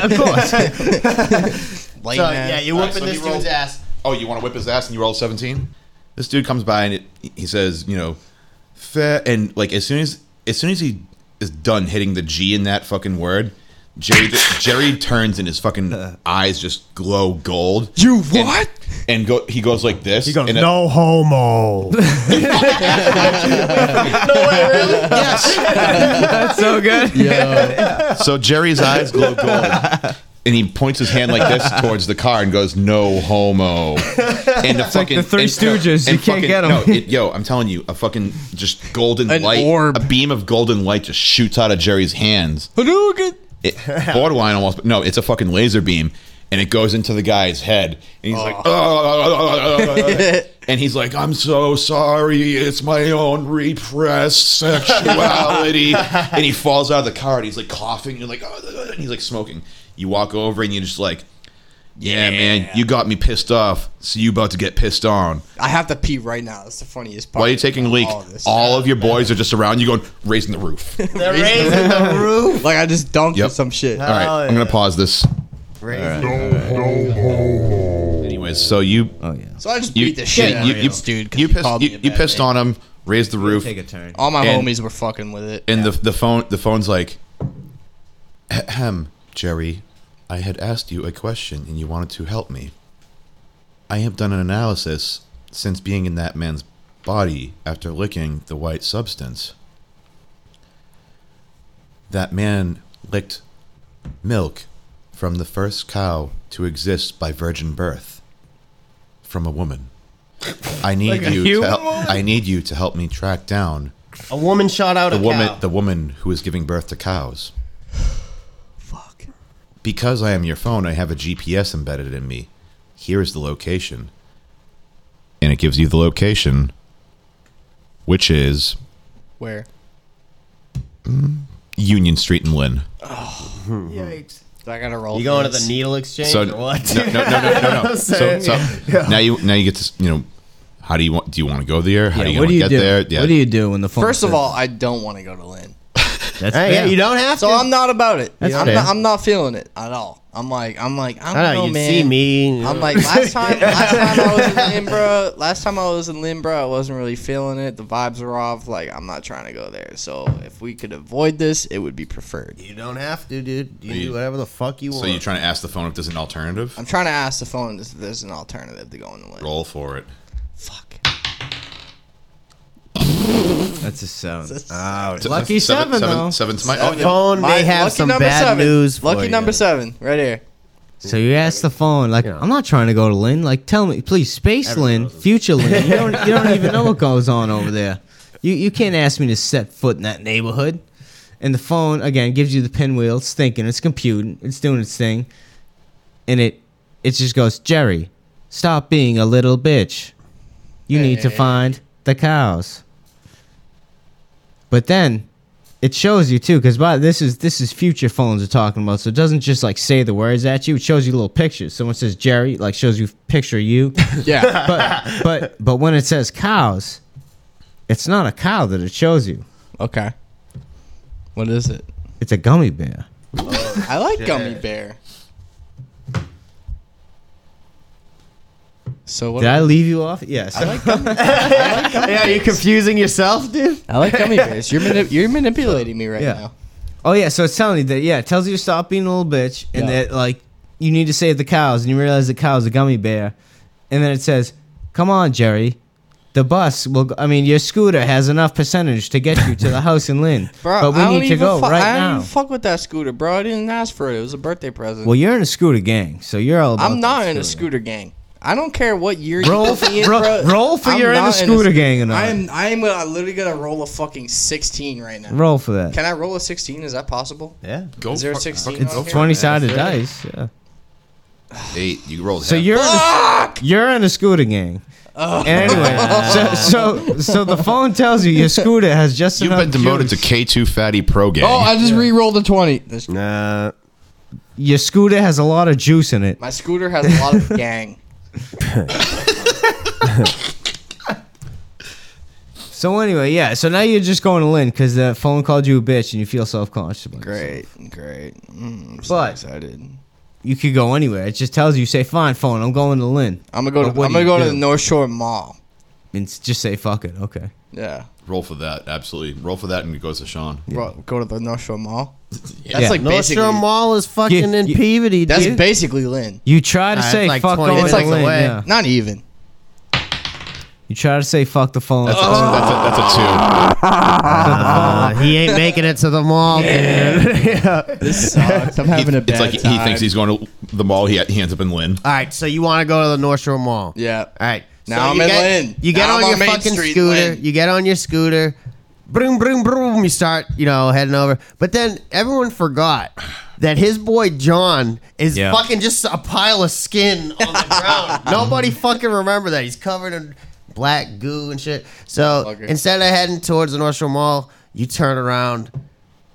S4: of course.
S5: Lame
S4: so
S5: ass.
S4: yeah, you're
S3: All right, so
S4: whooping this
S3: you
S4: dude's
S3: roll-
S4: ass.
S3: Oh, you want to whip his ass and you roll seventeen? This dude comes by and it, he says, you know, fa and like as soon as as soon as he is done hitting the G in that fucking word, Jerry Jerry turns and his fucking eyes just glow gold.
S5: You what?
S3: And, go he goes like this. He goes and it-
S4: No homo.
S6: That's so good.
S3: So Jerry's eyes glow gold. And he points his hand like this towards the car and goes, "No homo." And the
S6: It's like
S3: fucking
S6: the Three
S3: and-
S6: Stooges, you can't
S3: fucking-
S6: get 'em.
S3: No, it, yo, I'm telling you, a fucking just golden
S5: An
S3: light,
S5: orb.
S3: a beam of golden light just shoots out of Jerry's hands.
S5: Hadouken.
S3: It, borderline almost, but no, it's a fucking laser beam, and it goes into the guy's head, and he's like, "Oh," and he's like, "I'm so sorry, it's my own repressed sexuality," and he falls out of the car, and he's like coughing, and like, "Oh," and he's like smoking. You walk over, and you just like. Yeah, man, you got me pissed off. So you about to get pissed on.
S5: I have to pee right now. That's the funniest part.
S3: While you're taking a leak,
S5: Oh, All this.
S3: all of your boys are just around you going, raising the roof.
S4: They're raising the roof.
S5: Like I just dumped with some shit.
S3: All right, I'm gonna pause this.
S4: Raising
S3: Anyways, so you. Oh yeah.
S5: So I just beat the shit out of this dude 'cause
S3: You
S5: he
S3: pissed.
S5: called me
S3: You,
S5: a
S3: you
S5: bad
S3: pissed
S5: name.
S3: on him. Raised the roof.
S6: Take a turn.
S5: All my
S3: And-
S5: homies were fucking with it.
S3: And the the phone the phone's like, ahem, Jerry, I had asked you a question and you wanted to help me. I have done an analysis since being in that man's body after licking the white substance. That man licked milk from the first cow to exist by virgin birth from a woman. I need
S4: Like a
S3: you to
S4: human
S3: help,
S4: woman?
S3: I need you to help me track down
S4: A woman shot out
S3: the
S4: a
S3: woman
S4: cow.
S3: the woman who is giving birth to cows. Fuck. Because I am your phone, I have a GPS embedded in me. Here is the location. And it gives you the location which is
S5: Where?
S3: Union Street in Lynn.
S5: Yikes. So I gotta roll.
S4: You going
S5: for
S4: to the
S5: this.
S4: needle exchange
S3: So
S4: or what?
S3: no, no, no, no, no, no. so,
S4: Saying-
S3: so now you now you get to s- you know how do you want do you want to go there? How
S6: Yeah,
S3: do you
S6: what
S3: want
S6: do
S3: to
S6: you
S3: get
S6: do?
S3: there?
S6: What do you do when the phone?
S5: First of
S6: says-
S5: all, I don't want to go to Lynn.
S6: that's
S4: Hey, yeah,
S6: fair.
S4: you don't have
S5: So
S4: to.
S5: I'm not about it.
S6: That's
S5: I'm
S6: fair.
S5: not, I'm not feeling it at all. I'm like, I'm like, I don't
S4: I know,
S5: know,
S4: you'd
S5: man.
S4: see me.
S5: I'm like, last time, last time I was in Limbra, last time I was in Limbra, I wasn't really feeling it. The vibes were off. Like, I'm not trying to go there. So if we could avoid this, it would be preferred.
S15: You don't have to, dude. You
S3: Are you-
S15: do whatever the fuck you
S3: So
S15: want.
S3: you're trying to ask the phone if there's an alternative?
S5: I'm trying to ask the phone if there's an alternative to going to Limbra.
S3: Roll for it.
S6: That's a seven. Oh,
S5: Ouch.
S3: Se- Lucky seven, seven, though. seven's my- oh, yeah.
S4: Phone may have
S5: lucky
S4: some
S5: number
S4: bad
S5: seven.
S4: news
S5: Lucky
S4: for
S5: number
S4: you.
S5: seven, right here.
S6: So you ask the phone, like, I'm not trying to go to Lynn. Like, tell me, please, Space Lynn, Future Lynn. You don't, you don't even know what goes on over there. You, you can't ask me to set foot in that neighborhood. And the phone, again, gives you the pinwheel. It's thinking, it's computing, it's doing its thing. And it, it just goes, Jerry, stop being a little bitch. You need to find the cows. But then it shows you too, because this is this is future phones are talking about. So it doesn't just like say the words at you. It shows you little pictures. Someone says Jerry, like shows you a picture of you.
S5: Yeah.
S6: but but but when it says cows, it's not a cow that it shows you.
S5: Okay. What is it?
S6: It's a gummy bear.
S5: I like
S6: shit.
S5: gummy bear. So what
S6: Did I leave you off? Yes.
S5: I like gummy,
S4: yeah, you're confusing yourself, dude.
S5: I like gummy bears. You're manip- you're manipulating me right
S6: Yeah.
S5: now.
S6: Oh yeah, so it's telling you that yeah, it tells you to stop being a little bitch and
S5: Yeah.
S6: that like you need to save the cows and you realize the cow's a gummy bear. And then it says, "Come on, Jerry. The bus will go- I mean, your scooter has enough percentage to get you to the house in Lynn.
S5: Bro,
S6: but we
S5: I don't
S6: need to
S5: even
S6: go
S5: fu-
S6: right
S5: I don't
S6: now."
S5: even fuck with that scooter, bro. I didn't ask for it. It was a birthday present.
S6: well, you're in a scooter gang, so you're all about
S5: I'm not in a scooter gang. I don't care what year you
S6: Roll
S5: put me
S6: for-
S5: in,
S6: ro-
S5: bro.
S6: roll for
S5: I'm
S6: you're in
S5: not
S6: the scooter gang or not.
S5: I am. I am. uh, literally gonna roll a fucking sixteen right now.
S6: Roll for that.
S5: Can I roll a sixteen? Is that possible?
S6: Yeah.
S3: Go
S5: Is there a
S3: for-
S5: sixteen?
S3: fucking go
S5: on
S3: for
S5: here?
S3: it.
S6: 20 sided
S3: Yeah.
S6: dice. Yeah.
S3: Eight. You rolled.
S6: So
S3: half.
S6: you're in
S3: Ah,
S6: a, you're in a scooter gang.
S5: Oh.
S6: Anyway, so, so so the phone tells you your scooter has just
S3: You've
S6: enough
S3: been demoted
S6: juice.
S3: to K two fatty pro gang.
S5: Oh, I just re-rolled a twenty. This-
S6: Nah. Your scooter has a lot of juice in it.
S5: My scooter has a lot of gang.
S6: So anyway, yeah. So now you're just going to Lynn because the phone called you a bitch and you feel self conscious.
S5: Great, great. Mm, I'm so
S6: But-
S5: excited.
S6: You could go anywhere. It just tells you, say, "Fine, phone. I'm going to Lynn."
S5: I'm gonna go.
S6: But
S5: To,
S6: what
S5: I'm
S6: do
S5: gonna
S6: you
S5: go to
S6: do?
S5: the North Shore Mall.
S6: And s- just say, "Fuck it." Okay.
S5: Yeah.
S3: Roll for that. Absolutely. Roll for that, and it goes to Sean.
S5: Bro, go to the North Shore Mall. That's
S6: Yeah.
S5: like
S6: North Shore
S5: basically.
S15: Mall is fucking
S6: Yeah,
S15: in
S6: you-
S15: Peabody,
S5: That's
S15: dude.
S5: basically Lynn.
S6: You try to
S15: Uh, it's
S6: say,
S15: like
S6: "Fuck
S15: 20
S6: going
S5: It's
S6: to
S5: like
S6: Lynn." Yeah.
S5: not even.
S6: You try to say, "Fuck the phone."
S3: That's a, that's, a, that's a two.
S15: Ah.
S4: Uh, he ain't making it to the mall, dude. Yeah.
S5: This sucks. I'm having a bad
S3: It's like he-
S5: time.
S3: he thinks he's going to the mall. He, he ends up in Lynn.
S4: All right, so you want to go to the North Shore Mall?
S5: Yeah.
S4: All right.
S5: Now
S4: so
S5: I'm
S4: you
S5: in
S4: get,
S5: Lynn.
S4: You get on
S5: Now I'm
S4: your
S5: on Main
S4: fucking
S5: Street,
S4: scooter.
S5: Lynn.
S4: You get on your scooter. Broom, broom, broom. You start, you know, heading over. But then everyone forgot that his boy John is
S6: Yeah.
S4: fucking just a pile of skin on the ground. Nobody fucking remember that. He's covered in black goo and shit. So
S5: Fucker.
S4: instead of heading towards the North Shore Mall, you turn around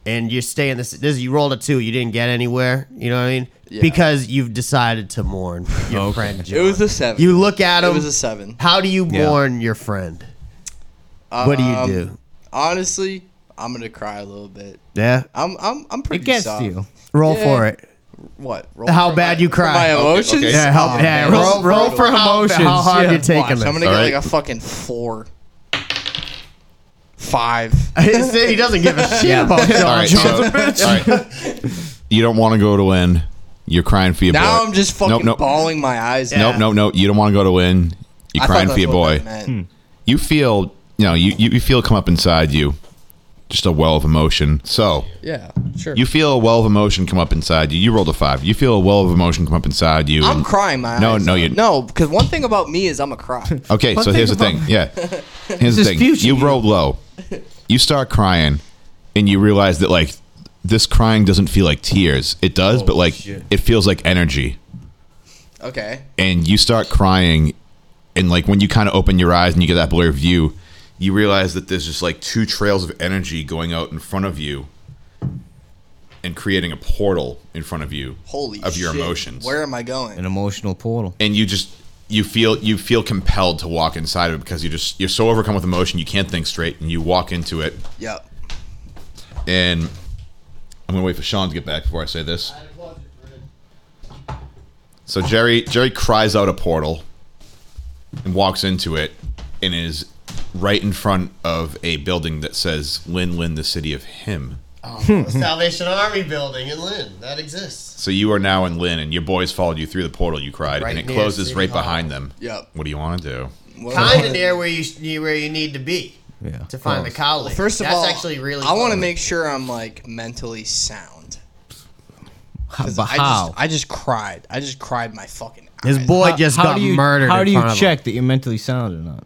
S4: and you're staying this. This you rolled a two. You didn't get anywhere. You know what I mean?
S5: Yeah.
S4: Because you've decided to mourn your friend. John.
S5: It was a seven.
S4: You look at him.
S5: It was a seven.
S4: How do you
S6: Yeah.
S4: mourn your friend? What do you
S5: Um,
S4: do?
S5: Honestly, I'm gonna cry a little bit.
S4: Yeah.
S5: I'm I'm I'm pretty.
S6: It gets
S5: soft.
S6: you.
S4: Roll
S5: Yeah.
S4: for it.
S5: What? Roll
S4: How
S5: for
S4: bad
S5: my-
S4: you
S5: for
S4: cry?
S5: My
S4: Okay,
S5: emotions.
S3: okay.
S4: Yeah, help,
S6: Um,
S5: Oh,
S4: yeah
S5: man.
S4: roll, roll
S5: Brutal.
S4: for emotions. How hard
S6: yeah.
S4: you're
S5: Watch,
S4: taking
S5: I'm gonna
S4: this.
S5: get
S3: All right.
S5: like a fucking four, five.
S4: he doesn't give a shit about John.
S3: All right, so-
S4: John's a bitch.
S3: all right. You don't want to go to Lynn. You're crying for your
S5: Now
S3: boy.
S5: I'm just fucking
S3: Nope, nope.
S5: bawling my eyes. out.
S3: Nope, nope, nope. You don't want to go to Lynn. You're
S5: I thought
S3: crying
S5: that's
S3: for your
S5: what
S3: boy.
S5: that
S4: Hmm.
S5: meant.
S3: You feel, you know, you, you, you feel come up inside you, just a well of emotion. So
S5: Yeah, sure.
S3: you feel a well of emotion come up inside you. You rolled a five. You feel a well of emotion come up inside you.
S5: I'm
S3: and-
S5: crying my
S3: No,
S5: eyes.
S3: no,
S5: out.
S3: you-
S5: no. Because one thing about me is I'm a cry.
S3: Okay,
S6: One
S3: so
S6: thing
S3: here's the
S6: about-
S3: thing. Yeah, here's the
S6: This
S3: thing.
S6: future
S3: You
S6: you.
S3: rolled low. You start crying, and you realize that like this crying doesn't feel like tears. It does, but like it feels like energy.
S5: okay.
S3: and you start crying and like when you kind of open your eyes and you get that blurred view you realize that there's just like two trails of energy going out in front of you and creating a portal in front of you
S5: Holy
S3: of your
S5: shit.
S3: emotions
S5: Where am I going?
S6: An emotional portal.
S3: and you just you feel you feel compelled to walk inside of it because you just you're so overcome with emotion you can't think straight and you walk into it
S5: Yep.
S3: and I'm gonna wait for Sean to get back before I say this. So Jerry Jerry cries out a portal and walks into it and is right in front of a building that says Lin Lin the city of him.
S4: the Salvation Army building in Lynn. That exists.
S3: So you are now in Lynn and your boys followed you through the portal you cried
S4: Right
S3: and it
S4: near
S3: closes
S4: City
S3: right
S4: Hall.
S3: behind them.
S5: Yep.
S3: What do you want to do?
S4: Kind of near where you sh- near where you need to be.
S3: Yeah.
S4: To find the cow.
S5: Well,
S4: lady.
S5: first of
S4: That's
S5: all,
S4: actually really.
S5: I want to
S4: cool.
S5: make sure I'm like mentally sound. 'Cause
S6: But
S5: I
S6: how?
S5: Just, I just cried. I just cried my fucking.
S4: His boy just got
S6: do you,
S4: murdered.
S6: How
S4: in
S6: do you
S4: front of him.
S6: check that you're mentally sound or not?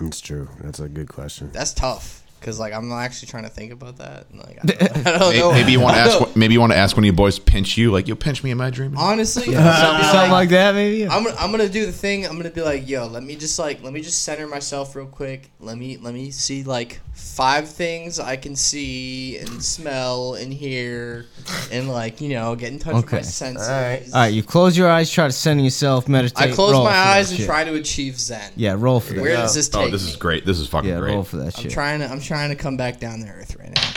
S16: It's true. That's a good question.
S5: That's tough. Cause like I'm not actually trying to think about that. And, Like I don't, I don't
S3: May-
S5: know.
S3: Maybe you want to
S5: I don't-
S3: ask. Maybe you want to ask one of your boys pinch you, like you pinch me in my dream.
S5: Honestly,
S3: Yeah.
S5: I'm gonna be
S3: Something like that, maybe, yeah.
S5: I'm, gonna- I'm gonna do the thing. I'm gonna be like, yo, let me just like, let me just center myself real quick. Let me let me see like five things I can see and smell and hear and like you know get in touch with my
S6: Okay.
S5: senses.
S6: All right, you close your eyes, try to center yourself, meditate.
S5: I close
S6: roll
S5: my
S6: for that
S5: eyes and
S6: shit.
S5: try to achieve Zen.
S6: Yeah, roll for that.
S5: Where does this take
S3: Oh, this
S5: me?
S3: is great. This is fucking
S6: Yeah,
S3: great.
S6: roll for that
S5: I'm trying to I'm trying to come back down to earth right now,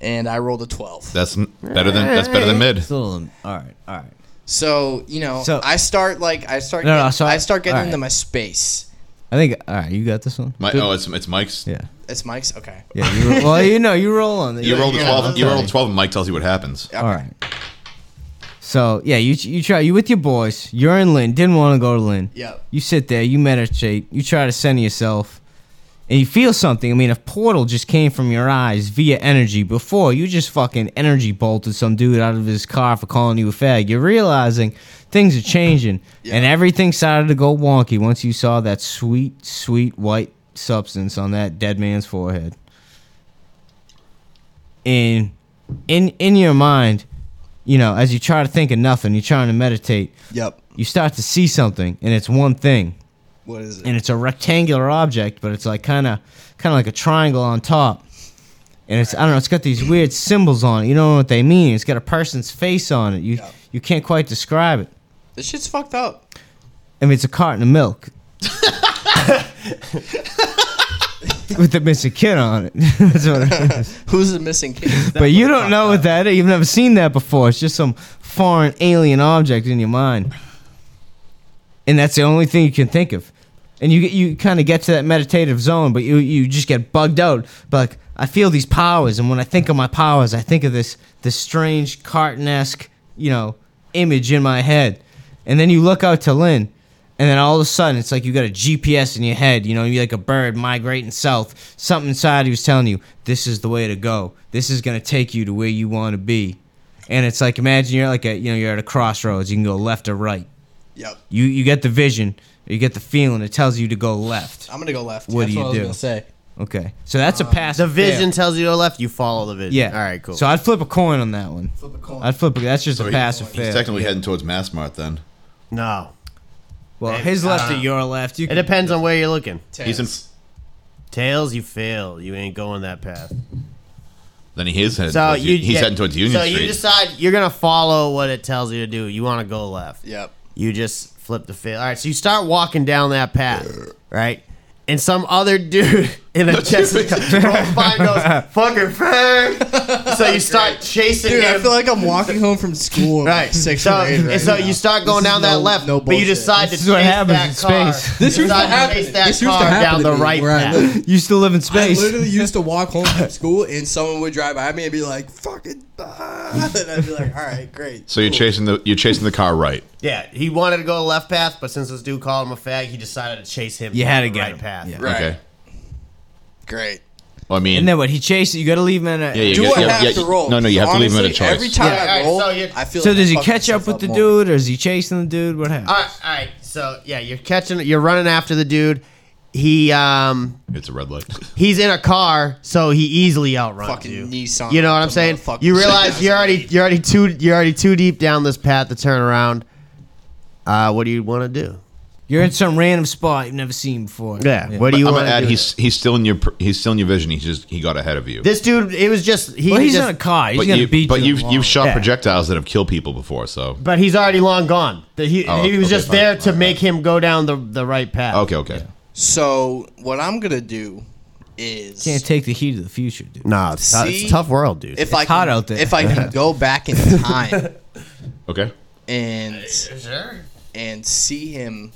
S5: and I rolled a twelve.
S3: That's n- better than that's better than mid.
S6: It's a little- all right, all right.
S5: So you know,
S6: So-
S5: I start like I start
S6: No, no,
S5: getting,
S6: so I-
S5: I start getting
S6: all right.
S5: into my space.
S6: I think. All right, you got this one.
S3: My, oh, it's it's Mike's.
S6: Yeah.
S5: It's Mike's okay.
S6: Yeah. You roll, well, you know, you roll on. The,
S3: You roll the
S6: yeah,
S3: twelve.
S6: I'm
S3: You roll
S6: sorry.
S3: the twelve, and Mike tells you what happens.
S6: All right. So yeah, you you try you with your boys. You're in Lynn. Didn't want to go to Lynn.
S5: Yep.
S6: You sit there. You meditate. You try to center yourself, and you feel something. I mean, a portal just came from your eyes via energy. Before you just fucking energy bolted some dude out of his car for calling you a fag. You're realizing things are changing, and everything started to go wonky once you saw that sweet, sweet white substance on that dead man's forehead and in in your mind, you know, as you try to think of nothing, you're trying to meditate.
S5: Yep.
S6: You start to see something, and it's one thing.
S5: What is it?
S6: And it's a rectangular object, but it's like kind of kind of like a triangle on top. And it's I don't know, it's got these weird symbols on it. You don't know what they mean. It's got a person's face on it. You you can't quite describe it.
S5: This shit's fucked up.
S6: I mean, it's a carton of milk with the missing kid on it. That's what it is.
S5: Who's the missing kid?
S6: but you don't know what that is. You've never seen that before. It's just some foreign alien object in your mind, and that's the only thing you can think of. And you get you kind of get to that meditative zone, but you you just get bugged out. But like I feel these powers, and when I think of my powers, I think of this this strange carton esque you know image in my head, and then you look out to Lynn. And then all of a sudden, it's like you got a GPS in your head. You know, you're like a bird migrating south. Something inside you is telling you, this is the way to go. This is going to take you to where you want to be. And it's like, imagine you're like a, you know, you're at a crossroads. You can go left or right.
S5: Yep.
S6: You you get the vision, you get the feeling. It tells you to go left.
S5: I'm gonna go left.
S6: What
S5: That's
S6: do you
S5: what I was
S6: do?
S5: gonna say.
S6: Okay, so that's a pass.
S4: The
S6: fail.
S4: vision tells you to the left. You follow the vision.
S6: Yeah.
S4: All right. Cool.
S6: So I'd flip a coin on that one. Flip a coin. I'd flip. A, that's just
S3: So
S6: a
S3: Oh, he-
S6: pass or
S3: he's
S6: fail.
S3: technically heading towards Mass Mart then.
S4: No.
S6: Well, his left or your left. You
S4: it depends on where you're looking.
S3: He's in-
S4: Tails, you fail. You ain't going that path.
S3: Then he is heading.
S4: So
S3: towards,
S4: you,
S3: you, he's
S4: yeah.
S3: heading towards Union
S4: So
S3: Street.
S4: you decide you're gonna follow what it tells you to do. You want to go left.
S5: Yep.
S4: You just flip the fail. All right. So you start walking down that path, right? And some other dude in a Tesla car rolls by and goes, "Fucking fag!" So you start chasing
S5: Dude,
S4: him.
S5: I feel like I'm walking home from school. right. Six
S4: So,
S5: or eight right
S4: and so
S5: now.
S4: you start going
S5: This is
S4: down that
S5: no-
S4: left,
S5: No
S4: but you
S5: bullshit.
S4: decide
S6: This
S4: to
S6: is what
S4: chase
S6: happens
S4: that
S6: in
S4: car.
S6: space.
S4: You
S6: This used to
S4: decide
S6: happen-
S4: chase that
S6: this used to
S4: car
S6: happen
S4: down
S6: to
S4: the
S6: me
S4: right
S6: where I
S4: path.
S6: live. You still live in
S5: I
S6: space.
S5: literally used to walk home from school, and someone would drive by me and be like, "Fucking," ah," and I'd be like, "All right, great."
S3: so you're chasing the you're chasing the car right.
S4: Yeah, he wanted to go the left path, but since this dude called him a fag, he decided to chase him.
S6: You
S4: down
S6: had to
S4: the
S6: get
S4: right
S6: him.
S4: path.
S6: Yeah.
S3: Right. Okay.
S5: Great.
S3: Well, I mean,
S6: And then what? He chased it. You got to leave him in a.
S3: Yeah, you Do got- I yeah, have yeah, to roll? no, no, you have to leave him at a Honestly, choice. every
S5: time I roll, I feel
S6: So
S5: like
S6: does he
S5: I'm
S6: catch up with the dude, or is he chasing the dude? What happened?
S4: All right, all right. So yeah, you're catching, you're running after the dude. He um,
S3: It's a red light.
S4: he's in a car, so he easily outruns
S5: Fucking
S4: you.
S5: Nissan
S4: You know what I'm
S5: to
S4: saying?
S5: motherfucking
S4: You
S5: Nissan.
S4: realize you're already you're already too you're already too deep down this path to turn around. Uh, what do you want to do?
S6: You're in some random spot you've never seen before.
S4: Yeah, what do you
S3: I'm
S4: want
S3: gonna
S4: to
S3: add?
S4: do?
S3: He's he's still in your pr- he's still in your vision. He just he got ahead of you.
S4: This dude, it was just he.
S6: Well, he's
S4: just,
S6: in a car. He's
S3: but
S6: gonna
S3: you,
S6: beat
S3: but
S6: you.
S3: you've you've shot
S4: Yeah.
S3: projectiles that have killed people before. So
S4: But he's already long gone. The- he,
S3: Oh,
S4: he was
S3: okay,
S4: just
S3: fine,
S4: there to make him go down the, the right path.
S3: okay, okay.
S5: So what I'm gonna do is
S6: Can't take the heat of the future, dude.
S4: Nah, it's, tou- it's
S5: See?
S4: a tough world, dude.
S5: If
S6: It's
S5: I can,
S6: hot out there.
S5: if I can go back in time
S3: Okay.
S5: and
S4: Sure.
S5: and see him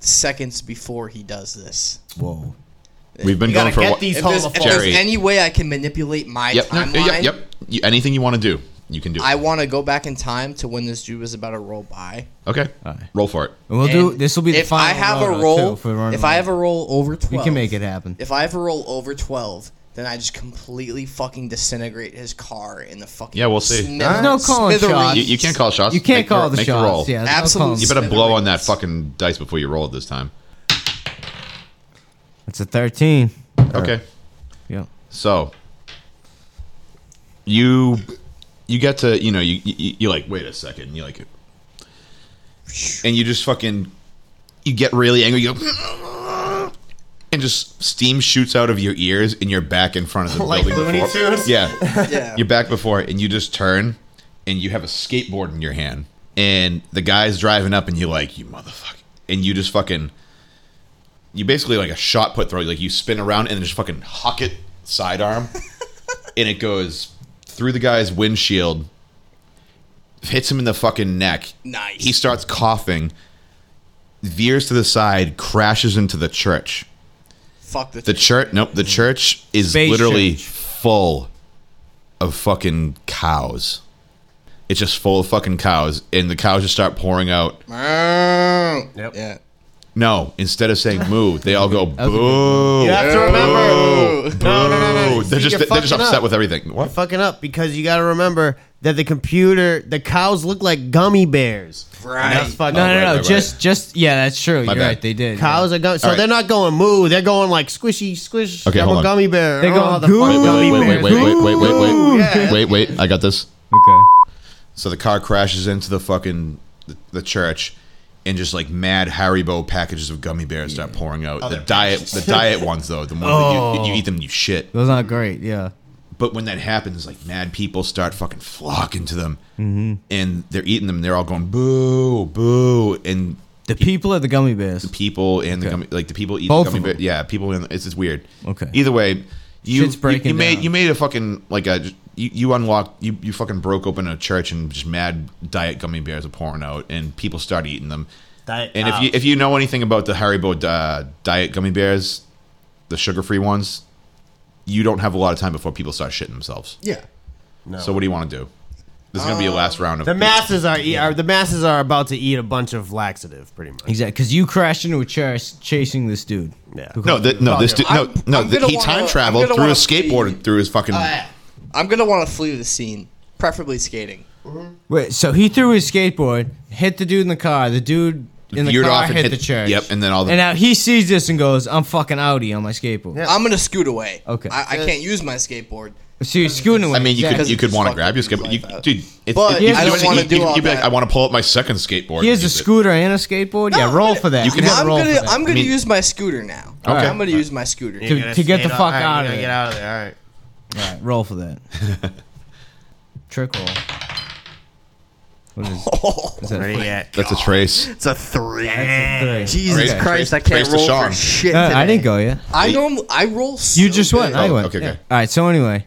S5: seconds before he does this.
S6: Whoa.
S3: We've been
S5: You
S3: going
S5: gotta
S3: for
S5: get
S3: what?
S5: these If there's- if there's
S3: Jerry.
S5: any way I can manipulate my
S3: yep, no, yep,
S5: timeline,
S3: yep. You- anything you want to do, you can do.
S5: I want to go back in time to when this dude was about to roll by.
S3: okay, roll for it.
S6: And we'll do.
S5: And
S6: This will be the
S5: if I
S6: final.
S5: have a
S6: round,
S5: roll-
S6: too, if, we run
S5: if I
S6: out.
S5: have a roll over
S6: we
S5: 12.
S6: can make it happen.
S5: If I ever roll over twelve, then I just completely fucking disintegrate his car in the fucking
S3: Yeah, we'll see.
S5: smither-
S3: You,
S5: smithereens.
S3: you can't call shots.
S6: You can't
S3: Make
S6: call the
S3: make
S6: shots,
S3: roll.
S6: yeah, no
S5: Absolute calling.
S3: You better blow on that fucking dice before you roll it this time.
S6: It's a thirteen.
S3: Okay.
S6: Yeah.
S3: So you you get to you know you you, you like wait a second you like and you just fucking you get really angry you go and just steam shoots out of your ears and you're back in front of the
S16: Like
S3: building
S16: Looney
S3: before-
S16: Tunes?
S3: yeah
S16: Yeah.
S3: you're back before it, and you just turn and you have a skateboard in your hand and the guy's driving up and you're like you motherfucker and you just fucking you basically like a shot put throw. Like you spin around and just fucking huck it sidearm, and it goes through the guy's windshield, hits him in the fucking neck. Nice. He starts coughing, veers to the side, crashes into the church.
S5: Fuck the
S3: The church. Nope. The church is
S5: Space
S3: literally
S5: church.
S3: full of fucking cows. It's just full of fucking cows, and the cows just start pouring out.
S5: Yep. Yeah.
S3: No, instead of saying "moo," they all go "boo."
S4: You have to remember.
S3: Boo.
S4: No, no, no, no.
S3: They're
S4: See,
S3: just
S4: you're
S3: they're just
S4: fucking
S3: upset
S4: up.
S3: with everything.
S4: You're
S3: What?
S4: fucking up because you got to remember that the computer, the cows look like gummy bears.
S5: Right.
S4: That's
S6: No,
S4: fucking
S6: no, no. Just, just yeah. That's true.
S4: My
S6: You're
S4: bad.
S6: right. They did.
S4: Cows are going, so
S6: All right.
S4: they're not going moo. They're going like squishy, squish.
S3: Okay,
S4: I'm
S3: hold
S4: a
S3: on.
S4: gummy bear.
S6: They
S4: I don't know
S6: go
S4: how the
S6: goo.
S4: fuck
S3: Wait, wait,
S4: gummy
S3: wait, wait,
S4: bears-
S3: wait, wait, wait, wait,
S4: Ooh.
S3: wait,
S4: Yeah.
S3: wait, wait. I got this.
S6: Okay.
S3: So the car crashes into the fucking the, the church, and just like mad Haribo packages of gummy bears start pouring out.
S6: Oh,
S3: the
S6: they're
S3: diet,
S6: delicious.
S3: the diet ones though, the ones that you,
S6: Oh.
S3: you eat them, you shit.
S6: Those aren't great. Yeah.
S3: But when that happens, like mad people start fucking flocking to them,
S6: Mm-hmm.
S3: and they're eating them. They're all going boo, boo, and
S6: the people are the gummy bears. The
S3: people and the gummy, like the people eat
S6: Both
S3: the gummy
S6: of
S3: bear. Yeah, people. In, it's just weird.
S6: Okay.
S3: Either way, you
S6: Shit's
S3: you-
S6: breaking
S3: you, made
S6: down.
S3: you made a fucking like a you, you unlocked you you fucking broke open a church and just mad diet gummy bears are pouring out and people start eating them.
S4: Diet-
S3: and if you
S4: ouch.
S3: if you know anything about the Haribo uh, diet gummy bears, the sugar free ones, you don't have a lot of time before people start shitting themselves.
S5: Yeah.
S4: No.
S3: So what do you want to do? This is gonna be your
S5: Uh,
S3: last round of
S4: The masses are, e- are the masses are about to eat a bunch of laxative, pretty much.
S6: Exactly. Because you crashed into a church chasing this dude. Yeah.
S3: No, the, no, this dude, no, no.
S5: I'm
S3: the-
S5: gonna
S3: he
S5: wanna-
S3: time
S5: I'm
S3: traveled
S5: gonna
S3: through
S5: wanna
S3: his skateboard, and through his fucking.
S5: I'm gonna want to flee the scene, preferably skating.
S6: Wait. So he threw his skateboard, hit the dude in the car. The dude in the
S3: veered
S6: car
S3: off and
S6: hit,
S3: hit-
S6: the church.
S3: yep, and then all the-
S6: And now he sees this and goes, "I'm fucking Audi on my skateboard."
S5: I'm gonna scoot away.
S6: Okay.
S5: I, I can't use my skateboard.
S6: So you're scooting away.
S3: I mean, you could
S6: exactly.
S3: you could want to grab your skateboard, you, dude. If,
S5: But
S3: if you do
S5: I don't
S3: anything,
S5: wanna
S3: you-
S5: do
S3: you-
S5: all
S3: you'd be like,
S5: that.
S3: I want to pull up my second skateboard.
S6: He has
S3: and
S6: a
S3: use it.
S6: scooter and a skateboard. yeah, roll for that.
S3: You can-
S6: Yeah,
S5: I'm
S6: roll
S5: gonna
S6: for that.
S5: I'm gonna
S6: I mean-
S5: use my scooter now.
S6: Okay.
S5: I'm gonna use my scooter
S6: You're To- gonna to get skate the on- fuck all right, out you're of gonna it. get
S4: out of there. All right.
S6: All right, roll for that. Trick roll. What is, is that?
S4: Pretty yet.
S3: That's a trace.
S4: It's a three.
S6: That's a three.
S5: Jesus
S6: Okay.
S5: Christ, I can't roll for shit.
S6: No, I
S5: today.
S6: didn't go yet.
S5: I don't. I roll. So
S6: You just went.
S5: good.
S6: I went. yeah. All right. So anyway,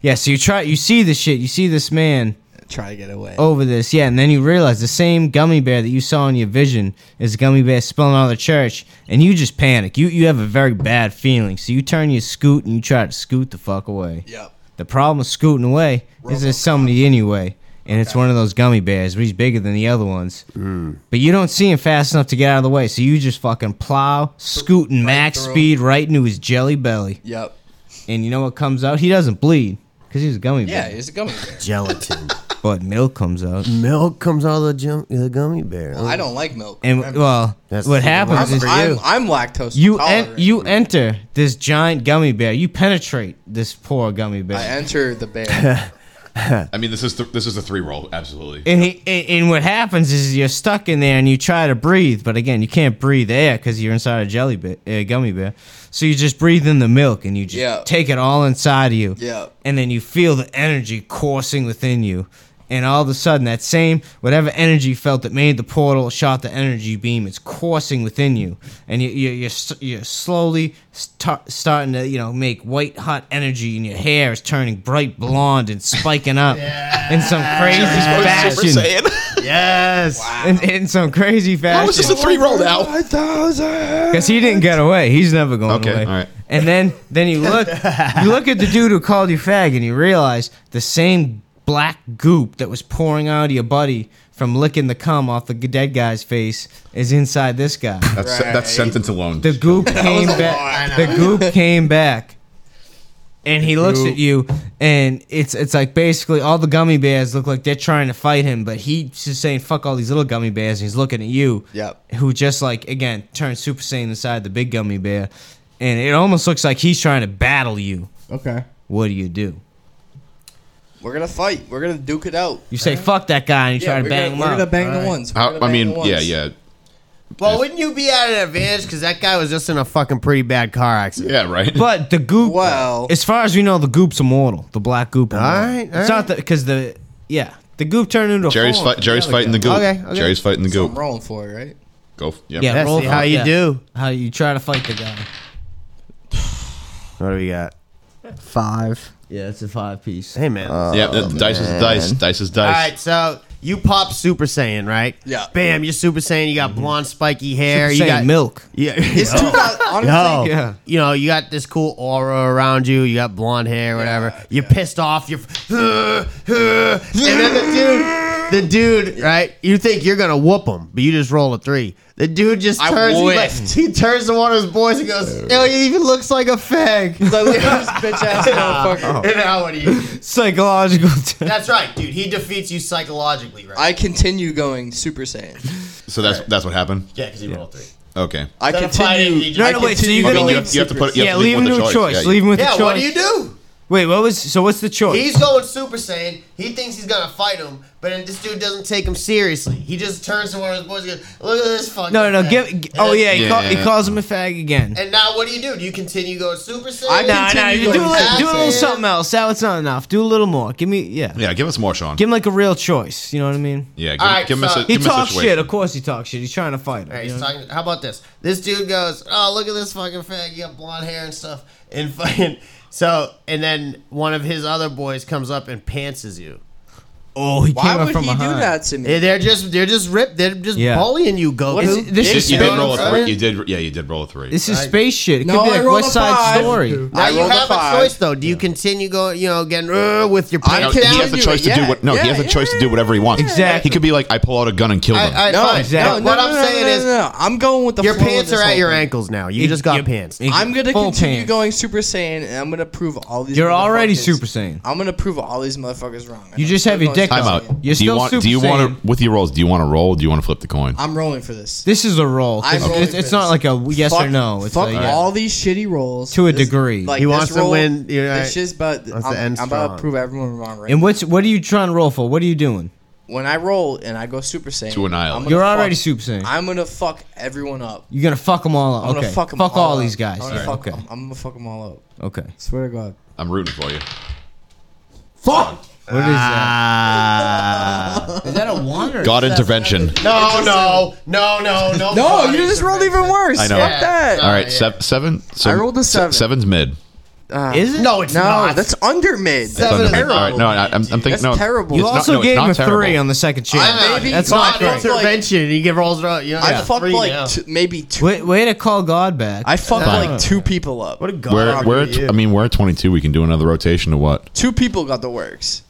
S6: yeah. So you try. You see this shit. You see this man
S5: Try to get away.
S6: over this. Yeah, and then you realize the same gummy bear that you saw in your vision is the gummy bear spilling out of the church, and you just panic. You you have a very bad feeling. So you turn your scoot and you try to scoot the fuck away.
S5: Yep.
S6: The problem with scooting away is there's somebody anyway, and it's one of those gummy bears, but he's bigger than the other ones.
S4: Mm.
S6: But you don't see him fast enough to get out of the way, so you just fucking plow, scooting max
S5: through.
S6: speed right into his jelly belly.
S5: Yep.
S6: And you know what comes out? He doesn't bleed because he's a gummy
S5: Yeah,
S6: bear.
S5: it's a gummy bear.
S6: Gelatin. but milk comes out.
S4: Milk comes out of the, jum- the gummy bear.
S5: I don't like milk.
S6: Oh. And well,
S4: That's
S6: what
S4: the
S6: happens
S4: worst
S6: is
S4: for you.
S5: I'm, I'm lactose
S6: you
S5: intolerant.
S6: en- you enter this giant gummy bear. You penetrate this poor gummy bear.
S5: I enter the bear.
S3: I mean, this is the, this is a three roll, absolutely.
S6: And, he, and and what happens is you're stuck in there and you try to breathe, but again, you can't breathe air because you're inside a jelly bear, a gummy bear. So you just breathe in the milk and you just
S5: Yeah.
S6: take it all inside of you.
S5: Yeah.
S6: And then you feel the energy coursing within you. And all of a sudden, that same, whatever energy you felt that made the portal, shot the energy beam, it's coursing within you. And you, you, you're, s- you're slowly sta- starting to, you know, make white hot energy, and your hair is turning bright blonde and spiking up in some crazy
S3: Super
S6: fashion.
S3: Saiyan.
S4: Yes.
S6: In, in some crazy fashion. Because he didn't get away. He's never going away. All right. And then then you look you look at the dude who called you fag and you realize the same black goop that was pouring out of your buddy from licking the cum off the g- dead guy's face is inside this guy.
S3: That's that's sentence alone.
S6: The goop
S3: That
S6: came
S3: was a
S6: back.
S3: lot.
S6: The goop came back. And he looks
S3: Goop.
S6: at you, and it's it's like basically all the gummy bears look like they're trying to fight him, but he's just saying "fuck all these little gummy bears." And he's looking at you,
S5: Yep.
S6: who just like again turned Super Saiyan inside the big gummy bear, and it almost looks like he's trying to battle you.
S5: Okay.
S6: What do you do?
S5: We're gonna fight. We're gonna duke it out.
S6: You say "fuck that guy" and you
S5: Yeah,
S6: try to
S5: we're
S6: bang
S5: gonna-
S6: him
S5: we're
S6: up.
S5: gonna bang the Alright. ones. We're
S3: I, I mean, yeah, yeah.
S4: Well, wouldn't you be at an advantage because that guy was just in a fucking pretty bad car accident?
S3: Yeah, right.
S6: But the goop. Well, as far as we know, the goop's immortal. The black goop. All
S4: right, all
S6: it's not the because the yeah the goop turned into a
S3: Jerry's
S6: horn.
S3: fight- Jerry's
S6: Yeah,
S3: fighting the goop. Okay, okay. Jerry's fighting the
S5: So
S3: goop.
S5: I'm rolling for it, right?
S3: Go. f-
S6: Yeah,
S3: Yep.
S6: roll for it, yeah.
S4: do.
S6: How you try to fight the guy?
S16: What do we got?
S4: Five.
S6: Yeah, it's a five piece.
S4: Hey man.
S3: yeah, the the dice is the dice. Dice is dice.
S4: All right, so you pop Super Saiyan, right?
S5: Yeah.
S4: Bam, you're Super Saiyan. You got blonde, spiky hair.
S6: Mm-hmm. Super
S4: you
S6: Saiyan
S4: got
S6: milk.
S4: Yeah.
S5: It's
S4: Yo.
S5: two thou- honestly-
S4: Yo.
S5: Yeah.
S4: You know, you got this cool aura around you. You got blonde hair, whatever. you're pissed off. You're. and then the dude, the dude, right? You think you're gonna whoop him, but you just roll a three. The dude just
S5: I
S4: turns. he like-
S5: whiffed.
S4: He, turns to one of his boys and goes, "Yo, he even looks like a fag." He's
S5: like, "Look at this bitch-ass motherfucker."
S4: And now what do you?
S6: Psychological.
S4: That's right, dude. He defeats you psychologically, right?
S5: I continue going Super Saiyan.
S3: So that's that's what happened.
S4: Yeah, because he rolled three.
S3: Okay.
S5: I
S4: Instead of fighting,
S5: continue.
S4: you just- No, no,
S5: I
S4: wait, so
S5: continue
S4: you gotta
S5: going
S4: leave-
S3: you have to put- you
S6: yeah,
S3: have to
S6: leave him to a choice. Leave him with a
S4: Yeah,
S6: choice.
S4: what do you do?
S6: Wait, what was so? What's the choice?
S4: He's going Super Saiyan. He thinks he's gonna fight him, but then this dude doesn't take him seriously. He just turns to one of his boys and goes, "Look at this fucking."
S6: no, no, no.
S4: fag."
S6: Give.
S4: And
S6: Oh
S4: then-
S6: yeah, he, call, he calls him a fag again.
S4: And now what do you do? Do you continue going Super Saiyan?
S6: Nah, nah, do, a
S4: Going
S6: little,
S4: Super
S6: do a little
S4: Saiyan?
S6: something else. That was not enough. Do a little more. Give me, yeah.
S3: Yeah, give us more, Sean.
S6: Give him like a real choice. You know what I mean?
S3: yeah, give,
S4: All right,
S3: give us
S4: so-
S3: a,
S6: He
S3: give us a
S6: talks
S3: situation.
S6: shit. Of course he talks shit. He's trying to fight him.
S4: All right,
S6: you
S4: he's
S6: know?
S4: talking. How about this? This dude goes, "Oh, look at this fucking fag. You got blonde hair and stuff." And fucking so, and then one of his other boys comes up and pantses you.
S6: Oh, he
S5: Why would he do that to me?
S4: They're just they're just ripped. They're just
S6: Yeah.
S4: bullying you,
S6: What is-
S4: Goku.
S6: this
S3: You
S6: is
S3: did- you did roll a
S4: Sorry?
S3: three. You did, yeah, you did roll a three.
S6: This is space shit. It
S5: No,
S6: could be
S5: I
S6: like
S5: rolled
S6: West
S5: a
S6: Side
S5: five.
S6: Story.
S4: Now
S5: I
S4: you
S5: rolled a
S4: have a
S5: five.
S4: choice though. Do you continue going, you know, getting uh, with your
S3: No,
S4: pants
S3: he
S4: down?
S3: has the
S5: you
S3: choice
S5: it,
S3: to do
S5: yeah,
S3: what? No, he has the choice to do whatever he wants.
S6: Exactly.
S3: He could be like, I pull out a gun and kill them.
S4: I, I,
S5: No,
S4: fine.
S5: exactly.
S4: No, what
S5: No,
S4: I'm
S5: no, no,
S4: saying
S5: no,
S4: is
S5: no, no. I'm going with the
S4: your
S5: flow of
S4: pants
S5: this
S4: are at
S5: whole
S4: your
S5: thing.
S4: ankles now. You
S6: It-
S4: just got
S6: you-
S4: pants.
S6: it-
S5: I'm gonna
S6: Full
S5: continue
S6: pants.
S5: going Super Saiyan, and I'm gonna prove all these.
S6: You're already
S5: motherfuckers-
S6: Super Saiyan.
S5: I'm gonna prove all these motherfuckers wrong.
S6: You just have your dick
S3: Time
S6: out.
S3: out.
S6: You're
S3: do you
S6: still
S3: want?
S6: Super
S3: do you
S6: Saiyan.
S3: want to with your rolls? Do you want to roll? Do you want to flip the coin?
S5: I'm rolling for this.
S6: This is a roll.
S5: I'm
S6: It's,
S5: rolling
S6: it's-
S5: for
S6: it's not
S5: this.
S6: like a yes
S5: fuck,
S6: or no. It's
S5: fuck
S6: like yeah.
S5: all these shitty rolls
S6: to a
S5: This-
S6: degree.
S5: Like
S4: He
S5: this
S4: wants to
S5: roll,
S4: win, you're right.
S5: This shit's about. I'm,
S4: Wants to
S5: I'm
S4: end
S5: about
S4: strong.
S5: to prove everyone wrong right
S6: And what's what are you trying to roll for? What are you doing?
S5: when I roll and I go Super Saiyan,
S3: To annihilate.
S5: I'm gonna
S6: You're already
S5: fuck,
S6: Super Saiyan.
S5: I'm gonna fuck everyone up.
S6: You're gonna fuck them all up.
S5: I'm
S6: okay.
S5: gonna fuck 'em
S6: fuck all,
S5: up.
S6: these guys.
S5: I'm
S6: Yeah,
S5: gonna, fuck,
S6: okay.
S5: I'm, I'm gonna fuck them all up.
S6: Okay. What is
S5: Swear to God.
S3: I'm rooting for you.
S5: Fuck.
S6: that? Is that a one or
S3: God intervention.
S4: No, no, no, no, no.
S6: Oh,
S5: No, Oh, you just rolled even worse.
S3: I know.
S5: Fuck that.
S3: All right, sev- seven. So
S5: I rolled a
S3: se-
S5: seven.
S3: Seven's mid.
S5: Uh,
S6: Is it?
S4: No, it's
S5: no,
S4: not.
S5: that's under mid.
S3: It's
S5: that's
S3: under mid.
S5: terrible.
S3: All right, no, I, I'm, I'm thinking.
S5: That's
S3: no,
S5: terrible.
S6: You
S3: it's
S6: also
S3: not, no, it's
S6: gave
S3: not
S6: him a
S3: terrible.
S6: three on the second
S5: I
S6: chance.
S5: maybe
S6: That's not
S5: fucked
S6: great.
S5: up.
S4: intervention. He give rolls. You know,
S5: I
S4: yeah,
S5: fucked
S4: three
S5: like
S4: now.
S5: t- maybe two.
S6: Way, way to call God back.
S5: I fucked
S3: Fine.
S5: like two people up.
S4: What a god.
S3: We're, we're at, I mean, we're at 22. We can do another rotation to what?
S5: Two people got the works.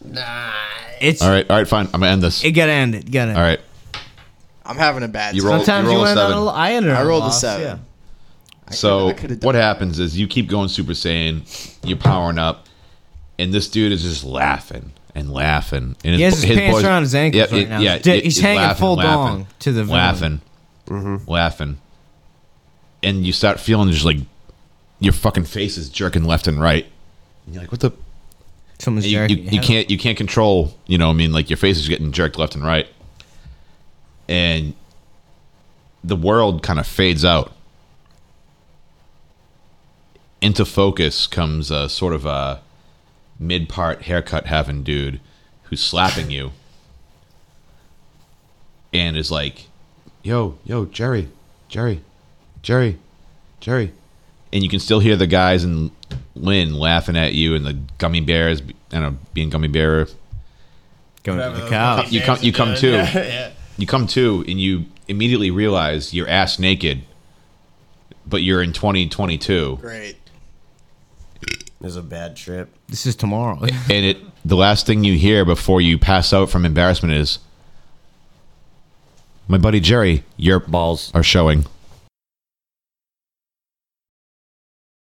S6: it's
S3: All right, all right, fine. I'm gonna end this.
S6: it gotta end it. Gotta.
S3: All right,
S5: I'm having a bad.
S3: You
S5: time.
S3: roll-
S6: Sometimes you,
S3: roll a
S6: end on
S3: seven.
S6: a l- I ended
S5: I
S6: on
S5: rolled a
S6: loss,
S5: seven.
S6: yeah.
S3: so
S5: I could've done
S3: what happens is you keep going Super Saiyan, you're powering up, and this dude is just laughing and laughing. And
S6: He has his pants
S3: boys-
S6: around his ankles
S3: yeah,
S6: right
S3: it-
S6: now.
S3: Yeah,
S6: He's di-
S3: it-
S6: he's
S3: it's
S6: hanging
S3: laughing,
S6: full
S3: laughing,
S6: dong to the villain.
S3: laughing, laughing, and you start feeling just like your fucking face is jerking left and right. And you're like, what the?
S6: Someone's
S3: you,
S6: jerking
S3: you-
S6: your
S3: you
S6: head
S3: can't you can't control you know i mean like your face is getting jerked left and right and the world kind of fades out into focus comes a sort of a mid-part haircut having dude who's slapping you and is like yo yo jerry jerry jerry jerry and you can still hear the guys in Lynn laughing at you and the gummy bears and a being gummy bear
S6: Going to
S4: Whatever
S6: the
S4: those
S6: cow.
S4: fucking
S3: You come, you come
S4: names
S3: to,
S4: are good. Yeah.
S3: you come to, and you immediately realize you're ass naked, but you're in 2022.
S16: Great. It was a bad trip.
S6: This is tomorrow.
S3: and it the last thing you hear before you pass out from embarrassment is my buddy Jerry, your balls are showing.